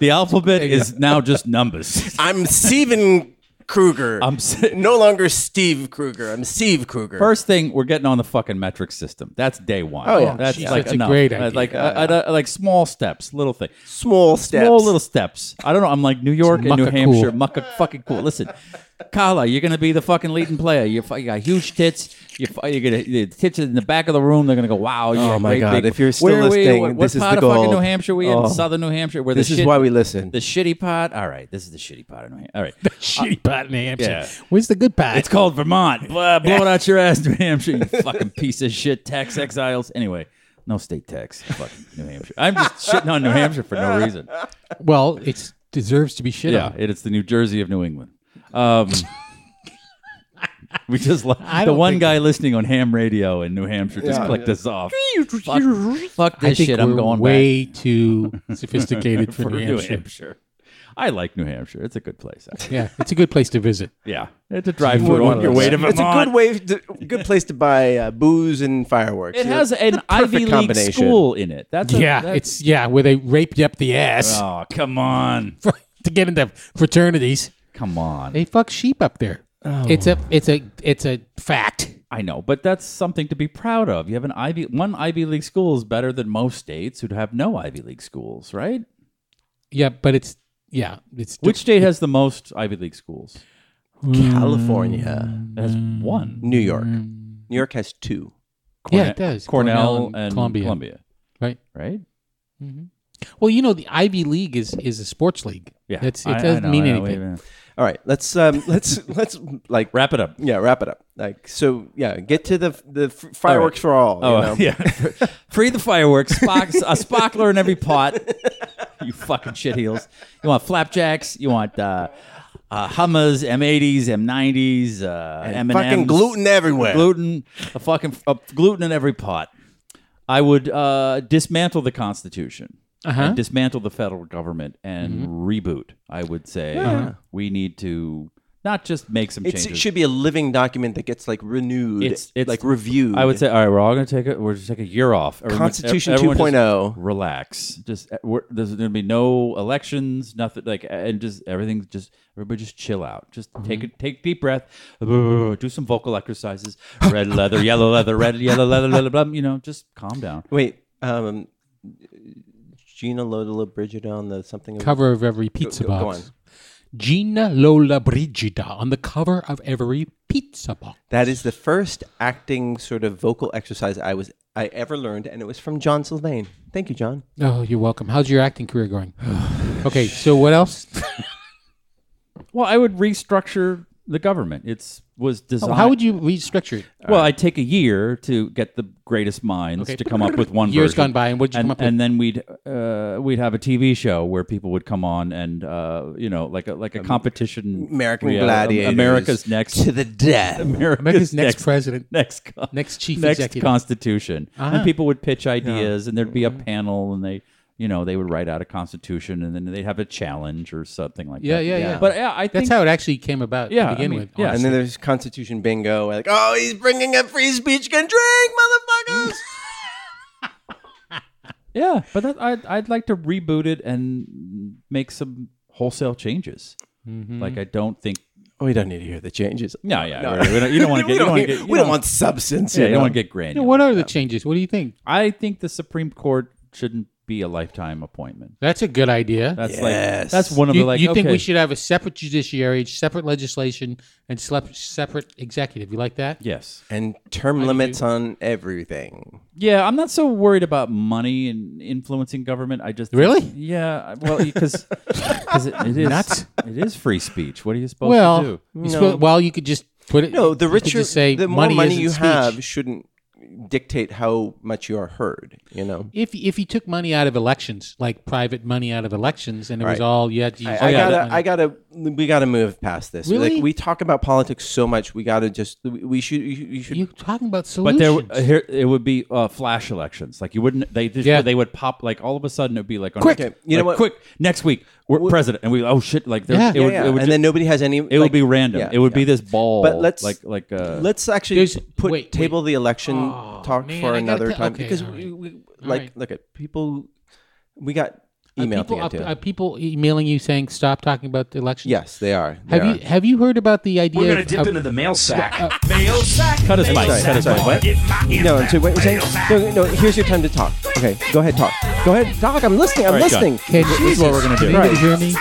Speaker 4: the alphabet is now just numbers.
Speaker 3: I'm Steven Kruger.
Speaker 4: I'm s-
Speaker 3: no longer Steve Kruger. I'm Steve Kruger.
Speaker 4: First thing, we're getting on the fucking metric system. That's day one. Oh
Speaker 3: yeah.
Speaker 4: that's
Speaker 2: Jeez,
Speaker 4: like
Speaker 2: that's a
Speaker 4: enough.
Speaker 2: great
Speaker 4: That's
Speaker 2: idea.
Speaker 4: Like uh, uh, uh, like small steps, little thing,
Speaker 3: small steps.
Speaker 4: small little steps. I don't know. I'm like New York and New
Speaker 2: mucka
Speaker 4: Hampshire,
Speaker 2: cool.
Speaker 4: mucka fucking cool. Listen, Kala, you're gonna be the fucking leading player. You, fu- you got huge tits. You, fu- you're gonna the tits in the back of the room. They're gonna go, wow. You're a
Speaker 3: Oh my
Speaker 4: great
Speaker 3: God,
Speaker 4: big-
Speaker 3: if you're still
Speaker 4: Where are we?
Speaker 3: listening,
Speaker 4: What- what
Speaker 3: this is
Speaker 4: part
Speaker 3: the
Speaker 4: of fucking
Speaker 3: gold.
Speaker 4: New Hampshire we in?
Speaker 3: Oh.
Speaker 4: Southern New Hampshire. Where
Speaker 3: This
Speaker 4: the
Speaker 3: is
Speaker 4: shit-
Speaker 3: why we listen.
Speaker 4: The shitty pot. All right, this is the shitty pot. in New Hampshire. All right.
Speaker 2: Shitty pot in New Hampshire.
Speaker 4: yeah.
Speaker 2: Where's the good pot?
Speaker 4: It's called Vermont. Blah, blow it out your ass, New Hampshire, you fucking piece of shit tax exiles. Anyway, No state tax. Fucking New Hampshire. I'm just shitting on New Hampshire for no reason.
Speaker 2: Well, it deserves to be shit
Speaker 4: Yeah,
Speaker 2: on.
Speaker 4: it is the New Jersey of New England. Um, we just la- the
Speaker 2: don't
Speaker 4: one
Speaker 2: think-
Speaker 4: guy listening on ham radio in New Hampshire just clicked us off. Fuck, fuck
Speaker 2: I
Speaker 4: this
Speaker 2: think
Speaker 4: shit.
Speaker 2: we're
Speaker 4: I'm going back
Speaker 2: way too sophisticated for,
Speaker 4: for
Speaker 2: New Hampshire.
Speaker 4: I like New Hampshire. It's a good place. actually.
Speaker 2: Yeah, it's a good place to visit.
Speaker 4: yeah, it's a drive
Speaker 3: Would
Speaker 4: through
Speaker 3: one
Speaker 4: on
Speaker 3: of
Speaker 4: your
Speaker 3: those.
Speaker 4: way to Vermont.
Speaker 3: It's a good way, to, good place to buy uh, booze and fireworks.
Speaker 4: It
Speaker 3: You know,
Speaker 4: has an
Speaker 3: perfect
Speaker 4: Ivy League
Speaker 3: combination.
Speaker 4: school in it. That's a,
Speaker 2: yeah,
Speaker 4: that-
Speaker 2: it's yeah where they raped you up the ass
Speaker 4: Oh come on,
Speaker 2: for, to get into fraternities.
Speaker 4: come on.
Speaker 2: They fuck sheep up there. It's a it's a it's a fact.
Speaker 4: I know, but that's something to be proud of. You have an Ivy one Ivy League school is better than most states who'd have no Ivy League schools, right?
Speaker 2: Yeah, but it's yeah it's
Speaker 4: Which state has the most Ivy League schools?
Speaker 3: California,
Speaker 4: It has
Speaker 2: Mm.
Speaker 4: one.
Speaker 3: New York. New York has two.
Speaker 2: yeah it does
Speaker 4: Cornell, and, Columbia.
Speaker 2: Columbia, right?
Speaker 4: right?
Speaker 2: Well, you know the Ivy League is is a sports league.
Speaker 4: Yeah,
Speaker 2: That's-
Speaker 4: I-
Speaker 2: it
Speaker 4: I
Speaker 2: doesn't
Speaker 4: know,
Speaker 2: mean
Speaker 4: I know,
Speaker 2: anything.
Speaker 4: wait a minute.
Speaker 3: All right, let's um, let's let's like
Speaker 4: Wrap it up.
Speaker 3: yeah wrap it up. Like so, yeah, get to the the f- fireworks for all.
Speaker 4: Oh
Speaker 3: you know?
Speaker 4: yeah, free the fireworks, spark, a sparkler in every pot. You fucking shitheels. You want flapjacks? You want uh, uh, Hummers, M80s, M90s, uh, M&Ms,
Speaker 3: fucking gluten everywhere.
Speaker 4: gluten, a fucking a gluten in every pot. I would uh, dismantle the Constitution. And dismantle the federal government and reboot. I would say we need to not just make some
Speaker 3: It's,
Speaker 4: changes.
Speaker 3: it should be a living document that gets like renewed.
Speaker 4: It's- it's-
Speaker 3: like reviewed.
Speaker 4: I would say, all right, we're all going to take a we're just take a year off. Everyone-
Speaker 3: Constitution
Speaker 4: everyone just
Speaker 3: 2.0.
Speaker 4: Relax. Just uh, we're, there's going to be no elections, nothing like, and just everything's just everybody just chill out. Just take a take deep breath, do some vocal exercises. Red leather, yellow leather, red yellow leather, blah, blah, blah, you know, just calm down.
Speaker 3: Wait, um, Gina Lodola Brigida on the something. of-
Speaker 2: cover of every pizza
Speaker 3: go- go
Speaker 2: box.
Speaker 3: on.
Speaker 2: Gina Lola Brigida on the cover of every pizza box.
Speaker 3: That is the first acting sort of vocal exercise I was I ever learned, and it was from John Sylvain. Thank you, John.
Speaker 2: Oh, you're welcome. How's your acting career going? okay, so what else?
Speaker 4: Well, I would restructure the government. It's was designed.
Speaker 2: How would you restructure it?
Speaker 4: Well, I'd take a year to get the greatest minds
Speaker 2: Okay.
Speaker 4: to come up with one.
Speaker 2: Years
Speaker 4: version.
Speaker 2: gone by, and what'd you
Speaker 4: and,
Speaker 2: come up
Speaker 4: and then we'd uh, we'd have a TV show where people would come on and uh, you know like a like a competition.
Speaker 3: American
Speaker 4: Yeah,
Speaker 3: Gladiators.
Speaker 4: America's next.
Speaker 3: to the death.
Speaker 4: America's
Speaker 2: America's next, president.
Speaker 4: Next, con-
Speaker 2: next chief
Speaker 4: next
Speaker 2: executive. Ah. Mm-hmm.
Speaker 4: constitution, and people would pitch ideas, and there'd be a panel, and they, you know, they would write out a constitution, and then they'd have a challenge or something like
Speaker 2: Yeah,
Speaker 4: that.
Speaker 2: yeah, yeah.
Speaker 4: But yeah, I think
Speaker 2: That's how it actually came about
Speaker 4: Yeah,
Speaker 2: to
Speaker 4: I
Speaker 2: begin
Speaker 4: mean,
Speaker 2: with.
Speaker 4: yeah.
Speaker 3: And then there's Constitution Bingo. where Like, oh, he's bringing up free speech can drink, motherfuckers.
Speaker 4: Yeah, but that, I'd I'd like to reboot it and make some wholesale changes.
Speaker 2: Mm-hmm.
Speaker 4: Like I don't think.
Speaker 3: oh, we don't need to hear the changes.
Speaker 4: No, yeah, we- we don't- you don't want to get.
Speaker 3: we
Speaker 4: you
Speaker 3: don't,
Speaker 4: wanna
Speaker 3: hear-
Speaker 4: get-
Speaker 3: we don't want substance.
Speaker 4: Yeah,
Speaker 3: you
Speaker 4: you don't
Speaker 3: know?
Speaker 4: want to get granular.
Speaker 2: Yeah, what are the changes? What do you think?
Speaker 4: I think the Supreme Court shouldn't be a lifetime appointment.
Speaker 2: That's a good idea.
Speaker 4: That's like
Speaker 3: Yes.
Speaker 4: that's one of
Speaker 2: you
Speaker 4: the like.
Speaker 2: you think
Speaker 4: okay,
Speaker 2: we should have a separate judiciary, separate legislation, and slep- separate executive? You like that?
Speaker 4: Yes.
Speaker 3: and term limits on everything.
Speaker 4: Yeah, I'm not so worried about money and influencing government. I just
Speaker 2: Really?
Speaker 4: Yeah. Well, because it, it is
Speaker 2: Nuts.
Speaker 4: it is free speech. What are you supposed
Speaker 2: Well,
Speaker 4: to do?
Speaker 2: you suppo- well, you could just put it.
Speaker 3: No, the
Speaker 2: you could
Speaker 3: richer,
Speaker 2: just say
Speaker 3: the more
Speaker 2: money,
Speaker 3: money
Speaker 2: isn't
Speaker 3: you
Speaker 2: speech.
Speaker 3: have shouldn't dictate how much you are heard. You know.
Speaker 2: If if you took money out of elections, like private money out of elections, and it was
Speaker 3: Right.
Speaker 2: all you had to use
Speaker 3: I, I
Speaker 2: private
Speaker 3: gotta,
Speaker 2: money.
Speaker 3: I gotta, we gotta move past this.
Speaker 2: Oh, Really?
Speaker 3: Like we talk about politics so much, we gotta just, we, we should, you, you should.
Speaker 2: You're talking about
Speaker 4: But there,
Speaker 2: solutions.
Speaker 4: uh, here it would be uh, flash elections. Like you wouldn't. They just,
Speaker 2: Yeah.
Speaker 4: they would pop like all of a sudden. It'd be like on
Speaker 3: Quick!
Speaker 4: like,
Speaker 3: You know what?
Speaker 4: Quick next week, we're president, and we oh shit like there-
Speaker 2: Yeah.
Speaker 4: it
Speaker 2: Yeah,
Speaker 4: would,
Speaker 3: yeah,
Speaker 4: It
Speaker 3: and
Speaker 4: would ju-
Speaker 3: then nobody has any.
Speaker 4: it would be random. it would be this ball.
Speaker 3: But let's-
Speaker 4: like like uh,
Speaker 3: Let's actually
Speaker 2: There's-
Speaker 3: put
Speaker 2: wait,
Speaker 3: table the election
Speaker 2: Oh,
Speaker 3: talk
Speaker 2: man, I
Speaker 3: for
Speaker 2: gotta
Speaker 3: another
Speaker 2: tell-
Speaker 3: time
Speaker 2: okay,
Speaker 3: because
Speaker 2: all right.
Speaker 3: we, we,
Speaker 2: All
Speaker 3: like
Speaker 2: right.
Speaker 3: look at people. We got uh, email
Speaker 2: are people,
Speaker 3: to get
Speaker 2: are- are
Speaker 3: to.
Speaker 2: people emailing you saying stop talking about the elections?
Speaker 3: Yes, they are. They
Speaker 2: Have you
Speaker 3: are.
Speaker 2: have you heard about the idea?
Speaker 5: We're gonna
Speaker 2: of-
Speaker 5: dip
Speaker 2: of-
Speaker 5: into the mail sack. mail sack.
Speaker 4: Cut his
Speaker 5: mail
Speaker 4: mic, cut
Speaker 5: sack.
Speaker 4: his mic. What?
Speaker 5: Get my
Speaker 3: No,
Speaker 5: inbox.
Speaker 3: so what you're saying?
Speaker 5: Mail sack.
Speaker 3: No, no. Here's your time to talk. Okay, go ahead, talk. Go ahead, talk. I'm listening. I'm
Speaker 4: All right, John.
Speaker 3: listening.
Speaker 2: Can, this is what we're going to do. Can you hear me?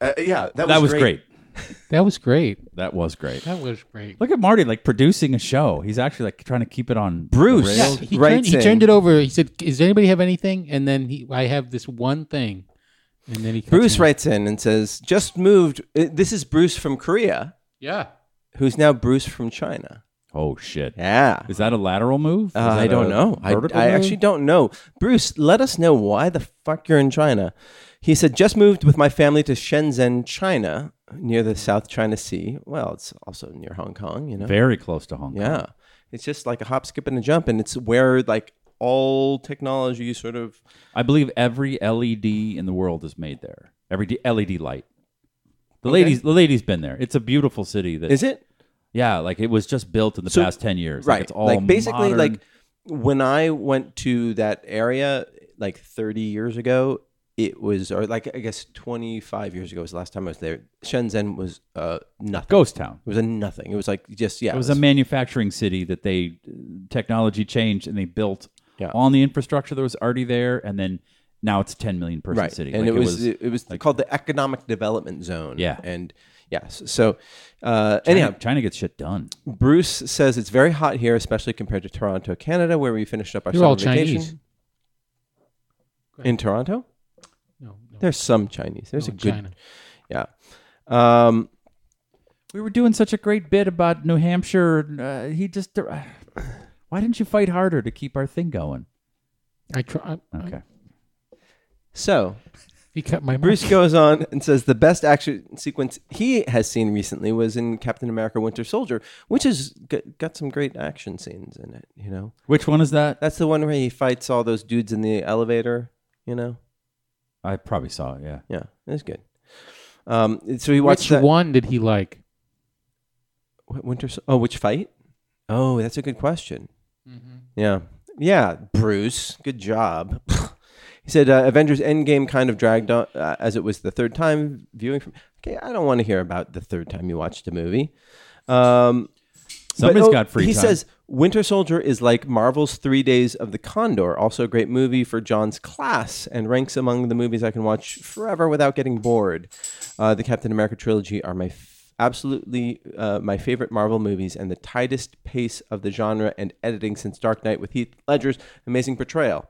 Speaker 3: Uh, yeah, that was,
Speaker 4: that was great.
Speaker 2: That was great.
Speaker 4: That was great.
Speaker 2: That was great.
Speaker 4: Look at Marty like producing a show. He's actually like trying to keep it on
Speaker 3: Bruce.
Speaker 4: the
Speaker 2: Yeah,
Speaker 4: rails.
Speaker 2: he,
Speaker 3: Right
Speaker 2: turned, he
Speaker 3: thing.
Speaker 2: turned it over. He said, "Does anybody have anything?" And then he, I have this one thing, and then he cuts
Speaker 3: Bruce
Speaker 2: in.
Speaker 3: writes in and says, "Just moved. uh, This is Bruce from Korea,
Speaker 2: Yeah,
Speaker 3: who's now Bruce from China."
Speaker 4: Oh shit!
Speaker 3: Yeah.
Speaker 4: Is that a lateral move? Is
Speaker 3: Uh, I
Speaker 4: that
Speaker 3: don't
Speaker 4: a
Speaker 3: know. I,
Speaker 4: vertical
Speaker 3: I
Speaker 4: move?
Speaker 3: actually don't know. Bruce, let us know why the fuck you're in China. He said, just moved with my family to Shenzhen, China, near the South China Sea. Well, it's also near Hong Kong, you know?
Speaker 4: very close to Hong Kong.
Speaker 3: Yeah. It's just like a hop, skip, and a jump. And it's where like all technology sort of.
Speaker 4: I believe every LED in the world is made there. Every D- LED light. The lady's the lady's been there. It's a beautiful city. That
Speaker 3: Is it?
Speaker 4: Yeah, like it was just built in the
Speaker 3: So-
Speaker 4: past ten years.
Speaker 3: right.
Speaker 4: Like it's all
Speaker 3: like basically,
Speaker 4: modern.
Speaker 3: like when I went to that area like 30 years ago, it was, or like I guess 25 years ago was the last time I was there. Shenzhen was uh, nothing.
Speaker 4: ghost town.
Speaker 3: It was a nothing. It was like just yeah.
Speaker 4: It was a manufacturing city that they technology changed and they built
Speaker 3: Yeah.
Speaker 4: on the infrastructure that was already there, and then now it's a ten million person
Speaker 3: right,
Speaker 4: city.
Speaker 3: and
Speaker 4: Like,
Speaker 3: it was it was,
Speaker 4: like-
Speaker 3: called the Economic Development Zone.
Speaker 4: Yeah.
Speaker 3: and yes. So uh,
Speaker 4: China,
Speaker 3: anyhow,
Speaker 4: China gets shit done.
Speaker 3: Bruce says it's very hot here, especially compared to Toronto, Canada, where we finished up our
Speaker 2: They're
Speaker 3: summer
Speaker 2: all
Speaker 3: vacation.
Speaker 2: Chinese.
Speaker 3: In Toronto,
Speaker 2: No, no,
Speaker 3: there's some Chinese. There's
Speaker 2: no,
Speaker 3: a good
Speaker 2: China.
Speaker 3: yeah. Um,
Speaker 4: We were doing such a great bit about New Hampshire. Uh, he just. why didn't you fight harder to keep our thing going?
Speaker 2: I try. I,
Speaker 4: Okay.
Speaker 3: so
Speaker 2: he cut my
Speaker 3: Bruce goes on and says the best action sequence he has seen recently was in Captain America: Winter Soldier, which has g- got some great action scenes in it. You know,
Speaker 4: Which one is that?
Speaker 3: That's the one where he fights all those dudes in the elevator. You know,
Speaker 4: I probably saw it. Yeah.
Speaker 3: yeah, that's good. Um, and so he watched
Speaker 2: Which
Speaker 3: that
Speaker 2: one did he like?
Speaker 3: Wh- Winter. Sol- Oh, which fight? Oh, that's a good question.
Speaker 5: Mm-hmm.
Speaker 3: Yeah, yeah, Bruce, good job. he said uh, Avengers Endgame kind of dragged on uh, as it was the third time viewing from. Okay, I don't want to hear about the third time you watched a movie. Um, But,
Speaker 4: Somebody's
Speaker 3: oh,
Speaker 4: got free
Speaker 3: He
Speaker 4: time.
Speaker 3: says Winter Soldier is like Marvel's Three Days of the Condor, also a great movie for John's class, and ranks among the movies I can watch forever without getting bored. Uh, the Captain America trilogy are my f- absolutely uh, my favorite Marvel movies, and the tightest pace of the genre and editing since Dark Knight with Heath Ledger's amazing portrayal.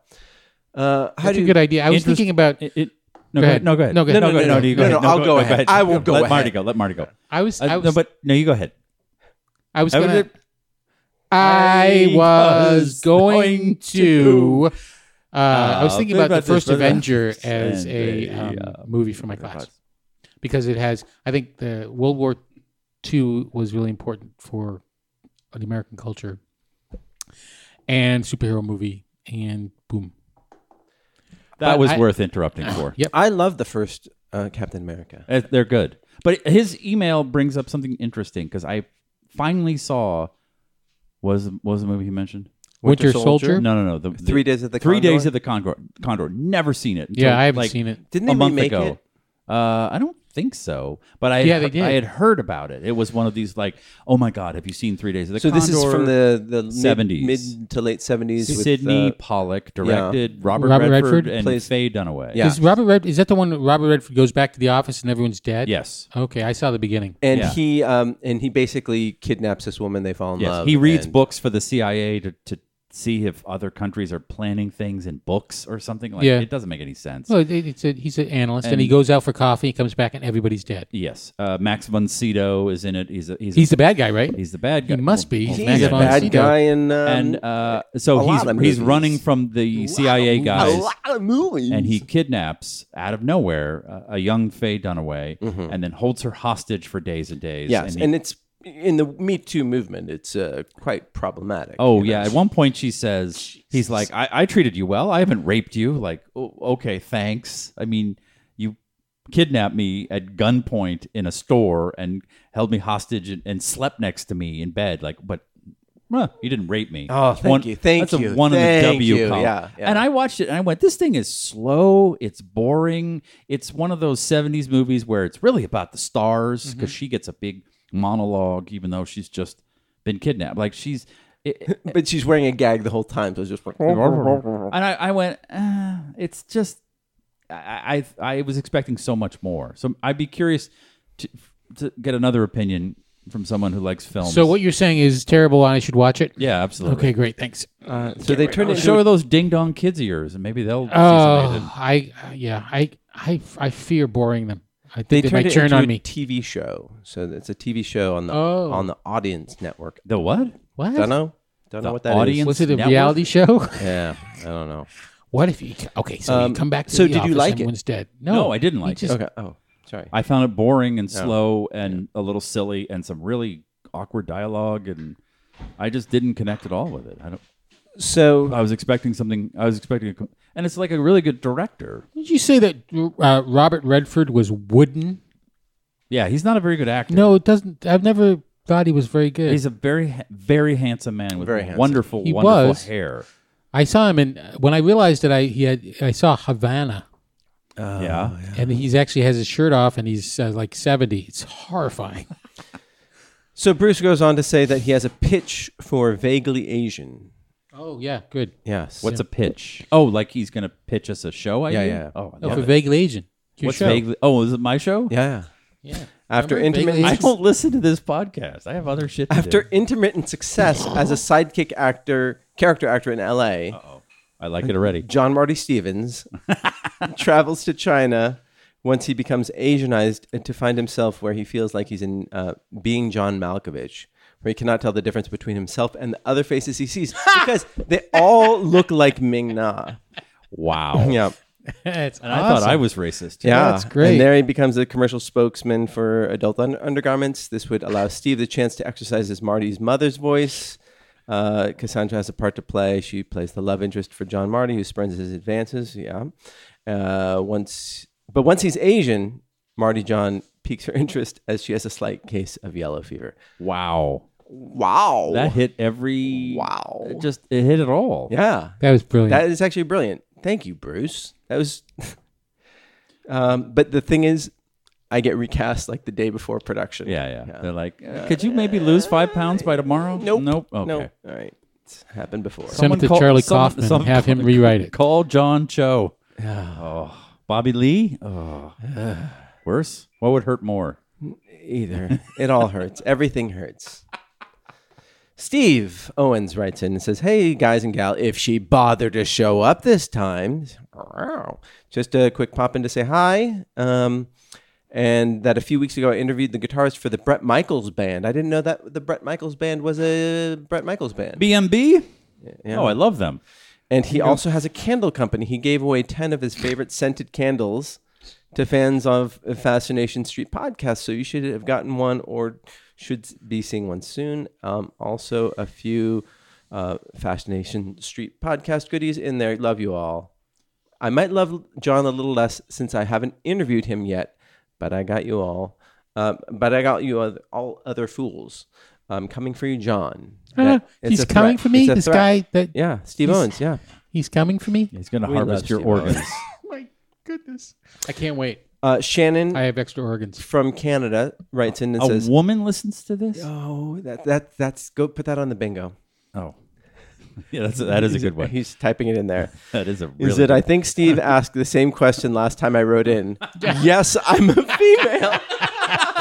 Speaker 3: Uh, how
Speaker 2: That's
Speaker 3: do
Speaker 2: a
Speaker 3: you,
Speaker 2: good idea. I was
Speaker 4: Interest-
Speaker 2: thinking about.
Speaker 4: It, it-
Speaker 2: Go
Speaker 4: no, go
Speaker 2: ahead.
Speaker 4: ahead. No, go ahead.
Speaker 2: No, go ahead.
Speaker 4: No, go ahead.
Speaker 3: no,
Speaker 4: No, you go
Speaker 3: no,
Speaker 4: ahead.
Speaker 3: no, I'll go ahead. I will go
Speaker 4: let
Speaker 3: ahead.
Speaker 4: Marty go. Let Marty go.
Speaker 2: I was. I
Speaker 4: Uh,
Speaker 2: was.
Speaker 4: no, but no, you go ahead.
Speaker 2: I was
Speaker 4: I was
Speaker 2: gonna.
Speaker 4: gonna-
Speaker 2: I was
Speaker 4: I was
Speaker 2: going
Speaker 4: going
Speaker 2: to.
Speaker 4: to-
Speaker 2: Uh, I was
Speaker 4: Uh,
Speaker 2: thinking
Speaker 4: think
Speaker 2: about the
Speaker 4: about this,
Speaker 2: first
Speaker 4: but-
Speaker 2: Avenger as
Speaker 4: and
Speaker 2: a
Speaker 4: a,
Speaker 2: um,
Speaker 4: uh,
Speaker 2: movie for my class because it has. I think the World War II was really important for the American culture and superhero movie and boom.
Speaker 4: That
Speaker 2: But
Speaker 4: was
Speaker 2: I-
Speaker 4: worth interrupting for.
Speaker 2: Yep.
Speaker 3: I love the first uh, Captain America.
Speaker 4: Uh, They're good. But his email brings up something interesting because I finally saw was what was the movie he mentioned?
Speaker 2: Winter,
Speaker 3: Winter
Speaker 2: Soldier.
Speaker 4: No, no, no. The,
Speaker 3: Three Days of the
Speaker 4: Three
Speaker 3: Condor?
Speaker 4: Days of the Condor. Condor. Never seen it. until,
Speaker 2: Yeah, I haven't
Speaker 4: like,
Speaker 2: seen it.
Speaker 3: Didn't
Speaker 4: a
Speaker 3: they
Speaker 4: month
Speaker 3: remake
Speaker 4: ago.
Speaker 3: it?
Speaker 4: Uh, I don't think so, but I
Speaker 2: Yeah, they did.
Speaker 4: I had heard about it. It was one of these like, oh my god, have you seen Three Days of the
Speaker 3: So
Speaker 4: Condor?
Speaker 3: this is from the the mid-
Speaker 4: 70s.
Speaker 3: mid, to late seventies. uh,
Speaker 4: Sidney Pollock directed Robert,
Speaker 2: Robert
Speaker 4: Redford,
Speaker 2: Redford
Speaker 4: and
Speaker 3: plays-
Speaker 4: Faye Dunaway.
Speaker 3: Yeah.
Speaker 2: Is Robert Red? Is that the one? That Robert Redford goes back to the office and everyone's dead.
Speaker 4: Yes.
Speaker 2: Okay, I saw the beginning.
Speaker 3: and
Speaker 4: Yeah.
Speaker 3: he um and he basically kidnaps this woman. They fall in
Speaker 4: Yes.
Speaker 3: love.
Speaker 4: He reads
Speaker 3: and-
Speaker 4: books for the CIA to, to see if other countries are planning things in books or something like.
Speaker 2: Yeah.
Speaker 4: It doesn't make any sense.
Speaker 2: Well, it, it's a, he's an analyst, and, he
Speaker 4: And-
Speaker 2: goes out for coffee. He comes back, and everybody's dead.
Speaker 4: Yes. Uh, Max von Sydow is in it. He's a, he's a-
Speaker 2: He's the bad guy, right?
Speaker 4: he's the bad
Speaker 2: He
Speaker 4: guy.
Speaker 2: must be.
Speaker 4: Well,
Speaker 2: He's
Speaker 3: He's
Speaker 2: Max
Speaker 3: a
Speaker 2: von
Speaker 3: bad
Speaker 2: Sydow.
Speaker 3: guy, and, um,
Speaker 4: and uh, so
Speaker 3: a lot of
Speaker 4: he's he's
Speaker 3: movies.
Speaker 4: running from the
Speaker 3: a
Speaker 4: CIA guys,
Speaker 3: lot of movies.
Speaker 4: and he kidnaps out of nowhere uh, a young Faye Dunaway, and then holds her hostage for days and
Speaker 3: Mm-hmm.
Speaker 4: days.
Speaker 3: yes,
Speaker 4: and
Speaker 3: and,
Speaker 4: he-
Speaker 3: it's in the Me Too movement. It's uh, quite problematic.
Speaker 4: oh
Speaker 3: you know?
Speaker 4: yeah, at one point she says he's like, I, "I treated you well. I haven't raped you. Like, oh, okay, thanks. I mean, you kidnapped me at gunpoint in a store and held me hostage and, and slept next to me in bed. Like, but." huh, you didn't rape me.
Speaker 3: Oh,
Speaker 4: That's
Speaker 3: thank you, thank
Speaker 4: that's a
Speaker 3: you,
Speaker 4: one in
Speaker 3: thank
Speaker 4: the W
Speaker 3: you,
Speaker 4: column.
Speaker 3: yeah, yeah.
Speaker 4: And I watched it and I went, this thing is slow. It's boring. It's one of those 70s movies where it's really about the stars
Speaker 3: Mm-hmm.
Speaker 4: because she gets a big monologue, even though she's just been kidnapped. Like she's. It,
Speaker 3: but she's wearing a gag the whole time, so it's just like,
Speaker 4: and I, I went, uh, it's just, I, I, I was expecting so much more. So I'd be curious to, to get another opinion from someone who likes films.
Speaker 2: So what you're saying is terrible, and I should watch it.
Speaker 4: Yeah, absolutely.
Speaker 2: Okay, great, thanks.
Speaker 3: uh, so they turn it into
Speaker 4: Show her those ding dong kids of yours, and maybe they'll. see some of it.
Speaker 2: Oh, I yeah, I I I fear boring them. I think
Speaker 3: They
Speaker 2: they,
Speaker 3: turned
Speaker 2: might
Speaker 3: it
Speaker 2: turn
Speaker 3: into
Speaker 2: on
Speaker 3: a
Speaker 2: me.
Speaker 3: TV show. So it's a TV show on the
Speaker 2: Oh.
Speaker 3: on the Audience Network.
Speaker 4: The what?
Speaker 2: What?
Speaker 3: Don't know. Don't know
Speaker 4: The
Speaker 3: what that is.
Speaker 4: audience-
Speaker 2: Was it a
Speaker 4: Network?
Speaker 2: reality show?
Speaker 3: Yeah, I don't know.
Speaker 2: what if you? Okay, so
Speaker 3: Um,
Speaker 2: you come back. To
Speaker 3: so
Speaker 2: the
Speaker 3: did you
Speaker 2: office,
Speaker 3: like it?
Speaker 2: Someone's dead. No,
Speaker 4: No, I didn't
Speaker 2: he
Speaker 4: like it.
Speaker 2: just-
Speaker 3: Okay. Oh, sorry.
Speaker 4: I found it boring and slow and a little silly and some really awkward dialogue and I just didn't connect at all with it. I don't.
Speaker 3: So
Speaker 4: I was expecting something. I was expecting a, com- and it's like a really good director.
Speaker 2: Did you say that uh, Robert Redford was wooden?
Speaker 4: Yeah, he's not a very good actor.
Speaker 2: No, it doesn't. I've never thought he was very good.
Speaker 4: He's a very, ha- very handsome man with
Speaker 3: Very handsome.
Speaker 4: wonderful,
Speaker 2: He
Speaker 4: wonderful
Speaker 2: was.
Speaker 4: hair.
Speaker 2: I saw him, and when I realized that I he had, I saw Havana,
Speaker 3: Oh,
Speaker 4: yeah.
Speaker 2: and he's actually has his shirt off, and he's uh, like seventy. It's horrifying.
Speaker 3: so Bruce goes on to say that he has a pitch for vaguely Asian.
Speaker 2: Oh yeah, good.
Speaker 3: Yes.
Speaker 4: What's a pitch? Oh, like he's gonna pitch us a show? I
Speaker 3: Yeah,
Speaker 4: mean?
Speaker 3: yeah.
Speaker 4: Oh, I
Speaker 2: No,
Speaker 4: love
Speaker 2: for
Speaker 4: it.
Speaker 2: Vaguely Agent. It's your
Speaker 4: What's
Speaker 2: show.
Speaker 4: vaguely? Oh, is it my show?
Speaker 3: yeah.
Speaker 2: Yeah.
Speaker 3: After
Speaker 2: Remember
Speaker 3: intimate-
Speaker 2: Vaguely
Speaker 4: I
Speaker 2: Agent?
Speaker 4: don't listen to this podcast. I have other shit. To
Speaker 3: After
Speaker 4: do.
Speaker 3: intermittent success as a sidekick actor, character actor in LA,
Speaker 4: I like it already.
Speaker 3: John Marty Stevens travels to China once he becomes Asianized to find himself where he feels like he's in uh, being John Malkovich, where he cannot tell the difference between himself and the other faces he sees because they all look like Ming Na.
Speaker 4: Wow.
Speaker 3: Yeah.
Speaker 2: It's
Speaker 4: And I thought I was racist.
Speaker 3: Yeah,
Speaker 2: That's great.
Speaker 3: And there he becomes a commercial spokesman for adult un- undergarments. This would allow Steve the chance to exercise his Marty's mother's voice. Uh, Cassandra has a part to play. She plays the love interest for John Marty, who spurns his advances. Yeah. Uh, once, but once he's Asian, Marty John piques her interest as she has a slight case of yellow fever.
Speaker 4: Wow.
Speaker 3: Wow.
Speaker 4: That hit every.
Speaker 3: Wow.
Speaker 4: It just it hit it all.
Speaker 3: yeah.
Speaker 2: That was brilliant.
Speaker 3: That is actually brilliant. Thank you, Bruce. That was. um, but the thing is, I get recast like the day before production.
Speaker 4: Yeah, yeah. They're like, uh, could you maybe lose five pounds by tomorrow?
Speaker 3: Nope.
Speaker 4: Nope. Okay.
Speaker 3: No. All right. It's happened before.
Speaker 2: Send it to Charlie Kaufman and have him rewrite it.
Speaker 4: Call John Cho. Oh, Bobby Lee. Oh, worse. What would hurt more?
Speaker 3: Either. It all hurts. Everything hurts. Steve Owens writes in and says, Hey, guys and gal, if she bothered to show up this time, just a quick pop in to say hi. Um, and that a few weeks ago, I interviewed the guitarist for the Brett Michaels band. I didn't know that the Brett Michaels band was a Brett Michaels band.
Speaker 4: BMB. Oh, I love them.
Speaker 3: And he also has a candle company. He gave away 10 of his favorite scented candles to fans of Fascination Street podcast. So you should have gotten one or should be seeing one soon. Um, also, a few uh, Fascination Street podcast goodies in there. Love you all. I might love John a little less since I haven't interviewed him yet, but I got you all. Um, but I got you oth- all other fools. I'm coming for you, John.
Speaker 2: Ah,
Speaker 3: That- it's
Speaker 2: he's
Speaker 3: a
Speaker 2: coming
Speaker 3: threat.
Speaker 2: for me.
Speaker 3: It's a
Speaker 2: This
Speaker 3: threat.
Speaker 2: guy that
Speaker 3: Yeah, Steve
Speaker 2: He's-
Speaker 3: Owens. Yeah.
Speaker 2: he's coming for me.
Speaker 4: He's gonna
Speaker 3: We
Speaker 4: harvest
Speaker 3: love
Speaker 4: your
Speaker 3: Steve Owens.
Speaker 4: organs.
Speaker 2: I can't wait.
Speaker 3: Uh, Shannon
Speaker 2: I have extra organs.
Speaker 3: from Canada writes in and
Speaker 4: A
Speaker 3: says,
Speaker 4: woman listens to this.
Speaker 3: "Oh, that that that's go put that on the bingo."
Speaker 4: Oh, yeah. That's a, that is a good one.
Speaker 3: He's typing it in there.
Speaker 4: That is a really.
Speaker 3: Is it?
Speaker 4: good
Speaker 3: I think Steve asked the same question last time I wrote in. yes, I'm a female.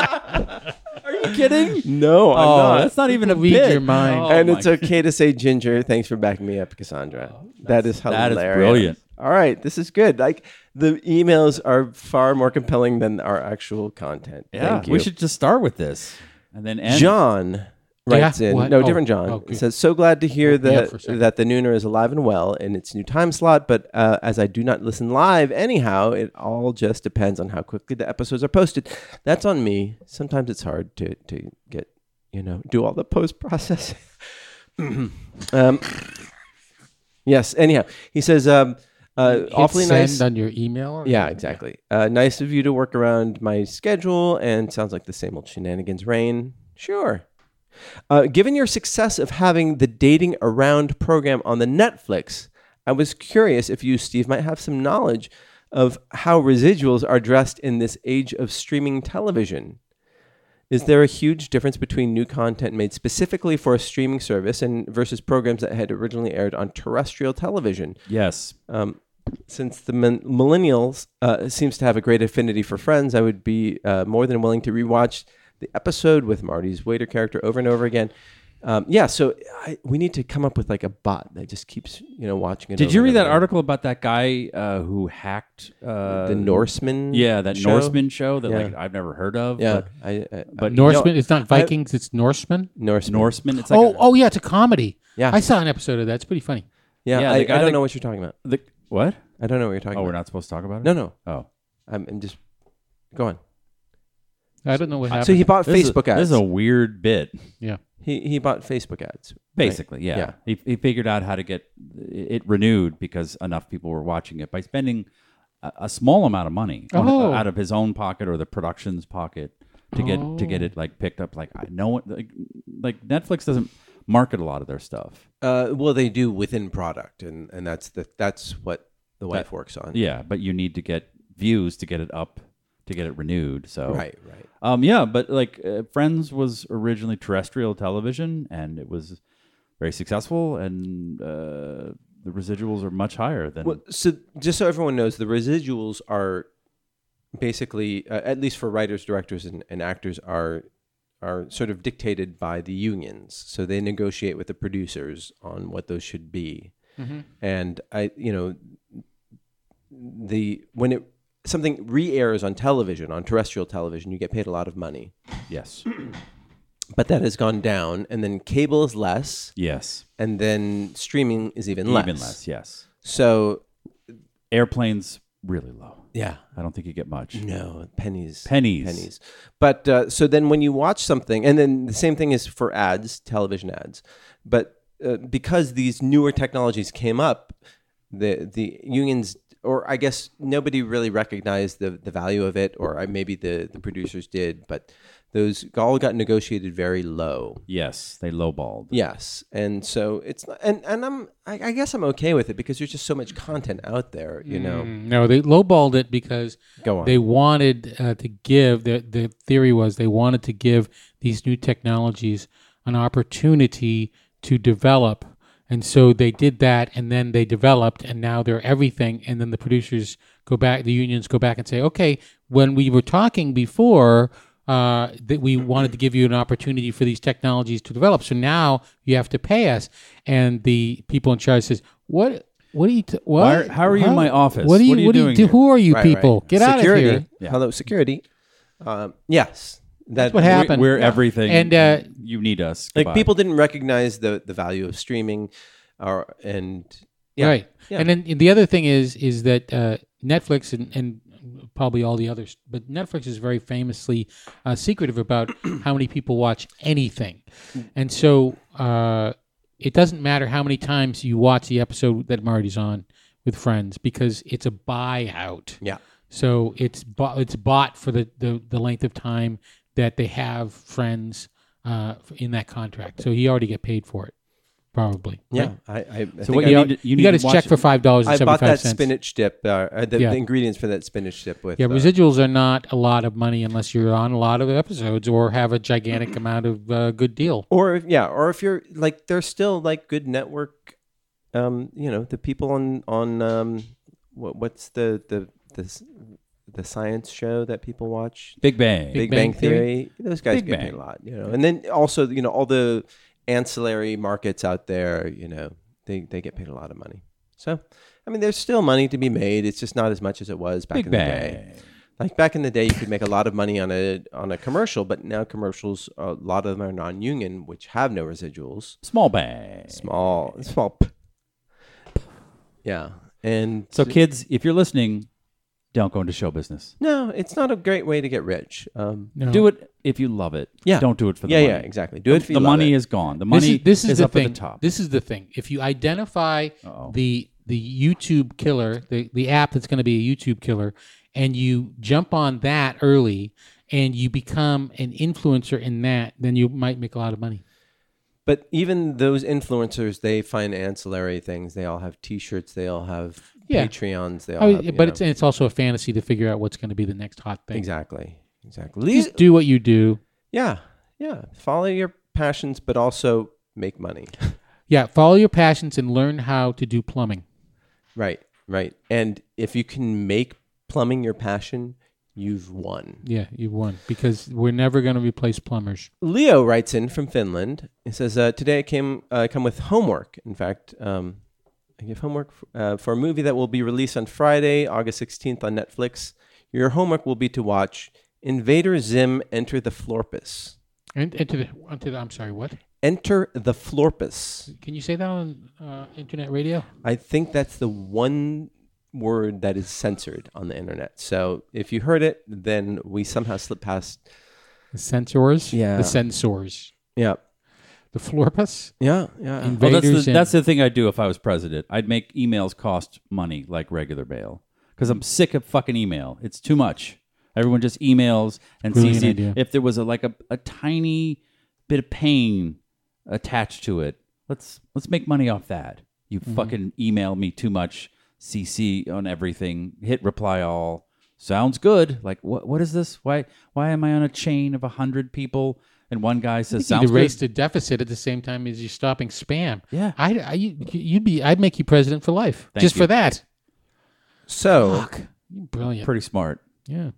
Speaker 4: Are you kidding?
Speaker 3: No, I'm
Speaker 4: Oh,
Speaker 3: not.
Speaker 4: that's not even a
Speaker 2: Read
Speaker 4: bit.
Speaker 2: your mind.
Speaker 4: Oh,
Speaker 3: and
Speaker 4: my Oh,
Speaker 3: it's okay to say ginger. Thanks for backing me up, Cassandra. that is
Speaker 4: that
Speaker 3: hilarious.
Speaker 4: is brilliant.
Speaker 3: All right, this is good. Like the emails are far more compelling than our actual content.
Speaker 4: Yeah,
Speaker 3: Thank you.
Speaker 4: we should just start with this and then end.
Speaker 3: John writes
Speaker 2: Yeah,
Speaker 3: in.
Speaker 2: what?
Speaker 3: No,
Speaker 2: Oh,
Speaker 3: different John.
Speaker 2: oh, good.
Speaker 3: says, So glad to hear
Speaker 2: me up
Speaker 3: that,
Speaker 2: for a second.
Speaker 3: that the Nooner is alive and well in its new time slot, but uh, as I do not listen live anyhow, it all just depends on how quickly the episodes are posted. That's on me. Sometimes it's hard to, to get, you know, do all the post processing. um, yes, anyhow, he says, um, uh,
Speaker 2: Hit
Speaker 3: awfully
Speaker 2: send
Speaker 3: nice.
Speaker 2: on your email. Or
Speaker 3: Yeah, exactly. Uh, nice of you to work around my schedule, and sounds like the same old shenanigans reign. Sure. Uh, given your success of having the Dating Around program on the Netflix, I was curious if you, Steve, might have some knowledge of how residuals are dressed in this age of streaming television. Is there a huge difference between new content made specifically for a streaming service and versus programs that had originally aired on terrestrial television?
Speaker 4: Yes.
Speaker 3: since the min- millennials uh, seems to have a great affinity for Friends, I would be uh, more than willing to rewatch the episode with Marty's waiter character over and over again. Um, yeah, so I, we need to come up with like a bot that just keeps you know watching it.
Speaker 4: Did
Speaker 3: over
Speaker 4: you
Speaker 3: and
Speaker 4: read that
Speaker 3: over.
Speaker 4: article about that guy uh, who hacked uh,
Speaker 3: The Norseman.
Speaker 4: Yeah, that
Speaker 3: show?
Speaker 4: Norseman show that
Speaker 3: Yeah.
Speaker 4: like I've never heard of.
Speaker 3: Yeah,
Speaker 4: but,
Speaker 3: I, I,
Speaker 4: but you know,
Speaker 2: Norseman. it's not Vikings. it's Norseman.
Speaker 3: Norseman.
Speaker 4: Norseman. It's like
Speaker 2: Oh,
Speaker 4: a-
Speaker 2: oh yeah, it's a comedy.
Speaker 3: Yeah.
Speaker 2: I saw an episode of that. It's pretty funny.
Speaker 3: yeah,
Speaker 4: yeah,
Speaker 3: I,
Speaker 4: the
Speaker 3: I
Speaker 4: guy
Speaker 3: don't
Speaker 4: that-
Speaker 3: know what you're talking about.
Speaker 4: the, what?
Speaker 3: I don't know what you're talking
Speaker 4: Oh, we're
Speaker 3: about.
Speaker 4: not supposed to talk about it.
Speaker 3: No, no,
Speaker 4: Oh,
Speaker 3: I'm, I'm just go on.
Speaker 2: I don't know what happened.
Speaker 3: So he bought
Speaker 4: This is-
Speaker 3: Facebook ads.
Speaker 4: This is a weird bit.
Speaker 2: yeah.
Speaker 3: he he bought Facebook ads. right?
Speaker 4: Basically, yeah.
Speaker 3: Yeah.
Speaker 4: He, he figured out how to get it renewed because enough people were watching it by spending a, a small amount of money on-
Speaker 2: Oh.
Speaker 4: out of his own pocket or the production's pocket to get to
Speaker 3: Oh.
Speaker 4: get it like picked up. Like I know, what- like, like Netflix doesn't market a lot of their stuff.
Speaker 3: Uh, well, they do within product, and and that's the that's what the wife works on.
Speaker 4: Yeah, but you need to get views to get it up to get it renewed. So
Speaker 3: Right, right.
Speaker 4: Um, yeah, but like uh, Friends was originally terrestrial television, and it was very successful, and uh, the residuals are much higher than.
Speaker 3: Well, so just so everyone knows, the residuals are basically, uh, at least for writers, directors, and, and actors, are are sort of dictated by the unions. So they negotiate with the producers on what those should be. And I, you know, the when it something re-airs on television, on terrestrial television, you get paid a lot of money,
Speaker 4: Yes.
Speaker 3: but that has gone down, and then cable is less,
Speaker 4: Yes.
Speaker 3: and then streaming is even less.
Speaker 4: Even less. Yes.
Speaker 3: So
Speaker 4: Airplanes really low.
Speaker 3: yeah.
Speaker 4: I don't think you get much.
Speaker 3: No, pennies.
Speaker 4: Pennies.
Speaker 3: Pennies. But uh, so then when you watch something, and then the same thing is for ads, television ads. But uh, because these newer technologies came up, the the unions, or I guess nobody really recognized the, the value of it, or I, maybe the, the producers did, but those all got negotiated very low.
Speaker 4: Yes, they lowballed.
Speaker 3: Yes, and so it's not, and and I'm I, I guess I'm okay with it because there's just so much content out there, you
Speaker 4: Mm.
Speaker 3: know.
Speaker 2: Mm, No, they lowballed it because
Speaker 3: Go on.
Speaker 2: they wanted uh, to give. The, the theory was they wanted to give these new technologies an opportunity to develop, and so they did that, and then they developed, and now they're everything. And then the producers go back, the unions go back and say, okay, when we were talking before. Uh, that we wanted to give you an opportunity for these technologies to develop. So now you have to pay us. And the people in charge says, "What? What are you? T- what?
Speaker 4: Why are- how are you in
Speaker 2: Huh?
Speaker 4: my office?
Speaker 2: What are you?
Speaker 4: What are you
Speaker 2: what
Speaker 4: doing
Speaker 2: do-
Speaker 4: here?
Speaker 2: Who are you people? Get
Speaker 3: security.
Speaker 2: out of here!
Speaker 3: Hello, security. Um, yes, that,
Speaker 2: What
Speaker 4: We-
Speaker 2: happened?
Speaker 4: We're everything.
Speaker 2: And, uh,
Speaker 4: you need us.
Speaker 3: Like
Speaker 4: Goodbye.
Speaker 3: people didn't recognize the the value of streaming, or and yeah,
Speaker 2: Right. And then the other thing is is that uh, Netflix and, and probably all the others, but Netflix is very famously uh, secretive about how many people watch anything, and so uh, it doesn't matter how many times you watch the episode that Marty's on with friends because it's a buyout.
Speaker 3: yeah.
Speaker 2: So it's bought, it's bought for the, the, the length of time that they have friends uh, in that contract. So he already get paid for it, probably.
Speaker 3: Yeah, I, I, I
Speaker 4: So
Speaker 3: think
Speaker 4: what
Speaker 3: I-
Speaker 4: you need? To, you
Speaker 2: You,
Speaker 4: need
Speaker 2: got
Speaker 4: to
Speaker 2: his
Speaker 4: watch
Speaker 2: check
Speaker 4: it.
Speaker 2: for five dollars
Speaker 3: I,
Speaker 2: and seventy
Speaker 3: bought
Speaker 2: five
Speaker 3: that
Speaker 2: cents.
Speaker 3: spinach dip, uh, uh, the,
Speaker 2: Yeah.
Speaker 3: the ingredients for that spinach dip with
Speaker 2: Yeah,
Speaker 3: uh,
Speaker 2: residuals are not a lot of money unless you're on a lot of episodes or have a gigantic amount of uh, good deal.
Speaker 3: or if- yeah, or if you're like, there's still like good network. Um, you know, the people on on um, what what's the the the s- the science show that people watch?
Speaker 4: Big Bang.
Speaker 3: Big,
Speaker 2: Bang
Speaker 3: Bang, Theory. Those guys
Speaker 4: Big
Speaker 3: get paid
Speaker 4: Bang.
Speaker 3: a lot, you know. And then also, you know, all the ancillary markets out there, you know, they, they get paid a lot of money. So, I mean, there's still money to be made. It's just not as much as it was back
Speaker 4: Big
Speaker 3: in the
Speaker 4: Bang.
Speaker 3: day. Like back in the day, you could make a lot of money on a on a commercial, but now commercials, a lot of them are non-union, which have no residuals.
Speaker 4: Small Bang.
Speaker 3: Small, small. P- yeah, and
Speaker 4: So kids, if you're listening, don't go into show business.
Speaker 3: no, it's not a great way to get rich. Um,
Speaker 2: No.
Speaker 4: Do it if you love it.
Speaker 3: Yeah.
Speaker 4: Don't do it for the
Speaker 3: yeah,
Speaker 4: money.
Speaker 3: yeah, exactly. Do it if you
Speaker 4: The
Speaker 3: love
Speaker 4: money
Speaker 3: it.
Speaker 4: is gone. The money
Speaker 2: this is, this is, the
Speaker 4: up
Speaker 2: thing.
Speaker 4: at the top.
Speaker 2: This is the thing. If you identify
Speaker 4: Uh-oh.
Speaker 2: the the YouTube killer, the, the app that's going to be a YouTube killer, and you jump on that early and you become an influencer in that, then you might make a lot of
Speaker 4: Uh,
Speaker 2: money.
Speaker 3: But even those influencers, they find ancillary things. They all have T-shirts. They all have
Speaker 2: Yeah.
Speaker 3: Patreons. They all.
Speaker 2: Oh,
Speaker 3: have, you
Speaker 2: but
Speaker 3: know.
Speaker 2: it's and it's also a fantasy to figure out what's going to be the next hot thing.
Speaker 3: exactly, exactly. These,
Speaker 2: Just do what you do.
Speaker 3: yeah, yeah. Follow your passions, but also make money.
Speaker 2: Yeah, follow your passions and learn how to do plumbing.
Speaker 3: right, right. And if you can make plumbing your passion, you've won.
Speaker 2: Yeah, you won because we're never going to replace plumbers.
Speaker 3: Leo writes in from Finland. He says, uh, "Today I came uh, come with homework. In fact, um, I give homework f- uh, for a movie that will be released on Friday, August sixteenth on Netflix. Your homework will be to watch Invader Zim: Enter the Florpus.
Speaker 2: And, and to the, onto the, I'm sorry, what?
Speaker 3: Enter the Florpus.
Speaker 2: Can you say that on uh, internet radio?
Speaker 3: I think that's the one." Word that is censored on the internet. So if you heard it, then we somehow slipped past.
Speaker 2: The censors?
Speaker 3: Yeah.
Speaker 2: The censors.
Speaker 3: Yeah,
Speaker 2: The florpus?
Speaker 3: yeah, yeah.
Speaker 4: Well, that's
Speaker 2: Invaders
Speaker 4: the,
Speaker 2: in-
Speaker 4: that's the thing I'd do if I was president. I'd make emails cost money like regular bail because I'm sick of fucking email. It's too much. Everyone just emails and
Speaker 2: Brilliant
Speaker 4: CC.
Speaker 2: idea.
Speaker 4: If there was a, like a, a tiny bit of pain attached to it, let's let's make money off that. You
Speaker 2: Mm-hmm.
Speaker 4: fucking email me too much, CC on everything, hit reply all. Sounds good. Like what? What is this? Why? Why am I on a chain of a hundred people and one guy says
Speaker 2: You
Speaker 4: sounds
Speaker 2: need to
Speaker 4: good?
Speaker 2: raise the deficit at the same time as you're stopping spam.
Speaker 4: Yeah.
Speaker 2: I, I, you- you'd be, I'd make you president for life just
Speaker 4: you.
Speaker 2: for that.
Speaker 3: So
Speaker 2: Brilliant.
Speaker 4: Pretty smart.
Speaker 2: yeah.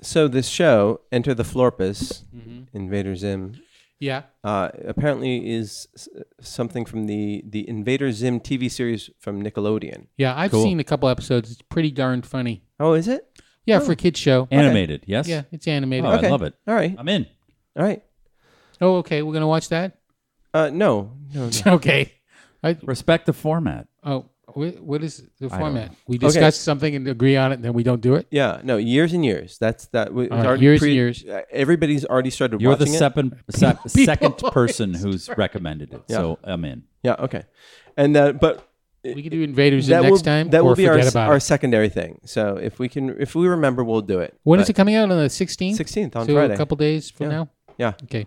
Speaker 3: so this show, Enter the Florpus,
Speaker 2: Mm-hmm.
Speaker 3: Invader Zim,
Speaker 2: Yeah.
Speaker 3: uh, apparently is s- something from the the Invader Zim TV series from Nickelodeon.
Speaker 2: Yeah. I've
Speaker 4: Cool.
Speaker 2: seen a couple episodes. It's pretty darn funny.
Speaker 3: Oh, is it?
Speaker 2: Yeah, for a kids show.
Speaker 4: Animated, yes.
Speaker 2: Yeah, it's animated.
Speaker 4: Oh,
Speaker 2: Oh,
Speaker 4: I love it.
Speaker 3: All right,
Speaker 4: I'm in.
Speaker 3: all right.
Speaker 2: okay. We're gonna watch that.
Speaker 3: Uh, no, no, no.
Speaker 2: okay. I,
Speaker 4: Respect the format.
Speaker 2: oh, wh- what is the
Speaker 4: don't
Speaker 2: format?
Speaker 4: know.
Speaker 2: We discuss something and agree on it, and then we don't do it.
Speaker 3: yeah, no. Years and years. That's that. w-
Speaker 2: All right,
Speaker 3: already
Speaker 2: years and years.
Speaker 3: uh, Everybody's already started
Speaker 4: You're the
Speaker 3: watching it.
Speaker 4: second se- second
Speaker 2: people
Speaker 4: person who's recommended it, so I'm in.
Speaker 3: Yeah, okay. And uh, but
Speaker 2: We could do Invaders in
Speaker 3: that
Speaker 2: next
Speaker 3: will
Speaker 2: time,
Speaker 3: that
Speaker 2: or
Speaker 3: will be our
Speaker 2: forget
Speaker 3: s-
Speaker 2: about
Speaker 3: our
Speaker 2: it.
Speaker 3: secondary thing. So if we can, if we remember, we'll do it.
Speaker 2: When is it coming out on the sixteenth?
Speaker 3: Sixteenth on
Speaker 2: So
Speaker 3: Friday.
Speaker 2: a couple days from now.
Speaker 3: yeah.
Speaker 2: Okay.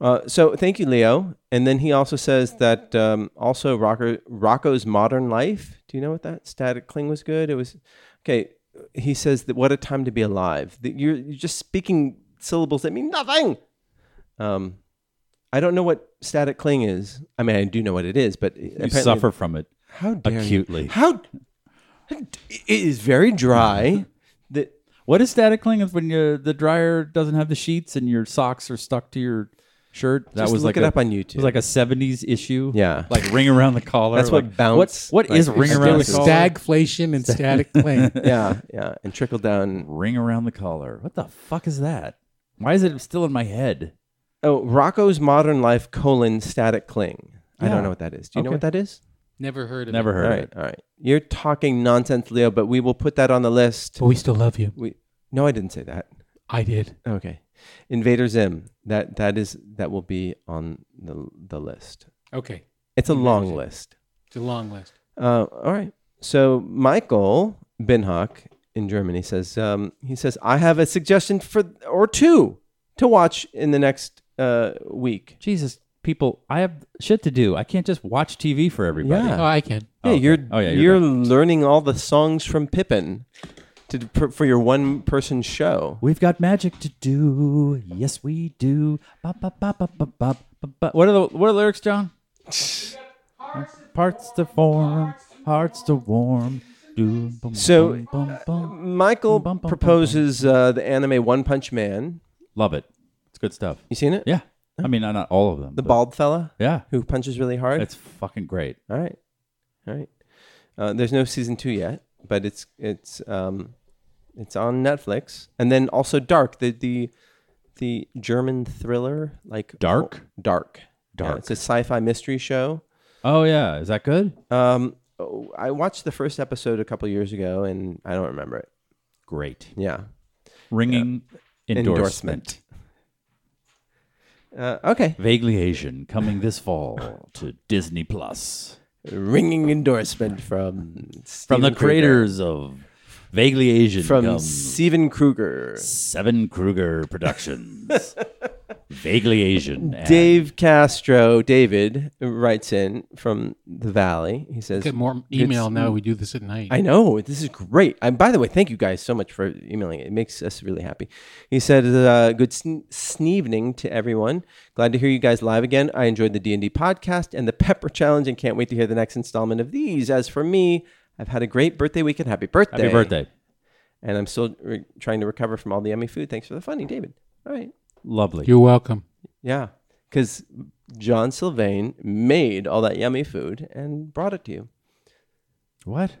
Speaker 3: Uh, so thank you, Leo. And then he also says that um, also Rocker, Rocco's Modern Life. Do you know what that static cling was good? It was okay. He says that what a time to be alive. That you're, you're just speaking syllables that mean nothing. Um, I don't know what static cling is. I mean, I do know what it is, but
Speaker 4: You suffer from it
Speaker 3: how dare you-
Speaker 4: acutely.
Speaker 3: How it is very dry. that
Speaker 4: What is static cling? Is when you, the dryer doesn't have the sheets and your socks are stuck to your shirt. That
Speaker 3: Just
Speaker 4: was
Speaker 3: look
Speaker 4: like
Speaker 3: it
Speaker 4: a,
Speaker 3: up on
Speaker 4: It was
Speaker 3: YouTube.
Speaker 4: like a '70s issue.
Speaker 3: Yeah.
Speaker 4: like ring around the collar.
Speaker 3: That's what
Speaker 4: like,
Speaker 3: bounce,
Speaker 4: What, what is
Speaker 3: like,
Speaker 4: ring
Speaker 3: is
Speaker 4: around
Speaker 2: There
Speaker 4: the
Speaker 2: was
Speaker 3: doing.
Speaker 4: collar?
Speaker 2: stagflation and static claim.
Speaker 3: yeah, yeah, and trickle down
Speaker 4: ring around the collar. What the fuck is that? Why is it still in my head?
Speaker 3: Oh, Rocco's Modern Life colon static cling. I
Speaker 4: Yeah.
Speaker 3: don't know what that is. Do you know
Speaker 4: Okay.
Speaker 3: what that is?
Speaker 2: Never heard of it.
Speaker 4: Never heard
Speaker 3: All
Speaker 4: of
Speaker 3: right,
Speaker 4: it.
Speaker 3: all right. You're talking nonsense, Leo, but we will put that on the list.
Speaker 2: But we still love you.
Speaker 3: We no, I didn't say that.
Speaker 2: I did.
Speaker 3: Okay, Invader Zim. That that is that will be on the the list.
Speaker 2: Okay.
Speaker 3: It's a long list.
Speaker 2: It's a long list.
Speaker 3: Uh, all right. So Michael Binhock in Germany says um, he says I have a suggestion for or two to watch in the next uh, week.
Speaker 4: Jesus, people, I have shit to do. I can't just watch TV for everybody.
Speaker 3: Yeah.
Speaker 2: Oh, I can.
Speaker 3: Yeah,
Speaker 4: okay.
Speaker 3: you're
Speaker 4: Oh, yeah, you're
Speaker 3: you're, learning all the songs from Pippin to for, for your one person show.
Speaker 4: We've got magic to do. Yes, we do. Ba, ba, ba, ba, ba, ba, ba, ba. What are the what are the lyrics, John? Parts to form, hearts to warm. Do, bum,
Speaker 3: So-
Speaker 4: bum, bum, bum.
Speaker 3: Michael
Speaker 4: Bum, bum, bum,
Speaker 3: proposes uh, the anime One Punch Man.
Speaker 4: love it. It's good stuff.
Speaker 3: You seen it?
Speaker 4: Yeah, I mean, not not all of them.
Speaker 3: The
Speaker 4: but-
Speaker 3: bald fella
Speaker 4: Yeah,
Speaker 3: who punches really hard.
Speaker 4: it's fucking great.
Speaker 3: all right, all right. Uh, there's no season two yet, but it's it's um, it's on Netflix. And then also Dark, the the the German thriller like
Speaker 4: Dark?
Speaker 3: Dark, Yeah,
Speaker 4: Dark.
Speaker 3: it's a sci-fi mystery show.
Speaker 4: Oh yeah, is that good?
Speaker 3: Um, oh, I watched the first episode a couple years ago, and I don't remember it.
Speaker 4: Great.
Speaker 3: Yeah.
Speaker 4: Ringing endorsement.
Speaker 3: Endorsement. Uh, okay.
Speaker 4: Vaguely Asian coming this fall to Disney Plus.
Speaker 3: Ringing endorsement from
Speaker 4: from
Speaker 3: Steven
Speaker 4: the
Speaker 3: Kruger.
Speaker 4: creators of Vaguely Asian
Speaker 3: from
Speaker 4: comes
Speaker 3: Steven Kruger,
Speaker 4: Seven Kruger Productions. Vaguely Asian. and-
Speaker 3: Dave Castro. David writes in from the Valley. He says,
Speaker 2: Get more email now. We do this at night.
Speaker 3: I know this is great. And by the way, thank you guys so much for emailing. It makes us really happy. He said, uh, "Good sn- sneevening to everyone. Glad to hear you guys live again. I enjoyed the D and D podcast and the Pepper Challenge, and can't wait to hear the next installment of these. As for me, I've had a great birthday weekend. Happy birthday!
Speaker 4: Happy birthday.
Speaker 3: and I'm still re- trying to recover from all the yummy food. Thanks for the funding, David. All right.
Speaker 4: Lovely.
Speaker 2: You're welcome.
Speaker 3: Yeah. Because John Sylvain made all that yummy food and brought it to you.
Speaker 4: what?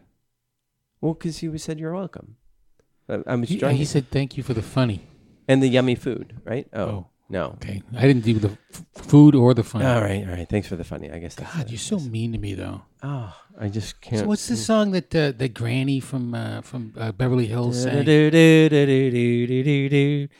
Speaker 3: Well, because he was- said you're welcome. I, I was
Speaker 2: He,
Speaker 3: drunk.
Speaker 2: he said thank you for the funny.
Speaker 3: and the yummy food, right? Oh,
Speaker 2: Oh.
Speaker 3: no.
Speaker 2: Okay, I didn't do the f- food or the funny.
Speaker 3: All right. All right. Thanks for the funny. I guess that's
Speaker 2: God, you're so mean to me, though.
Speaker 3: Oh, I just can't.
Speaker 2: So what's the song that uh, that Granny from uh, from uh, Beverly Hills sang? Guitar.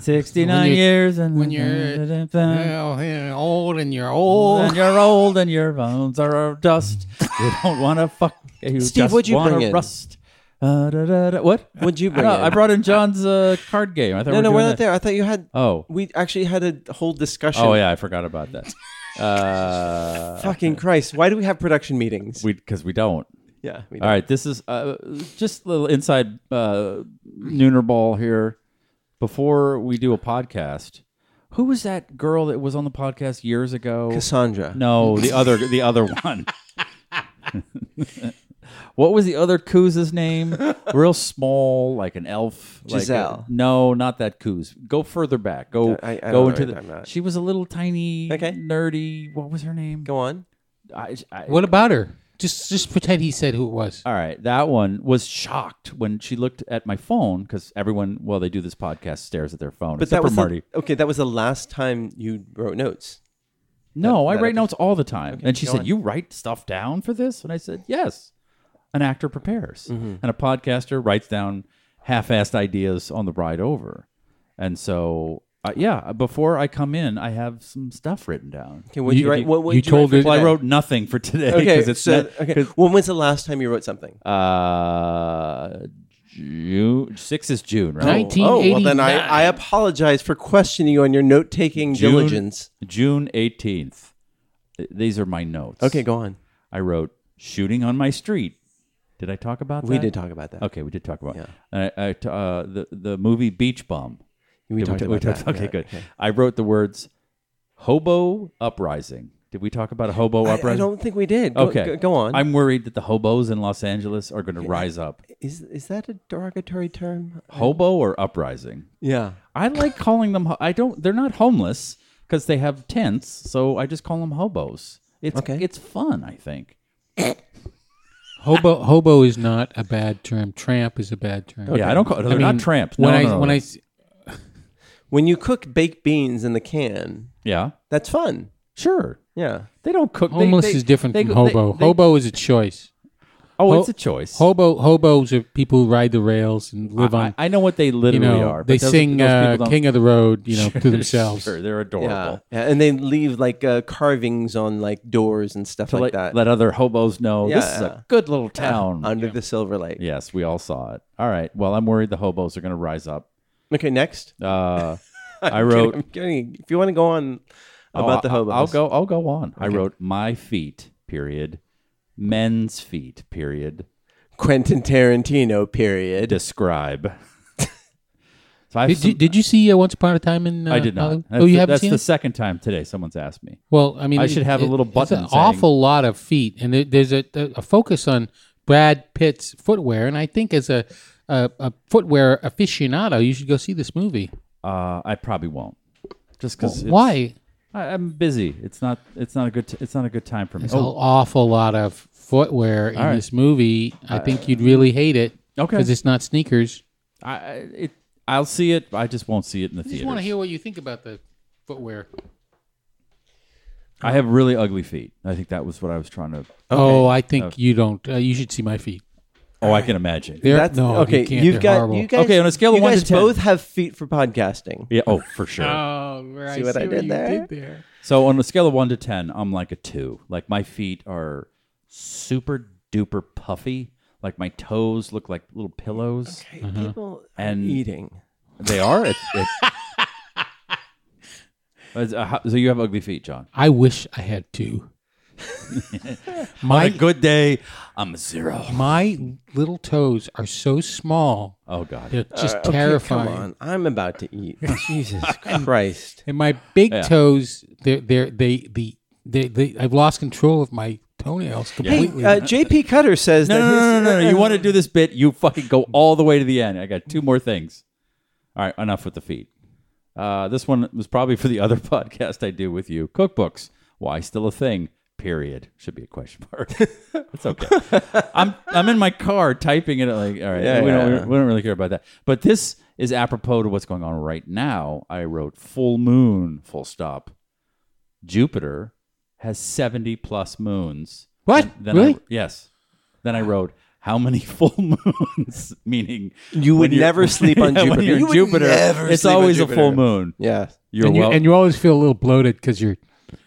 Speaker 4: Six, 69
Speaker 2: When you-
Speaker 4: years and
Speaker 2: when you're-
Speaker 4: and
Speaker 2: Well, yeah, old and you're old.
Speaker 4: you're old and your bones are of dust. You don't want to fuck. You
Speaker 3: Steve,
Speaker 4: just
Speaker 3: what'd you
Speaker 4: wanna
Speaker 3: bring in?
Speaker 4: Rust. Uh, da, da, da. What?
Speaker 3: What'd you
Speaker 4: I, don't
Speaker 3: bring?
Speaker 4: know,
Speaker 3: in?
Speaker 4: I brought in John's uh, card game. I thought
Speaker 3: no,
Speaker 4: we
Speaker 3: no,
Speaker 4: were
Speaker 3: we're
Speaker 4: doing
Speaker 3: not
Speaker 4: that.
Speaker 3: there. I thought you had.
Speaker 4: Oh,
Speaker 3: We actually had a whole discussion.
Speaker 4: oh yeah, I forgot about that. Uh,
Speaker 3: Fucking Christ. Why do we have production meetings?
Speaker 4: we because we don't.
Speaker 3: yeah. We
Speaker 4: All right, this is uh, just a little inside uh, Nooner ball here. Before we do a podcast, who was that girl that was on the podcast years ago?
Speaker 3: Cassandra.
Speaker 4: No, the other, the other one. what was the other coos's name? Real small, like an elf. like a-
Speaker 3: Giselle.
Speaker 4: no, not that coos. Go further back. Go,
Speaker 3: I- I don't
Speaker 4: go
Speaker 3: know
Speaker 4: into
Speaker 3: it,
Speaker 4: the.
Speaker 3: I'm not-
Speaker 4: She was a little tiny,
Speaker 3: Okay.
Speaker 4: nerdy. What was her name?
Speaker 3: Go on.
Speaker 4: I, I,
Speaker 2: What about her? Just just pretend he said who it was.
Speaker 4: all right, that one was shocked when she looked at my phone because everyone, well, they do this podcast, stares at their phone.
Speaker 3: But
Speaker 4: except
Speaker 3: that was
Speaker 4: for Marty.
Speaker 3: The, okay. That was the last time you wrote notes.
Speaker 4: no, I
Speaker 3: that
Speaker 4: write
Speaker 3: episode-
Speaker 4: notes all the time. and she
Speaker 3: go
Speaker 4: said,
Speaker 3: on.
Speaker 4: "You write stuff down for this?" And I said, "Yes." An actor prepares,
Speaker 3: Mm-hmm.
Speaker 4: and a podcaster writes down half-assed ideas on the ride over. And so, uh, yeah, before I come in, I have some stuff written down.
Speaker 3: Okay. What did
Speaker 2: You-
Speaker 3: you write?
Speaker 2: you-
Speaker 3: What, what
Speaker 2: you
Speaker 3: did you write
Speaker 2: told
Speaker 3: for
Speaker 2: it-
Speaker 4: Well, I
Speaker 3: today?
Speaker 4: wrote nothing for today
Speaker 3: Okay.
Speaker 4: because it's
Speaker 3: so,
Speaker 4: not,
Speaker 3: okay. When was the last time you wrote
Speaker 4: Oh,
Speaker 3: something?
Speaker 4: Uh, June six is June, right?
Speaker 2: Nineteen
Speaker 3: Oh,
Speaker 2: eighty nine.
Speaker 3: well, then I, I apologize for questioning you on your note taking
Speaker 4: June-
Speaker 3: diligence.
Speaker 4: June eighteenth. These are my notes.
Speaker 3: Okay, go on.
Speaker 4: I wrote shooting on my street. Did I talk about that?
Speaker 3: We did talk about that.
Speaker 4: Okay, we did talk about. Yeah. I, I t- uh, the the movie Beach Bum.
Speaker 3: We
Speaker 4: Did
Speaker 3: talked
Speaker 4: t-
Speaker 3: about that.
Speaker 4: Okay,
Speaker 3: Yeah,
Speaker 4: good. I wrote the words hobo uprising. Did we talk about a hobo
Speaker 3: I,
Speaker 4: uprising?
Speaker 3: I don't think we did. Go,
Speaker 4: Okay,
Speaker 3: go, go on.
Speaker 4: I'm worried that the hobos in Los Angeles are going to rise up.
Speaker 3: is is that a derogatory term?
Speaker 4: Hobo or uprising?
Speaker 3: Yeah.
Speaker 4: I like calling them. ho- I don't. They're not homeless because they have tents. So I just call them hobos. It's
Speaker 3: Okay.
Speaker 4: it's fun. I think.
Speaker 2: Hobo hobo is not a bad term. Tramp is a bad term.
Speaker 4: Oh, Yeah, I don't call. They're not tramps. No,
Speaker 2: when I
Speaker 4: no, no,
Speaker 2: when
Speaker 4: no.
Speaker 2: I s-
Speaker 3: When you cook baked beans in the can,
Speaker 4: yeah,
Speaker 3: that's fun.
Speaker 4: sure.
Speaker 3: Yeah.
Speaker 4: They don't cook. they-
Speaker 2: homeless
Speaker 4: they-
Speaker 2: is different
Speaker 4: they
Speaker 2: from
Speaker 4: go- they-
Speaker 2: hobo.
Speaker 4: they-
Speaker 2: hobo is a choice.
Speaker 4: Oh,
Speaker 2: ho-
Speaker 4: it's a choice.
Speaker 2: Hobo hobos are people who ride the rails and live
Speaker 4: I,
Speaker 2: on.
Speaker 4: I know what they
Speaker 2: you
Speaker 4: literally
Speaker 2: know,
Speaker 4: are. but
Speaker 2: they
Speaker 4: those-
Speaker 2: sing
Speaker 4: those people
Speaker 2: uh,
Speaker 4: don't-
Speaker 2: "King of the Road," you know, to themselves.
Speaker 4: Sure, they're
Speaker 3: Yeah.
Speaker 4: adorable.
Speaker 3: yeah. And they leave like uh, carvings on like doors and stuff
Speaker 4: To
Speaker 3: like
Speaker 4: let,
Speaker 3: that.
Speaker 4: let other hobos know this is
Speaker 3: Yeah.
Speaker 4: a good little town.
Speaker 3: under the silver light.
Speaker 4: yes, we all saw it. All right. Well, I'm worried the hobos are going to rise up.
Speaker 3: Okay, next.
Speaker 4: Uh, I wrote
Speaker 3: I'm kidding. If you want to go on about
Speaker 4: Oh,
Speaker 3: the
Speaker 4: I-
Speaker 3: hobos.
Speaker 4: I'll go. I'll go on. I wrote my feet. Period. Men's feet. Period.
Speaker 3: Quentin Tarantino, period.
Speaker 4: Describe. so I
Speaker 2: Did, you, did you see uh, Once Upon a Time in? Uh,
Speaker 4: I did not.
Speaker 2: Hollywood?
Speaker 4: That's,
Speaker 2: Oh, you
Speaker 4: the-
Speaker 2: haven't
Speaker 4: that's
Speaker 2: seen
Speaker 4: the
Speaker 2: it?
Speaker 4: second time today someone's asked me.
Speaker 2: Well, I mean,
Speaker 4: I should have a little button
Speaker 2: It's an
Speaker 4: saying-
Speaker 2: awful lot of feet, and there, there's a, a focus on Brad Pitt's footwear. And I think as a a, a footwear aficionado, you should go see this movie.
Speaker 4: Uh, I probably won't. Just because
Speaker 2: Why?
Speaker 4: I, I'm busy. It's not. It's not a good. T- it's not a good time for me.
Speaker 2: There's an
Speaker 4: Oh,
Speaker 2: awful lot of footwear in
Speaker 4: right.
Speaker 2: this movie. I think you'd really hate it.
Speaker 4: Okay.
Speaker 2: Because it's not sneakers.
Speaker 4: Oh, I, I- it, I'll see it. I just won't see it in the
Speaker 2: I just want
Speaker 4: theater.
Speaker 2: to hear what you think about the footwear.
Speaker 4: I have really ugly feet. I think that was what I was trying to.
Speaker 2: Oh, I think you don't. Uh, you should see my feet.
Speaker 4: Oh, I can imagine.
Speaker 2: They're,
Speaker 3: That's
Speaker 2: no,
Speaker 3: okay.
Speaker 2: you can't.
Speaker 3: have
Speaker 2: They're
Speaker 3: got
Speaker 2: horrible.
Speaker 3: you guys.
Speaker 4: Okay, on a scale of
Speaker 3: you
Speaker 4: one to
Speaker 3: guys
Speaker 4: 10.
Speaker 3: both have feet for podcasting.
Speaker 4: Yeah. Oh, for sure.
Speaker 2: Oh, right.
Speaker 3: See what I did
Speaker 2: you
Speaker 3: there?
Speaker 2: there?
Speaker 4: So on a scale of one to ten, I'm like a two. Like my feet are super duper puffy. Like my toes look like little pillows.
Speaker 3: People and
Speaker 4: And-
Speaker 3: eating.
Speaker 4: They are. It, it, Is- uh, how- so you have ugly feet, John.
Speaker 2: I wish I had two.
Speaker 4: On a
Speaker 2: my
Speaker 4: good day, I'm a zero.
Speaker 2: my little toes are so small.
Speaker 4: Oh God.
Speaker 2: They're just
Speaker 3: Uh, Okay,
Speaker 2: terrifying.
Speaker 3: come on, I'm about to eat. Jesus Christ.
Speaker 2: And my big
Speaker 4: Yeah.
Speaker 2: toes, they're, they're, they, the, they, they, I've lost control of my toenails
Speaker 3: Hey,
Speaker 2: completely.
Speaker 3: uh, JP Cutter says
Speaker 4: No,
Speaker 3: that
Speaker 4: no,
Speaker 3: his,
Speaker 4: no, no, no. You want to do this bit? You fucking go all the way to the end. I got two more things. All right, enough with the feet. Uh, this one was probably for the other podcast I do with you. Cookbooks. Why still a thing? Period. Should be a question mark. it's okay. I'm I'm in my car typing it. Like, all right,
Speaker 3: Yeah,
Speaker 4: we,
Speaker 3: yeah,
Speaker 4: don't,
Speaker 3: yeah.
Speaker 4: we don't really care about that. But this is apropos to what's going on right now. I wrote full moon, full stop. Jupiter has 70 plus moons.
Speaker 2: What?
Speaker 4: And Then
Speaker 2: Really?
Speaker 4: I, yes. Then I wrote, how many full moons? Meaning,
Speaker 3: You
Speaker 4: when
Speaker 3: would
Speaker 4: you're-
Speaker 3: never sleep on
Speaker 4: Yeah, when
Speaker 3: Jupiter.
Speaker 4: you're
Speaker 3: You would
Speaker 4: Jupiter,
Speaker 3: never
Speaker 4: it's
Speaker 3: sleep on
Speaker 4: always
Speaker 3: Jupiter.
Speaker 4: a full moon.
Speaker 3: Yeah.
Speaker 4: You're
Speaker 2: and, you,
Speaker 4: well,
Speaker 2: and you always feel a little bloated because you're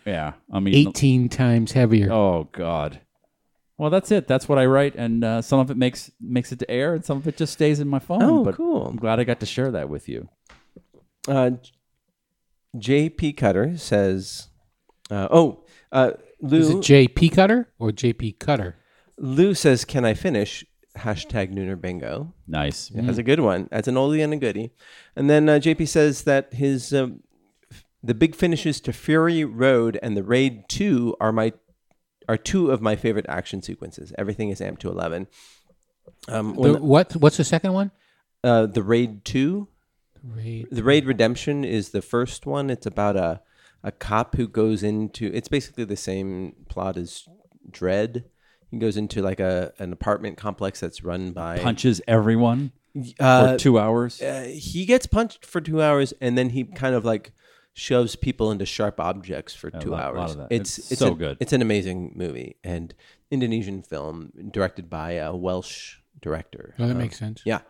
Speaker 4: yeah. I mean,
Speaker 2: 18 times heavier.
Speaker 4: oh god. Well, that's it. That's what I write, and uh, some of it makes makes it to air, and some of it just stays in my phone.
Speaker 3: Oh,
Speaker 4: but
Speaker 3: cool.
Speaker 4: I'm glad I got to share that with you.
Speaker 3: Uh, JP Cutter says, uh, "Oh, uh,
Speaker 2: Is it
Speaker 3: Lou.
Speaker 2: JP Cutter or JP Cutter?
Speaker 3: Lou says, can I finish?" Hashtag Nooner Bingo.
Speaker 4: Nice.
Speaker 3: That's a good one. That's an oldie and a goodie. And then uh, JP says that his um, f- the big finishes to Fury Road and the Raid Two are my are two of my favorite action sequences. Everything is amped to eleven. Um, when,
Speaker 2: The- what? What's the second one?
Speaker 3: uh, the Raid Two
Speaker 2: Raid.
Speaker 3: The Raid Redemption is the first one. It's about a a cop who goes into it's basically the same plot as Dread. He goes into like a an apartment complex that's run by
Speaker 4: Punches everyone
Speaker 3: Uh,
Speaker 4: for two hours.
Speaker 3: uh, he gets punched for two hours and then he kind of like shoves people into sharp objects for two
Speaker 4: lot- lot
Speaker 3: hours.
Speaker 4: of that.
Speaker 3: It's,
Speaker 4: It's so
Speaker 3: a-
Speaker 4: good.
Speaker 3: It's an amazing movie and Indonesian film directed by a Welsh director.
Speaker 2: Oh, that makes
Speaker 4: Uh,
Speaker 2: sense.
Speaker 3: Yeah,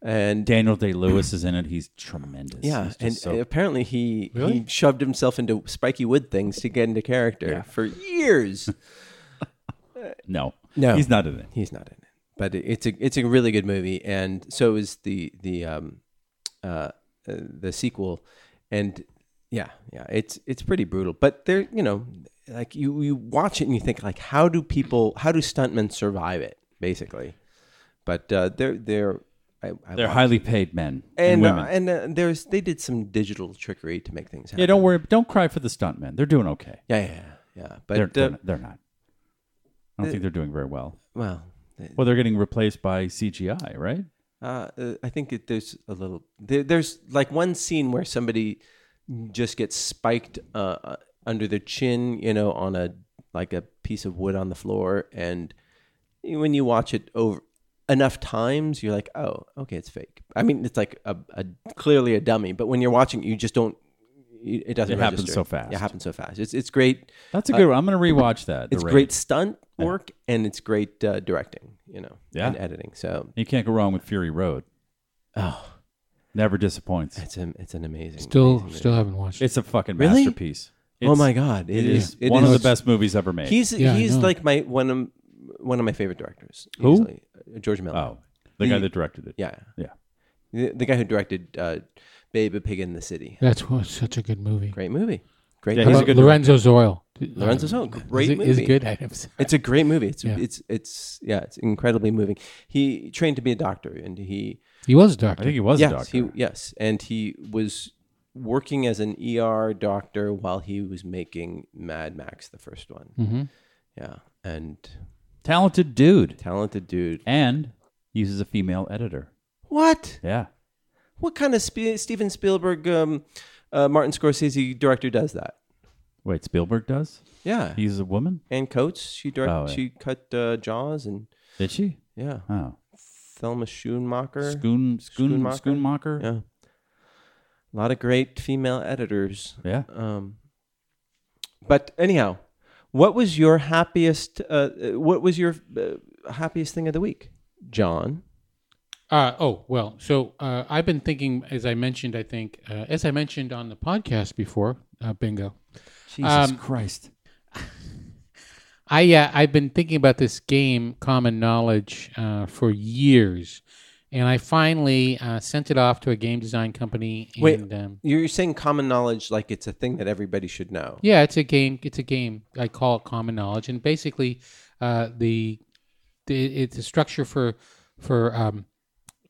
Speaker 3: and
Speaker 4: Daniel Day Lewis is in it. He's tremendous.
Speaker 3: Yeah,
Speaker 4: He's just
Speaker 3: and
Speaker 4: so
Speaker 3: apparently he he
Speaker 2: Really?
Speaker 3: shoved himself into spiky wood things to get into character for years.
Speaker 4: No,
Speaker 3: No.
Speaker 4: he's not in it.
Speaker 3: He's not in it, but it- it's a it's a really good movie, and so is the the um uh, uh the sequel, and yeah, yeah, it's it's pretty brutal, but they're you know like you you watch it and you think like how do people how do stuntmen survive it basically, but uh, they're they're I, I
Speaker 4: They're
Speaker 3: watch-
Speaker 4: highly paid men and,
Speaker 3: and uh,
Speaker 4: women.
Speaker 3: and uh, there's they did some digital trickery to make things happen.
Speaker 4: yeah, don't worry. Don't cry for the stuntmen. They're doing okay.
Speaker 3: Yeah, yeah, yeah. yeah. But
Speaker 4: They're, they're,
Speaker 3: uh,
Speaker 4: not, they're not. I don't think they're doing very well.
Speaker 3: well, th-
Speaker 4: Well, they're getting replaced by CGI, right?
Speaker 3: uh, uh, I think it, there's a little. There, there's like one scene where somebody just gets spiked uh, uh, under their chin, you know, on a like a piece of wood on the floor, and when you watch it over enough times, you're like, oh, okay, it's fake. I mean, it's like a, a clearly a dummy, but when you're watching, you just don't. It it doesn't.
Speaker 4: It happens
Speaker 3: register.
Speaker 4: so fast.
Speaker 3: Yeah, it happens so fast. It's it's great.
Speaker 4: That's a good one. I'm going to rewatch that. The
Speaker 3: Uh, It's
Speaker 4: Raid.
Speaker 3: great stunt work and it's great uh, directing, you know,
Speaker 4: Yeah.
Speaker 3: and editing. So
Speaker 4: You can't go wrong with Fury Road.
Speaker 3: Oh,
Speaker 4: Never disappoints.
Speaker 3: it's an it's an amazing.
Speaker 2: Still,
Speaker 3: amazing
Speaker 2: still haven't watched. it.
Speaker 4: It's a fucking
Speaker 3: Really?
Speaker 4: masterpiece.
Speaker 3: movie. oh
Speaker 4: It's-
Speaker 3: my god,
Speaker 4: It is
Speaker 3: it
Speaker 4: one
Speaker 3: is-
Speaker 4: of the best movies ever made.
Speaker 3: He's
Speaker 2: Yeah, I
Speaker 3: he's
Speaker 2: know.
Speaker 3: like my one of one of my favorite directors.
Speaker 4: Who?
Speaker 3: easily. Uh, George Miller.
Speaker 4: oh, the, guy that directed it.
Speaker 3: yeah,
Speaker 4: Yeah.
Speaker 3: the, the guy who directed uh, Babe a Pig in the City.
Speaker 2: That's why it's such a good movie.
Speaker 3: Great movie. Great.
Speaker 4: Yeah,
Speaker 2: How
Speaker 4: he's
Speaker 3: movie.
Speaker 4: a
Speaker 2: about
Speaker 4: good
Speaker 2: Lorenzo Zoil.
Speaker 3: Lorenzo Zoll,
Speaker 2: is,
Speaker 3: great
Speaker 2: it- is
Speaker 3: movie.
Speaker 2: it good. I have seen-
Speaker 3: It's a great movie. It's
Speaker 2: Yeah.
Speaker 3: it's it's yeah, it's incredibly moving. He trained to be a doctor, and he
Speaker 2: He was a
Speaker 4: I
Speaker 2: doctor.
Speaker 4: think he was
Speaker 3: yes,
Speaker 4: a doctor.
Speaker 3: He, yes, and he was working as an ER doctor while he was making Mad Max, the first one.
Speaker 4: Mm-hmm.
Speaker 2: Mhm.
Speaker 3: Yeah, and
Speaker 4: Talented dude.
Speaker 3: talented dude.
Speaker 4: And uses a female editor.
Speaker 3: What?
Speaker 4: Yeah.
Speaker 3: What kind of Sp- Steven Spielberg, um, uh, Martin Scorsese director does that?
Speaker 4: Wait, Spielberg does?
Speaker 3: Yeah,
Speaker 4: He uses a woman?
Speaker 3: Ann Coates. She direct.
Speaker 4: Oh, yeah.
Speaker 3: She cut uh, Jaws and
Speaker 4: Did she?
Speaker 3: yeah,
Speaker 4: Oh.
Speaker 3: Thelma Schoonmaker.
Speaker 4: Schoon, Schoon,
Speaker 3: Schoonmaker?
Speaker 4: Schoonmaker?
Speaker 3: yeah, a lot of great female editors.
Speaker 4: Yeah.
Speaker 3: Um, but anyhow, what was your happiest? Uh, uh, what was your uh, happiest thing of the week, John?
Speaker 2: Uh, oh well, so uh, I've been thinking, as I mentioned, I think, uh, as I mentioned on the podcast before, uh, bingo.
Speaker 4: Jesus
Speaker 2: Um,
Speaker 4: Christ.
Speaker 2: I uh, I've been thinking about this game, Common Knowledge, uh, for years, and I finally uh, sent it off to a game design company. And,
Speaker 3: Wait.
Speaker 2: um,
Speaker 3: You're saying common knowledge like it's a thing that everybody should know.
Speaker 2: yeah, it's a game. It's a game. I call it Common Knowledge, and basically, uh, the, the it's a structure for for um,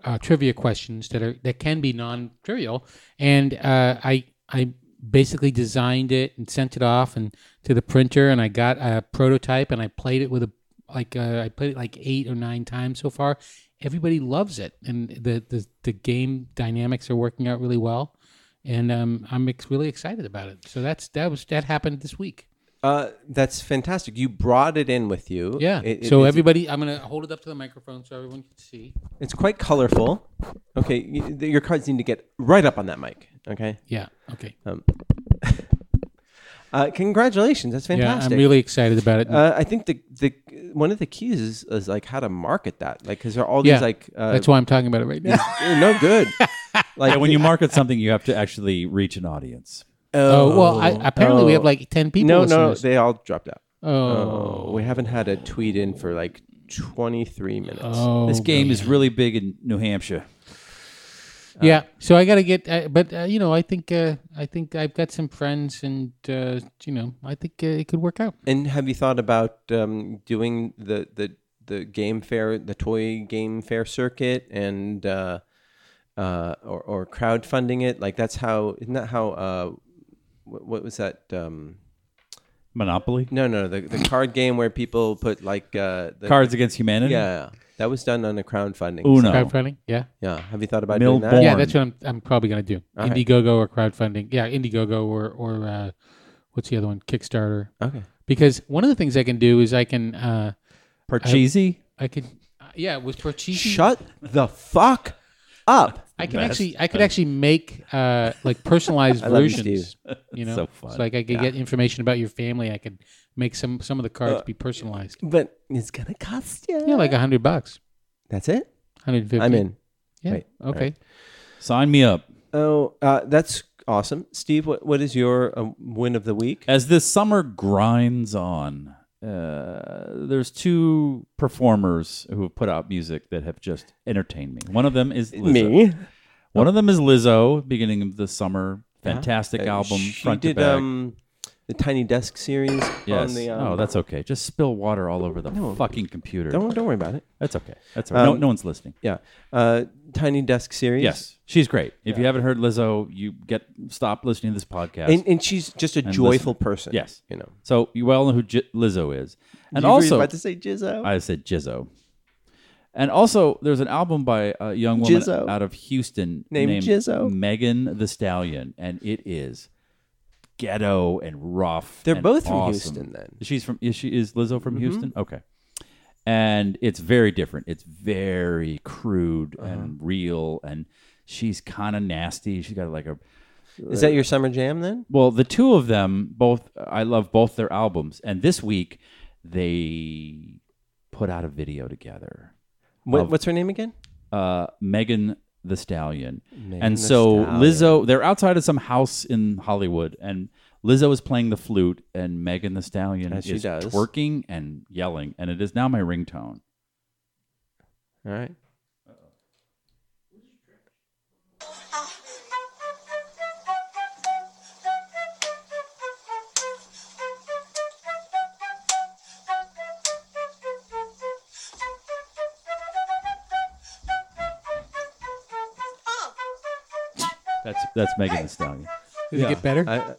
Speaker 2: uh, trivia questions that are that can be non-trivial, and uh, I I basically designed it and sent it off and to the printer, and I got a prototype and I played it with a like uh, I played it like eight or nine times so far. Everybody loves it, and the the, the game dynamics are working out really well, and um, I'm ex- really excited about it. So that's that was that happened this week.
Speaker 3: Uh, that's fantastic. You brought it in with you.
Speaker 2: Yeah.
Speaker 3: It- it-
Speaker 2: so
Speaker 3: it's-
Speaker 2: everybody, I'm gonna hold it up to the microphone so everyone can see.
Speaker 3: It's quite colorful. Okay, y- th- your cards need to get right up on that mic. Okay.
Speaker 2: Yeah. Okay.
Speaker 3: Um, uh, congratulations. That's fantastic.
Speaker 2: Yeah, I'm really excited about it.
Speaker 3: Uh, I think the the one of the keys is, is like how to market that. Like, because there are all
Speaker 2: yeah.
Speaker 3: these like uh,
Speaker 2: that's why I'm talking about it right now.
Speaker 3: eh, no good. like
Speaker 4: Yeah, when you market something, you have to actually reach an audience.
Speaker 2: Oh, well, I, apparently we have
Speaker 3: Oh.
Speaker 2: like 10 people.
Speaker 3: no no
Speaker 2: listeners.
Speaker 3: they all dropped out.
Speaker 2: oh.
Speaker 3: Oh, we haven't had a tweet in for like twenty three minutes.
Speaker 2: oh.
Speaker 4: this game is really big in New Hampshire.
Speaker 2: yeah. So I got to get, uh, but uh, you know, I think, uh, I think I've got some friends and, uh, you know, I think uh, it could work out.
Speaker 3: And have you thought about um, doing the, the the game fair, the toy game fair circuit, and uh, uh, or or crowdfunding it? Like that's how isn't that how uh, what, what was that? Um,
Speaker 4: Monopoly,
Speaker 3: no, no, the the card game where people put like uh, the,
Speaker 4: Cards Against Humanity.
Speaker 3: Yeah, that was done on a crowdfunding.
Speaker 4: Uno.
Speaker 2: Crowdfunding. Yeah.
Speaker 3: Yeah, have you thought about doing
Speaker 4: Millbourne.
Speaker 3: that?
Speaker 2: Yeah.
Speaker 4: Porn.
Speaker 2: That's what I'm, I'm probably going to do.
Speaker 3: All right.
Speaker 2: Indiegogo or crowdfunding. Yeah. Indiegogo or, or, uh, what's the other one? Kickstarter.
Speaker 3: Okay.
Speaker 2: Because one of the things I can do is I can, uh,
Speaker 4: Parcheesi.
Speaker 2: I could, yeah, with Portuguese.
Speaker 3: Shut the fuck up.
Speaker 2: I can actually, I could actually make uh, like personalized
Speaker 3: love you,
Speaker 2: versions. You know,
Speaker 4: So fun.
Speaker 2: like I could get information about your family. I could make some some of the cards
Speaker 3: Uh,
Speaker 2: be personalized.
Speaker 3: But it's gonna cost you.
Speaker 2: Yeah, like a hundred bucks,
Speaker 3: that's it.
Speaker 2: hundred fifty.
Speaker 3: I'm in.
Speaker 2: Yeah.
Speaker 3: Wait, all
Speaker 2: okay.
Speaker 4: Sign me up.
Speaker 3: Oh, uh, that's awesome, Steve. What what is your um, win of the week?
Speaker 4: As this summer grinds on, uh, there's two performers who have put out music that have just entertained me. One of them is Lizzo. One of them is Lizzo. Beginning of the summer, fantastic album.
Speaker 3: Uh-huh. Uh, She
Speaker 4: front
Speaker 3: did
Speaker 4: to back.
Speaker 3: um the Tiny Desk series
Speaker 4: yes.
Speaker 3: on the. Um,
Speaker 4: oh, that's okay. Just spill water all over the fucking computer.
Speaker 3: don't Um, don't worry about it.
Speaker 4: That's okay. That's all right. no, no one's listening.
Speaker 3: Yeah, uh, Tiny Desk series.
Speaker 4: Yes, she's great. If you haven't heard Lizzo, you get stop listening to this podcast.
Speaker 3: and and she's just a joyful person.
Speaker 4: yes,
Speaker 3: you know.
Speaker 4: So you well know who J- Lizzo is, and
Speaker 3: You were
Speaker 4: also
Speaker 3: about to say Jizzo.
Speaker 4: I said Jizzo. And also, there's an album by a young woman
Speaker 3: Jizzo.
Speaker 4: out of Houston
Speaker 3: Named Jizzo.
Speaker 4: Megan the Stallion, and it is ghetto and rough.
Speaker 3: They're
Speaker 4: and
Speaker 3: both from
Speaker 4: awesome.
Speaker 3: Houston, then. Mm-hmm.
Speaker 4: she's from is she is Lizzo from Houston? Okay, and it's very different. It's very crude
Speaker 3: Uh-huh.
Speaker 4: and real, and she's kind of nasty. She's got like a
Speaker 3: Is that your summer jam then?
Speaker 4: well, the two of them both I love both their albums, and this week they put out a video together.
Speaker 3: What, what's her name again?
Speaker 4: Uh, Megan the Stallion,
Speaker 3: Megan the
Speaker 4: and so
Speaker 3: Stallion.
Speaker 4: Lizzo. They're outside of some house in Hollywood, and Lizzo is playing the flute, and Megan the Stallion
Speaker 3: As she
Speaker 4: is
Speaker 3: does.
Speaker 4: twerking and yelling, and it is now my ringtone.
Speaker 3: All right.
Speaker 4: That's that's Megan the Stallion.
Speaker 2: Did it get better?
Speaker 3: I, all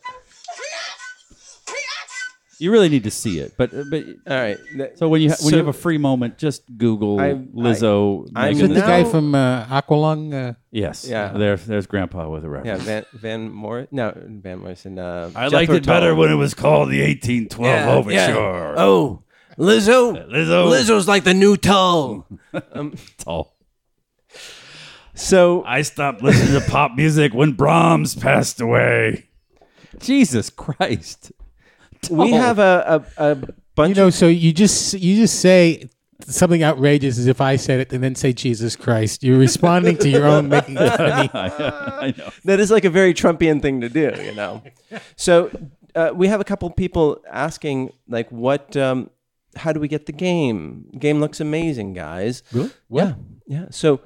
Speaker 4: You really need to see it, but uh, but.
Speaker 3: right. Th-
Speaker 4: so when you ha- when
Speaker 3: So-
Speaker 4: you have a free moment, just Google
Speaker 3: I- I-
Speaker 4: Lizzo.
Speaker 3: I'm
Speaker 2: Isn't
Speaker 4: Megan
Speaker 2: the
Speaker 3: now-
Speaker 4: the
Speaker 2: guy from uh, Aqualung? Uh,
Speaker 4: Yes.
Speaker 3: Yeah.
Speaker 4: There's there's Grandpa with a
Speaker 3: yeah,
Speaker 4: reference.
Speaker 3: Van Van Morris. No, Van Morrison. Uh,
Speaker 6: I liked it better when it was called the 1812 Overture.
Speaker 5: Oh, Lizzo.
Speaker 6: Lizzo.
Speaker 5: Lizzo's like the new Tull.
Speaker 4: Tall.
Speaker 3: So
Speaker 6: I stopped listening to pop music when Brahms passed away.
Speaker 4: Jesus Christ.
Speaker 3: we have a a, a bunch.
Speaker 2: you know, so you just you just say something outrageous as if I said it, and then say Jesus Christ. You're responding to your own making fun of me.
Speaker 4: I know.
Speaker 3: that is like a very Trumpian thing to do, you know. so uh, we have a couple people asking, like, what? Um, how do we get the game? Game looks amazing, guys. Really? Yeah, yeah. So,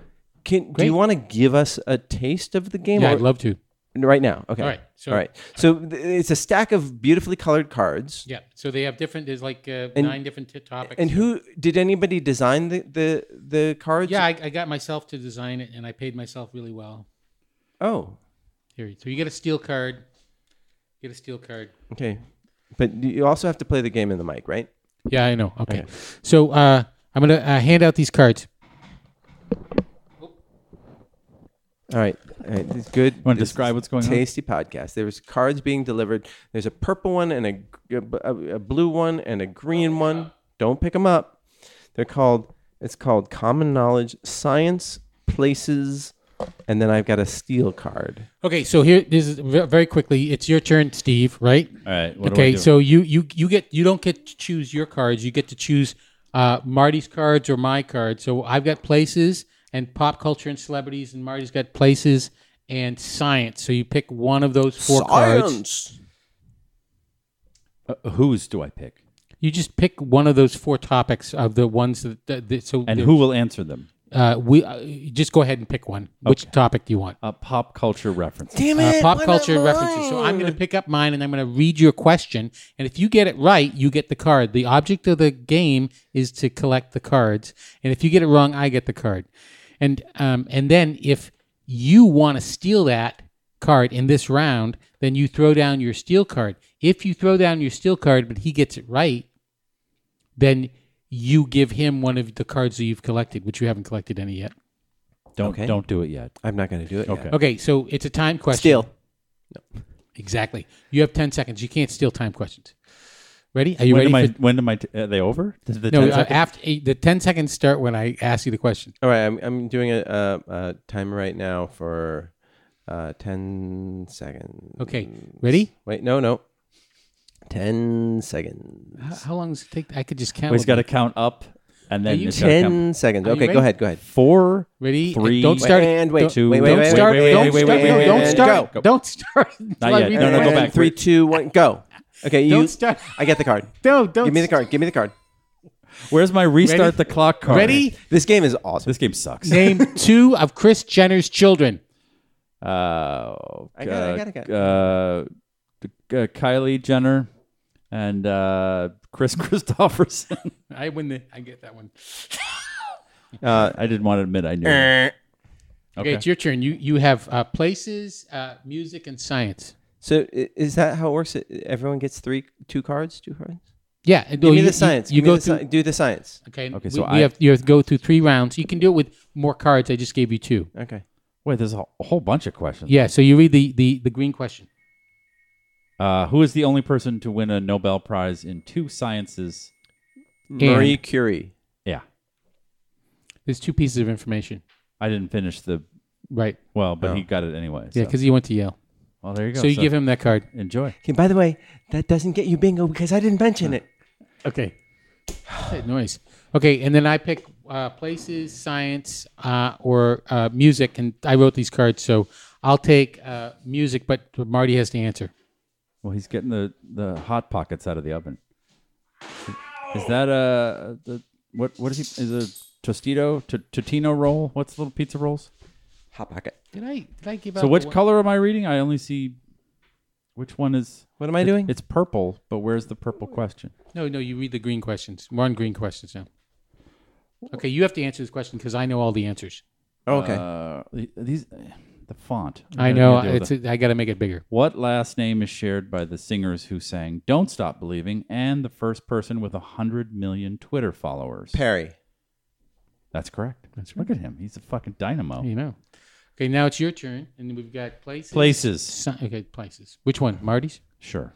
Speaker 3: can do you want to give us a taste of the game?
Speaker 2: Yeah,
Speaker 3: or-
Speaker 2: I'd love to.
Speaker 3: right now. Okay.
Speaker 2: All right, so-
Speaker 3: All right. So th- it's a stack of beautifully colored cards.
Speaker 2: Yeah. So they have different. There's like uh, nine different t- topics.
Speaker 3: And who did anybody design the the, the cards?
Speaker 2: Yeah, I, I got myself to design it, and I paid myself really well.
Speaker 3: oh.
Speaker 2: Here, so you get a steel card, Get a steel card.
Speaker 3: Okay. But you also have to play the game in the mic, right?
Speaker 2: Yeah, I know. Okay. So uh, I'm going to uh, hand out these cards.
Speaker 3: All right. All right. It's good.
Speaker 4: Want to
Speaker 3: This
Speaker 4: describe
Speaker 3: is
Speaker 4: what's going on?
Speaker 3: tasty podcast. There was cards being delivered. There's a purple one and a, a, a blue one and a green one. Don't pick them up. They're called. It's called common knowledge, science, places, and then I've got a steel card.
Speaker 2: Okay, so here this is ve- very quickly. It's your turn, Steve. Right?
Speaker 4: All right. What
Speaker 2: okay,
Speaker 4: do I do?
Speaker 2: so you you you get you don't get to choose your cards. You get to choose uh, Marty's cards or my cards. So I've got places and pop culture and celebrities, and Marty's got places and science. So you pick one of those four cards.
Speaker 4: Uh, whose do I pick?
Speaker 2: You just pick one of those four topics of the ones that, that, that so
Speaker 4: And
Speaker 2: there-
Speaker 4: who will answer them?
Speaker 2: uh, we uh, just go ahead and pick one. Which topic do you want?
Speaker 4: A pop culture reference.
Speaker 5: Damn
Speaker 2: uh,
Speaker 5: it.
Speaker 2: pop
Speaker 5: why not
Speaker 2: culture references. So I'm
Speaker 5: mine?
Speaker 2: going to pick up mine and I'm going to read your question. And if you get it right, you get the card. The object of the game is to collect the cards. And if you get it wrong, I get the card. And um, and then if you want to steal that card in this round, then you throw down your steal card. If you throw down your steal card, but he gets it right, then you give him one of the cards that you've collected, which you haven't collected any yet.
Speaker 4: Don't
Speaker 3: Okay.
Speaker 4: don't do it yet.
Speaker 3: I'm not going to do it. Okay.
Speaker 2: Okay, so it's a time question.
Speaker 3: Steel.
Speaker 2: Exactly. You have 10 seconds. You can't steal time questions. Ready? Are you
Speaker 4: when am I?
Speaker 2: ready? for-
Speaker 4: when am I? T- are they over? The, the
Speaker 2: no,
Speaker 4: 10
Speaker 2: uh,
Speaker 4: seconds?
Speaker 2: after eh, the 10 seconds start when I ask you the question.
Speaker 3: All right. I'm I'm doing a, a, a timer right now for uh, ten seconds.
Speaker 2: Okay, ready?
Speaker 3: Wait. No. No. Ten seconds.
Speaker 2: How, how long does it take? I could just count.
Speaker 4: Well, he's
Speaker 2: with you.
Speaker 4: got to count up, and then
Speaker 2: you
Speaker 4: it's gotta count
Speaker 3: Ten seconds.
Speaker 2: Are you
Speaker 3: Okay.
Speaker 2: ready?
Speaker 3: Go ahead. Go ahead.
Speaker 4: four.
Speaker 2: ready? Eh,
Speaker 4: three,
Speaker 2: Don't start.
Speaker 3: and wait,
Speaker 2: don't-
Speaker 3: two, wait, wait,
Speaker 2: Don't
Speaker 3: wait,
Speaker 2: start.
Speaker 3: wait, wait,
Speaker 2: Don't
Speaker 3: wait,
Speaker 2: start.
Speaker 3: wait,
Speaker 2: no,
Speaker 3: wait,
Speaker 2: Don't
Speaker 3: wait,
Speaker 2: start.
Speaker 3: go.
Speaker 2: Don't start. until I
Speaker 4: yet.
Speaker 2: read
Speaker 4: No,
Speaker 2: the
Speaker 4: no, go
Speaker 2: question.
Speaker 4: back.
Speaker 3: Three, two, one, go. Okay, you.
Speaker 2: Don't start.
Speaker 3: I get the card.
Speaker 2: No, don't.
Speaker 3: Give me the card. Give me the card.
Speaker 4: Where's my restart
Speaker 2: Ready?
Speaker 4: the clock card?
Speaker 2: Ready?
Speaker 3: This game is awesome.
Speaker 4: This game sucks.
Speaker 2: Name two of Chris Jenner's children.
Speaker 4: Uh, I
Speaker 3: got it, I got it, I got it.
Speaker 4: Uh, K- uh, Kylie Jenner and uh, Chris Christopherson.
Speaker 2: I win the. I get that one. Uh,
Speaker 4: I didn't want to admit I knew. that.
Speaker 2: Okay, it's your turn. You you have uh, places, uh, music, and science.
Speaker 3: So i- is that how it works? I- Everyone gets three, two cards, two cards.
Speaker 2: Yeah,
Speaker 3: Give me the science.
Speaker 2: You,
Speaker 3: Give me
Speaker 2: go
Speaker 3: the
Speaker 2: through.
Speaker 3: sci- do the science.
Speaker 2: Okay.
Speaker 4: Okay,
Speaker 2: We,
Speaker 4: so
Speaker 2: we
Speaker 4: I-
Speaker 2: have you have to go through three rounds. You can do it with more cards. I just gave you two.
Speaker 3: Okay.
Speaker 4: Wait, there's a whole- a whole bunch of questions.
Speaker 2: Yeah. So you read the the, the green question.
Speaker 4: Uh, who is the only person to win a Nobel Prize in two sciences?
Speaker 2: Mm-hmm.
Speaker 3: Marie Curie.
Speaker 4: Yeah,
Speaker 2: There's two pieces of information.
Speaker 4: I didn't finish the
Speaker 2: Right.
Speaker 4: well, but he got it anyway.
Speaker 2: Oh. Yeah,
Speaker 4: so-
Speaker 2: because he went to Yale.
Speaker 4: well, there you go.
Speaker 2: So you give him that card.
Speaker 4: enjoy.
Speaker 3: Okay. By the way, that doesn't get you bingo because I didn't mention it.
Speaker 2: Okay. that noise. Okay, and then I pick uh, places, science, uh, or uh, music, and I wrote these cards. So I'll take uh, music, but Marty has to answer.
Speaker 4: Well, he's getting the, the hot pockets out of the oven. Is that a the what? What is he? Is it a Tostito to Totino roll? What's the little pizza rolls?
Speaker 3: Hot pocket.
Speaker 2: Did I did I give up?
Speaker 4: So which
Speaker 2: one?
Speaker 4: color am I reading? I only see which one is.
Speaker 3: What am I doing?
Speaker 4: It's purple, but where's the purple question?
Speaker 2: No, no. You read the green questions. We're on green questions now. Okay, you have to answer this question because I know all the answers.
Speaker 3: oh, okay.
Speaker 4: Uh, the- these the font.
Speaker 2: I
Speaker 4: gotta-
Speaker 2: know.
Speaker 4: gotta deal with
Speaker 2: It's
Speaker 4: it.
Speaker 2: I got to make it bigger.
Speaker 4: What last name is shared by the singers who sang "Don't Stop Believing" and the first person with a hundred million Twitter followers?
Speaker 3: Perry.
Speaker 4: That's correct. That's Look at him. He's a fucking dynamo.
Speaker 2: You know. Okay, now it's your turn, and we've got places.
Speaker 4: Places.
Speaker 2: Si- okay, places. Which one, Marty's?
Speaker 4: Sure.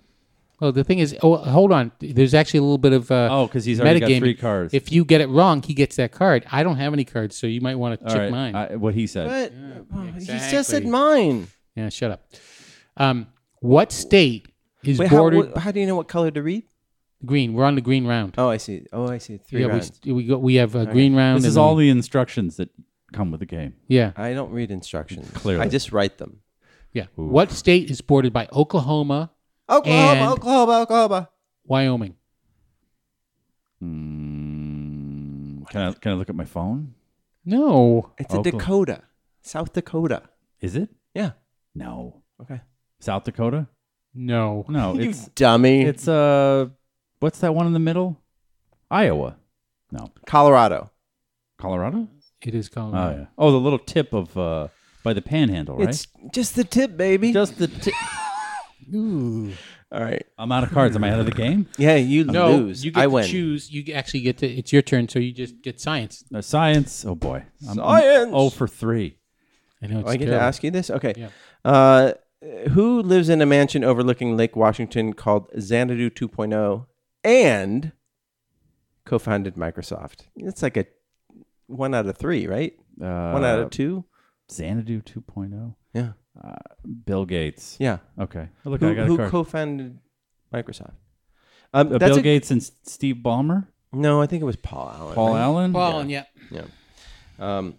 Speaker 2: Well, the thing is, oh, hold on. There's actually a little bit of uh,
Speaker 4: Oh, 'cause he's already got
Speaker 2: metagaming.
Speaker 4: three cards.
Speaker 2: If you get it wrong, he gets that card. I don't have any cards, so you might want to
Speaker 4: All
Speaker 2: check
Speaker 4: right,
Speaker 2: mine.
Speaker 4: I- what he said.
Speaker 3: But oh, he just said
Speaker 2: exactly.
Speaker 3: mine.
Speaker 2: yeah, shut up. Um, what state is
Speaker 3: Wait, how,
Speaker 2: bordered
Speaker 3: wh- how do you know what color to read?
Speaker 2: green? We're on the green round.
Speaker 3: Oh, I see. Oh, I see. Three
Speaker 2: yeah,
Speaker 3: rounds.
Speaker 2: we we, go, we have a green round.
Speaker 4: this is
Speaker 2: and
Speaker 4: all
Speaker 2: then-
Speaker 4: the instructions that come with the game.
Speaker 2: yeah,
Speaker 3: I don't read instructions.
Speaker 4: Clearly.
Speaker 3: I just write them.
Speaker 2: yeah. What state is bordered by Oklahoma,
Speaker 3: Oklahoma,
Speaker 2: And-
Speaker 3: Oklahoma, Oklahoma.
Speaker 2: Wyoming?
Speaker 4: Mm, can I can I look at my phone?
Speaker 2: No.
Speaker 3: It's a
Speaker 4: Oklahoma.
Speaker 3: Dakota, South Dakota.
Speaker 4: Is it?
Speaker 3: Yeah.
Speaker 4: No.
Speaker 3: Okay.
Speaker 4: South Dakota?
Speaker 2: No.
Speaker 4: No. It's
Speaker 3: Dummy.
Speaker 4: it's uh what's that one in the middle? Iowa. No.
Speaker 3: Colorado.
Speaker 4: Colorado?
Speaker 2: It is
Speaker 4: Oh
Speaker 3: Mm.
Speaker 2: Colorado.
Speaker 4: yeah. Oh, the little tip of uh by the panhandle, right?
Speaker 3: It's just the tip, baby.
Speaker 4: just the tip.
Speaker 3: All right.
Speaker 4: I'm out of cards. Am I out of the game?
Speaker 3: Yeah, you
Speaker 2: No,
Speaker 3: lose.
Speaker 2: you get
Speaker 3: I
Speaker 2: to
Speaker 3: win.
Speaker 2: choose. You actually get to. It's your turn, so you just get science.
Speaker 4: Uh, science. Oh boy. I'm,
Speaker 3: Science!
Speaker 4: Oh for three.
Speaker 2: I know. It's
Speaker 3: Oh, I get to
Speaker 2: terrible.
Speaker 3: ask you this? Okay. Uh, who lives in a mansion overlooking Lake Washington called Xanadu 2.0 and co founded Microsoft? That's like a one out of three, right?
Speaker 4: Uh,
Speaker 3: one out of two?
Speaker 4: Xanadu 2.0.
Speaker 3: Yeah.
Speaker 4: Bill Gates.
Speaker 3: Yeah.
Speaker 4: Okay. Oh, look, I
Speaker 3: Who,
Speaker 4: got a card.
Speaker 3: co founded Microsoft? Um,
Speaker 4: Uh,
Speaker 3: that's
Speaker 4: Bill
Speaker 3: a-
Speaker 4: Gates and S- Steve Ballmer.
Speaker 3: No, I think it was Paul Allen.
Speaker 4: Paul Allen.
Speaker 2: Well, and yeah,
Speaker 3: right? Um,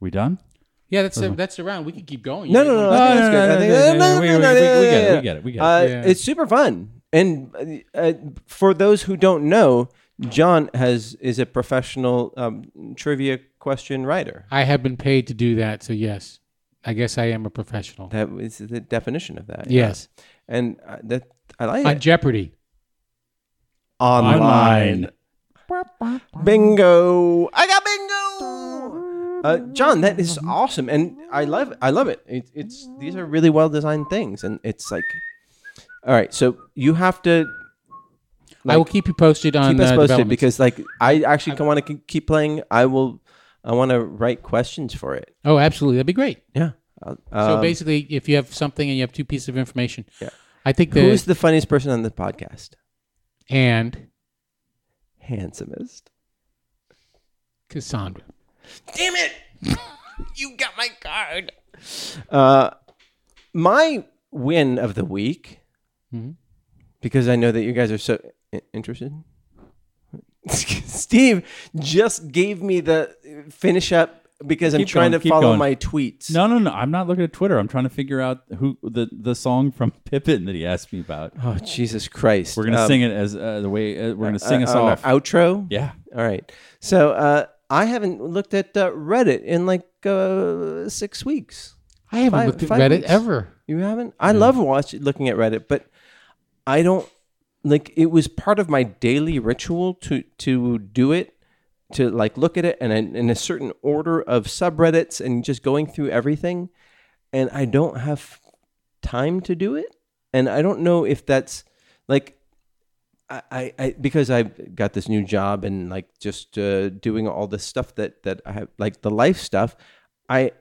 Speaker 4: We done?
Speaker 2: yeah. That's a, that's around. We could keep going.
Speaker 3: No, no, no. I think
Speaker 4: no,
Speaker 3: that's good.
Speaker 4: no,
Speaker 3: I think-
Speaker 4: no, no,
Speaker 3: Oh, no,
Speaker 4: we-
Speaker 3: no,
Speaker 4: we-
Speaker 3: no,
Speaker 4: we-
Speaker 3: no,
Speaker 4: we
Speaker 3: no,
Speaker 4: get it,
Speaker 3: no.
Speaker 4: we get it, we get it.
Speaker 3: Uh,
Speaker 2: Yeah.
Speaker 3: It's super fun. And uh, uh, for those who don't know, John has is a professional um, trivia question writer.
Speaker 2: I have been paid to do that, so yes, I guess I am a professional.
Speaker 3: That is the definition of that. yeah.
Speaker 2: yes,
Speaker 3: And uh, that I like
Speaker 2: on
Speaker 3: it.
Speaker 2: Jeopardy.
Speaker 4: Online.
Speaker 3: Bingo! I got bingo. Uh, John, that is awesome, and I love I love it. it. It's these are really well designed things, and it's like, all right. So you have to
Speaker 2: I
Speaker 3: Like,
Speaker 2: will keep you posted on
Speaker 3: keep us
Speaker 2: uh,
Speaker 3: posted
Speaker 2: developments.
Speaker 3: because like I actually want to keep playing. I will. I want to write questions for it.
Speaker 2: oh, absolutely, that'd be great.
Speaker 3: Yeah. Uh,
Speaker 2: So
Speaker 3: um,
Speaker 2: basically, if you have something and you have two pieces of information,
Speaker 3: Yeah.
Speaker 2: I think the,
Speaker 3: who's the funniest person on the podcast?
Speaker 2: and
Speaker 3: Handsomest.
Speaker 2: Cassandra.
Speaker 5: Damn it! You got my card.
Speaker 3: Uh, my win of the week,
Speaker 4: Mm-hmm.
Speaker 2: Mhm.
Speaker 3: because I know that you guys are so i- interested. Steve just gave me the finish up because I'm
Speaker 4: Keep
Speaker 3: trying
Speaker 4: going,
Speaker 3: to
Speaker 4: keep
Speaker 3: follow
Speaker 4: going.
Speaker 3: my tweets.
Speaker 4: No, no, no. I'm not looking at Twitter. I'm trying to figure out who the the song from Pippin that he asked me about.
Speaker 3: Oh Jesus Christ!
Speaker 4: We're gonna
Speaker 3: Um,
Speaker 4: sing it as uh, the way uh, we're gonna sing
Speaker 3: uh,
Speaker 4: us
Speaker 3: on our
Speaker 4: off.
Speaker 3: outro.
Speaker 4: yeah.
Speaker 3: All right. So uh, I haven't looked at uh, Reddit in like uh, six weeks.
Speaker 2: I haven't
Speaker 3: Five-
Speaker 2: looked at
Speaker 3: five
Speaker 2: Reddit
Speaker 3: weeks.
Speaker 2: ever.
Speaker 3: You haven't? I love watch looking at Reddit, but I don't like. It was part of my daily ritual to to do it, to like look at it, and in, in a certain order of subreddits, and just going through everything. And I don't have time to do it, and I don't know if that's like I, I, I because I've got this new job and like just uh, doing all this stuff that that I have like the life stuff, I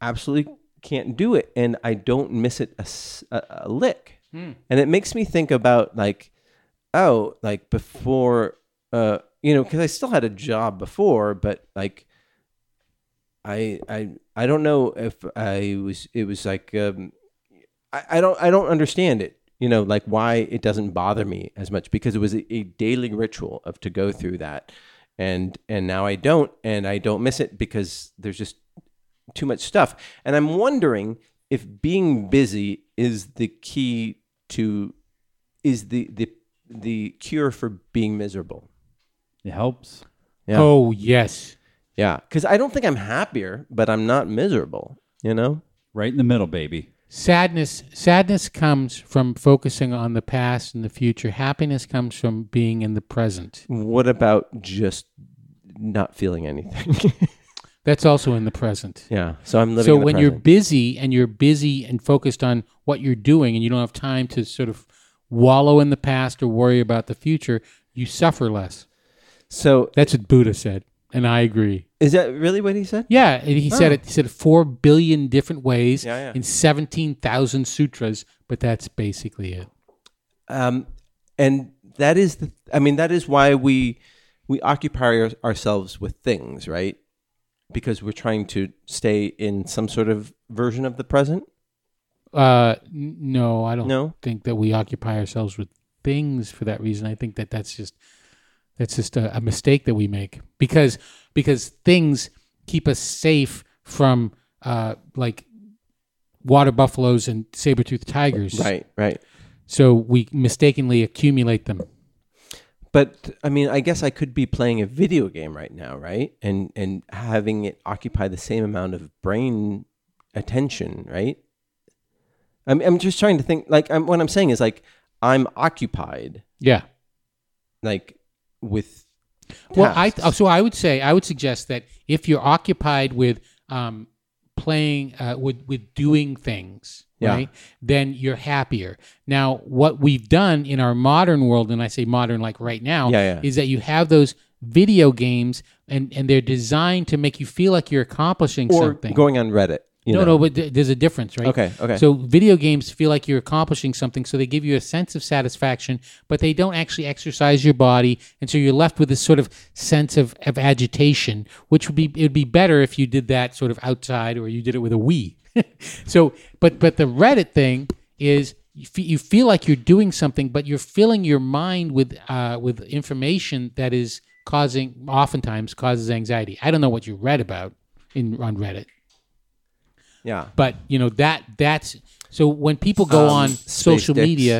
Speaker 3: absolutely can't do it, and I don't miss it a, s- a- a lick, and it makes me think about like, oh, like before, uh, you know, because I still had a job before, but like. I, I I don't know if I was it was like um, I, I don't I don't understand it. You know, like why it doesn't bother me as much because it was a, a daily ritual of to go through that, and and now I don't and I don't miss it because there's just too much stuff. And I'm wondering if being busy is the key to is the the the cure for being miserable.
Speaker 4: It helps.
Speaker 3: Yeah.
Speaker 2: Oh yes,
Speaker 3: Yeah, because I don't think I'm happier, but I'm not miserable. You know.
Speaker 4: Right in the middle, baby.
Speaker 2: sadness. Sadness comes from focusing on the past and the future. Happiness comes from being in the present.
Speaker 3: What about just not feeling anything?
Speaker 2: That's also in the present.
Speaker 3: yeah. So I'm living.
Speaker 2: so
Speaker 3: in the
Speaker 2: when you're
Speaker 3: present.
Speaker 2: busy and you're busy and focused on what you're doing and you don't have time to sort of wallow in the past or worry about the future, you suffer less.
Speaker 3: So
Speaker 2: That's what Buddha said, and I agree.
Speaker 3: is that really what he said?
Speaker 2: Yeah, and he said it. He said it four billion different ways
Speaker 3: Yeah, yeah.
Speaker 2: in seventeen thousand sutras, but that's basically it.
Speaker 3: Um, and that is the. I mean, that is why we we occupy our, ourselves with things, right? Because we're trying to stay in some sort of version of the present.
Speaker 2: Uh, n- no, I don't
Speaker 3: No?
Speaker 2: think that we occupy ourselves with things for that reason. I think that that's just that's just a, a mistake that we make because because things keep us safe from uh like water buffaloes and saber-toothed tigers.
Speaker 3: Right. Right.
Speaker 2: So we mistakenly accumulate them.
Speaker 3: But I mean, I guess I could be playing a video game right now, right? And and having it occupy the same amount of brain attention, right? I'm I'm just trying to think. Like, I'm, what I'm saying is like I'm occupied,
Speaker 2: Yeah.
Speaker 3: like with.
Speaker 2: Well, I
Speaker 3: tasks.
Speaker 2: so I would say I would suggest that if you're occupied with um, playing uh, with with doing things
Speaker 3: Yeah.
Speaker 2: right then you're happier now what we've done in our modern world and i say modern like right now
Speaker 3: Yeah, yeah.
Speaker 2: is that you have those video games and and they're designed to make you feel like you're accomplishing
Speaker 3: or
Speaker 2: something
Speaker 3: going on Reddit. You
Speaker 2: no,
Speaker 3: know.
Speaker 2: no, but th- there's a difference, right?
Speaker 3: Okay, okay.
Speaker 2: So video games feel like you're accomplishing something, so they give you a sense of satisfaction, but they don't actually exercise your body, and so you're left with this sort of sense of, of agitation, which would be it'd be better if you did that sort of outside or you did it with a Wii. so, but but the Reddit thing is you fe- you feel like you're doing something, but you're filling your mind with uh, with information that is causing oftentimes causes anxiety. I don't know what you read about in on Reddit
Speaker 3: Yeah.
Speaker 2: but you know that that's so when people go on social
Speaker 3: dicks.
Speaker 2: media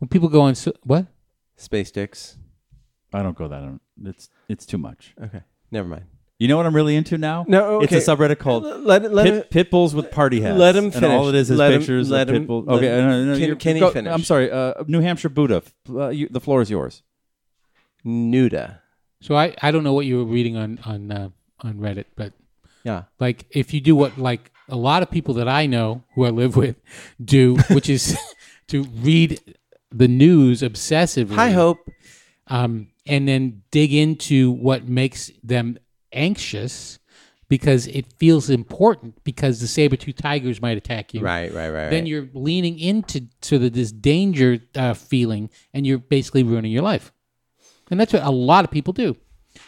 Speaker 2: when people go on so, what
Speaker 3: Space dicks.
Speaker 4: I don't go that. On. It's it's too much.
Speaker 3: Okay. Never mind.
Speaker 4: You know what I'm really into now?
Speaker 3: No,
Speaker 4: it's a
Speaker 3: okay.
Speaker 4: subreddit called
Speaker 3: L- let- let
Speaker 4: pit,
Speaker 3: him-
Speaker 4: Pit Bulls with Party Hats.
Speaker 3: let him
Speaker 4: And all
Speaker 3: finish.
Speaker 4: it is is
Speaker 3: Let him-
Speaker 4: pictures
Speaker 3: let
Speaker 4: of
Speaker 3: him-
Speaker 4: Pit Bulls.
Speaker 3: let
Speaker 4: Okay,
Speaker 3: him-
Speaker 4: no, no, no,
Speaker 3: Can-
Speaker 4: you're-
Speaker 3: can he
Speaker 4: go-
Speaker 3: finish?
Speaker 4: I'm sorry, uh, New Hampshire Buddha. f- Uh, you, the floor is yours.
Speaker 3: Nuda.
Speaker 2: so i i don't know what you were reading on on uh, on reddit but
Speaker 3: Yeah.
Speaker 2: like if you do what like a lot of people that i know who i live with do which is to read the news obsessively
Speaker 3: Hi Hope.
Speaker 2: um, and then dig into what makes them anxious because it feels important because the saber-tooth tigers might attack you
Speaker 3: Right, right, right.
Speaker 2: then
Speaker 3: right.
Speaker 2: you're leaning into to the, this danger uh, feeling, and you're basically ruining your life. And that's what a lot of people do.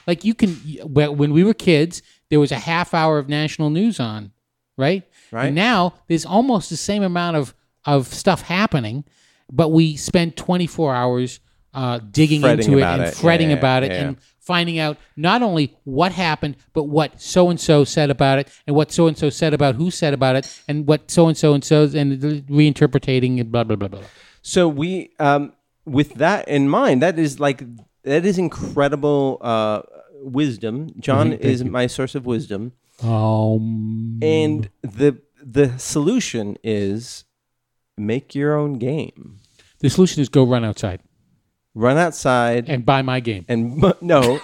Speaker 2: Like you can, well, when we were kids, there was a half hour of national news on, right?
Speaker 3: Right.
Speaker 2: And now there's almost the same amount of of stuff happening, but we spend 24 hours uh, digging
Speaker 3: Fretting
Speaker 2: into it
Speaker 3: about
Speaker 2: and
Speaker 3: it. Yeah,
Speaker 2: fretting
Speaker 3: yeah, yeah,
Speaker 2: about it
Speaker 3: yeah,
Speaker 2: and finding out not only what happened, but what so and so said about it, and what so and so said about who said about it, and what so and so and so's and reinterpreting and blah blah blah blah. blah.
Speaker 3: So we, um, with that in mind, that is like that is incredible uh, wisdom.
Speaker 2: Mhm,
Speaker 3: John is my source of wisdom,
Speaker 2: Um,
Speaker 3: and the the solution is make your own game.
Speaker 2: the solution is go run outside
Speaker 3: Run outside
Speaker 2: and buy my game.
Speaker 3: and bu- no,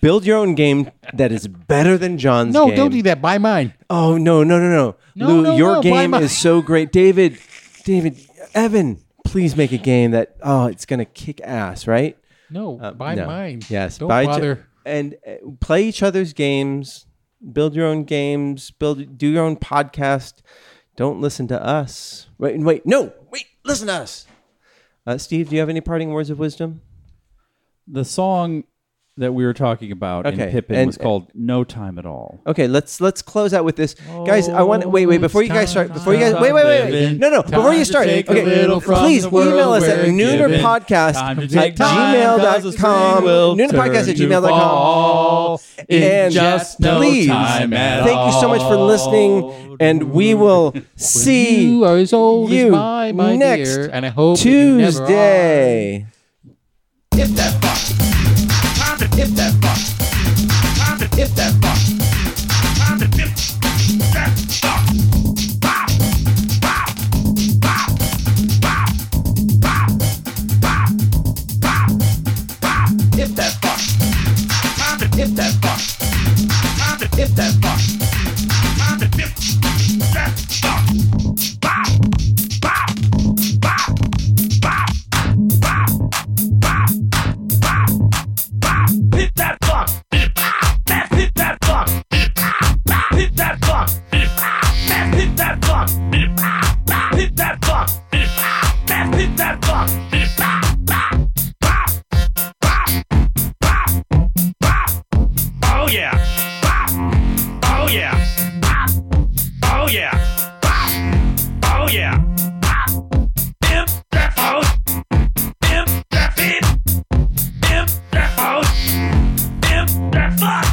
Speaker 3: build your own game that is better than John's.
Speaker 2: No,
Speaker 3: game.
Speaker 2: don't do that. Buy mine.
Speaker 3: Oh no no no no!
Speaker 2: No,
Speaker 3: Lou,
Speaker 2: no,
Speaker 3: your
Speaker 2: no, why
Speaker 3: game
Speaker 2: am I-
Speaker 3: is so great, David. David, Evan, please make a game that oh, it's gonna kick ass, right?
Speaker 2: No,
Speaker 3: Uh,
Speaker 2: buy
Speaker 3: no.
Speaker 2: mine.
Speaker 3: Yes,
Speaker 2: don't
Speaker 3: buy each-
Speaker 2: bother.
Speaker 3: and uh, play each other's games. Build your own games. Build do your own podcast. Don't listen to us. Wait and wait. No, wait. Listen to us. Uh, Steve, do you have any parting words of wisdom?
Speaker 4: The song that we were talking about
Speaker 3: Okay,
Speaker 4: in Pippin
Speaker 3: and-
Speaker 4: was called "No Time at All."
Speaker 3: Okay, let's let's close out with this, guys. I want wait
Speaker 4: Oh,
Speaker 3: wait
Speaker 2: it's
Speaker 3: before you guys
Speaker 2: time
Speaker 3: start before you
Speaker 2: to
Speaker 3: guys wait wait wait, wait
Speaker 4: living.
Speaker 3: no no before
Speaker 4: Time
Speaker 3: you
Speaker 4: to
Speaker 3: start
Speaker 4: take a
Speaker 3: okay
Speaker 4: little from
Speaker 3: please
Speaker 4: the world
Speaker 3: email us at
Speaker 4: we're given.
Speaker 3: noonerpodcast
Speaker 4: Time to
Speaker 3: at
Speaker 4: take time, 'cause the
Speaker 3: gmail.com
Speaker 4: spring will
Speaker 3: noonerpodcast
Speaker 4: turn
Speaker 3: at
Speaker 4: to
Speaker 3: gmail.com
Speaker 4: fall in
Speaker 3: and
Speaker 4: just no
Speaker 3: please
Speaker 4: time at
Speaker 3: thank you so much for listening and we will see
Speaker 2: you are as old
Speaker 3: you
Speaker 2: as my, my
Speaker 3: next
Speaker 2: dear, and I hope that you never are.
Speaker 3: Tuesday.
Speaker 1: Hit that button. Time to hit that button. Time to hit that button. Time to hit that button. Bow, bow, bow, bow, bow, bow, bow, bow. Hit that button. Time to hit that button. Time to hit that button. Time to hit that button. Bow, bow, bow, bow, bow, bow hit that fuck. Let's hit that fuck. Let's hit that fuck. Let's hit that fuck. Let's hit that fuck. Let's hit that fuck. Oh yeah. Oh yeah. Oh yeah. Oh yeah. Imp that house. Imp that bitch. Imp that house. Imp that fuck.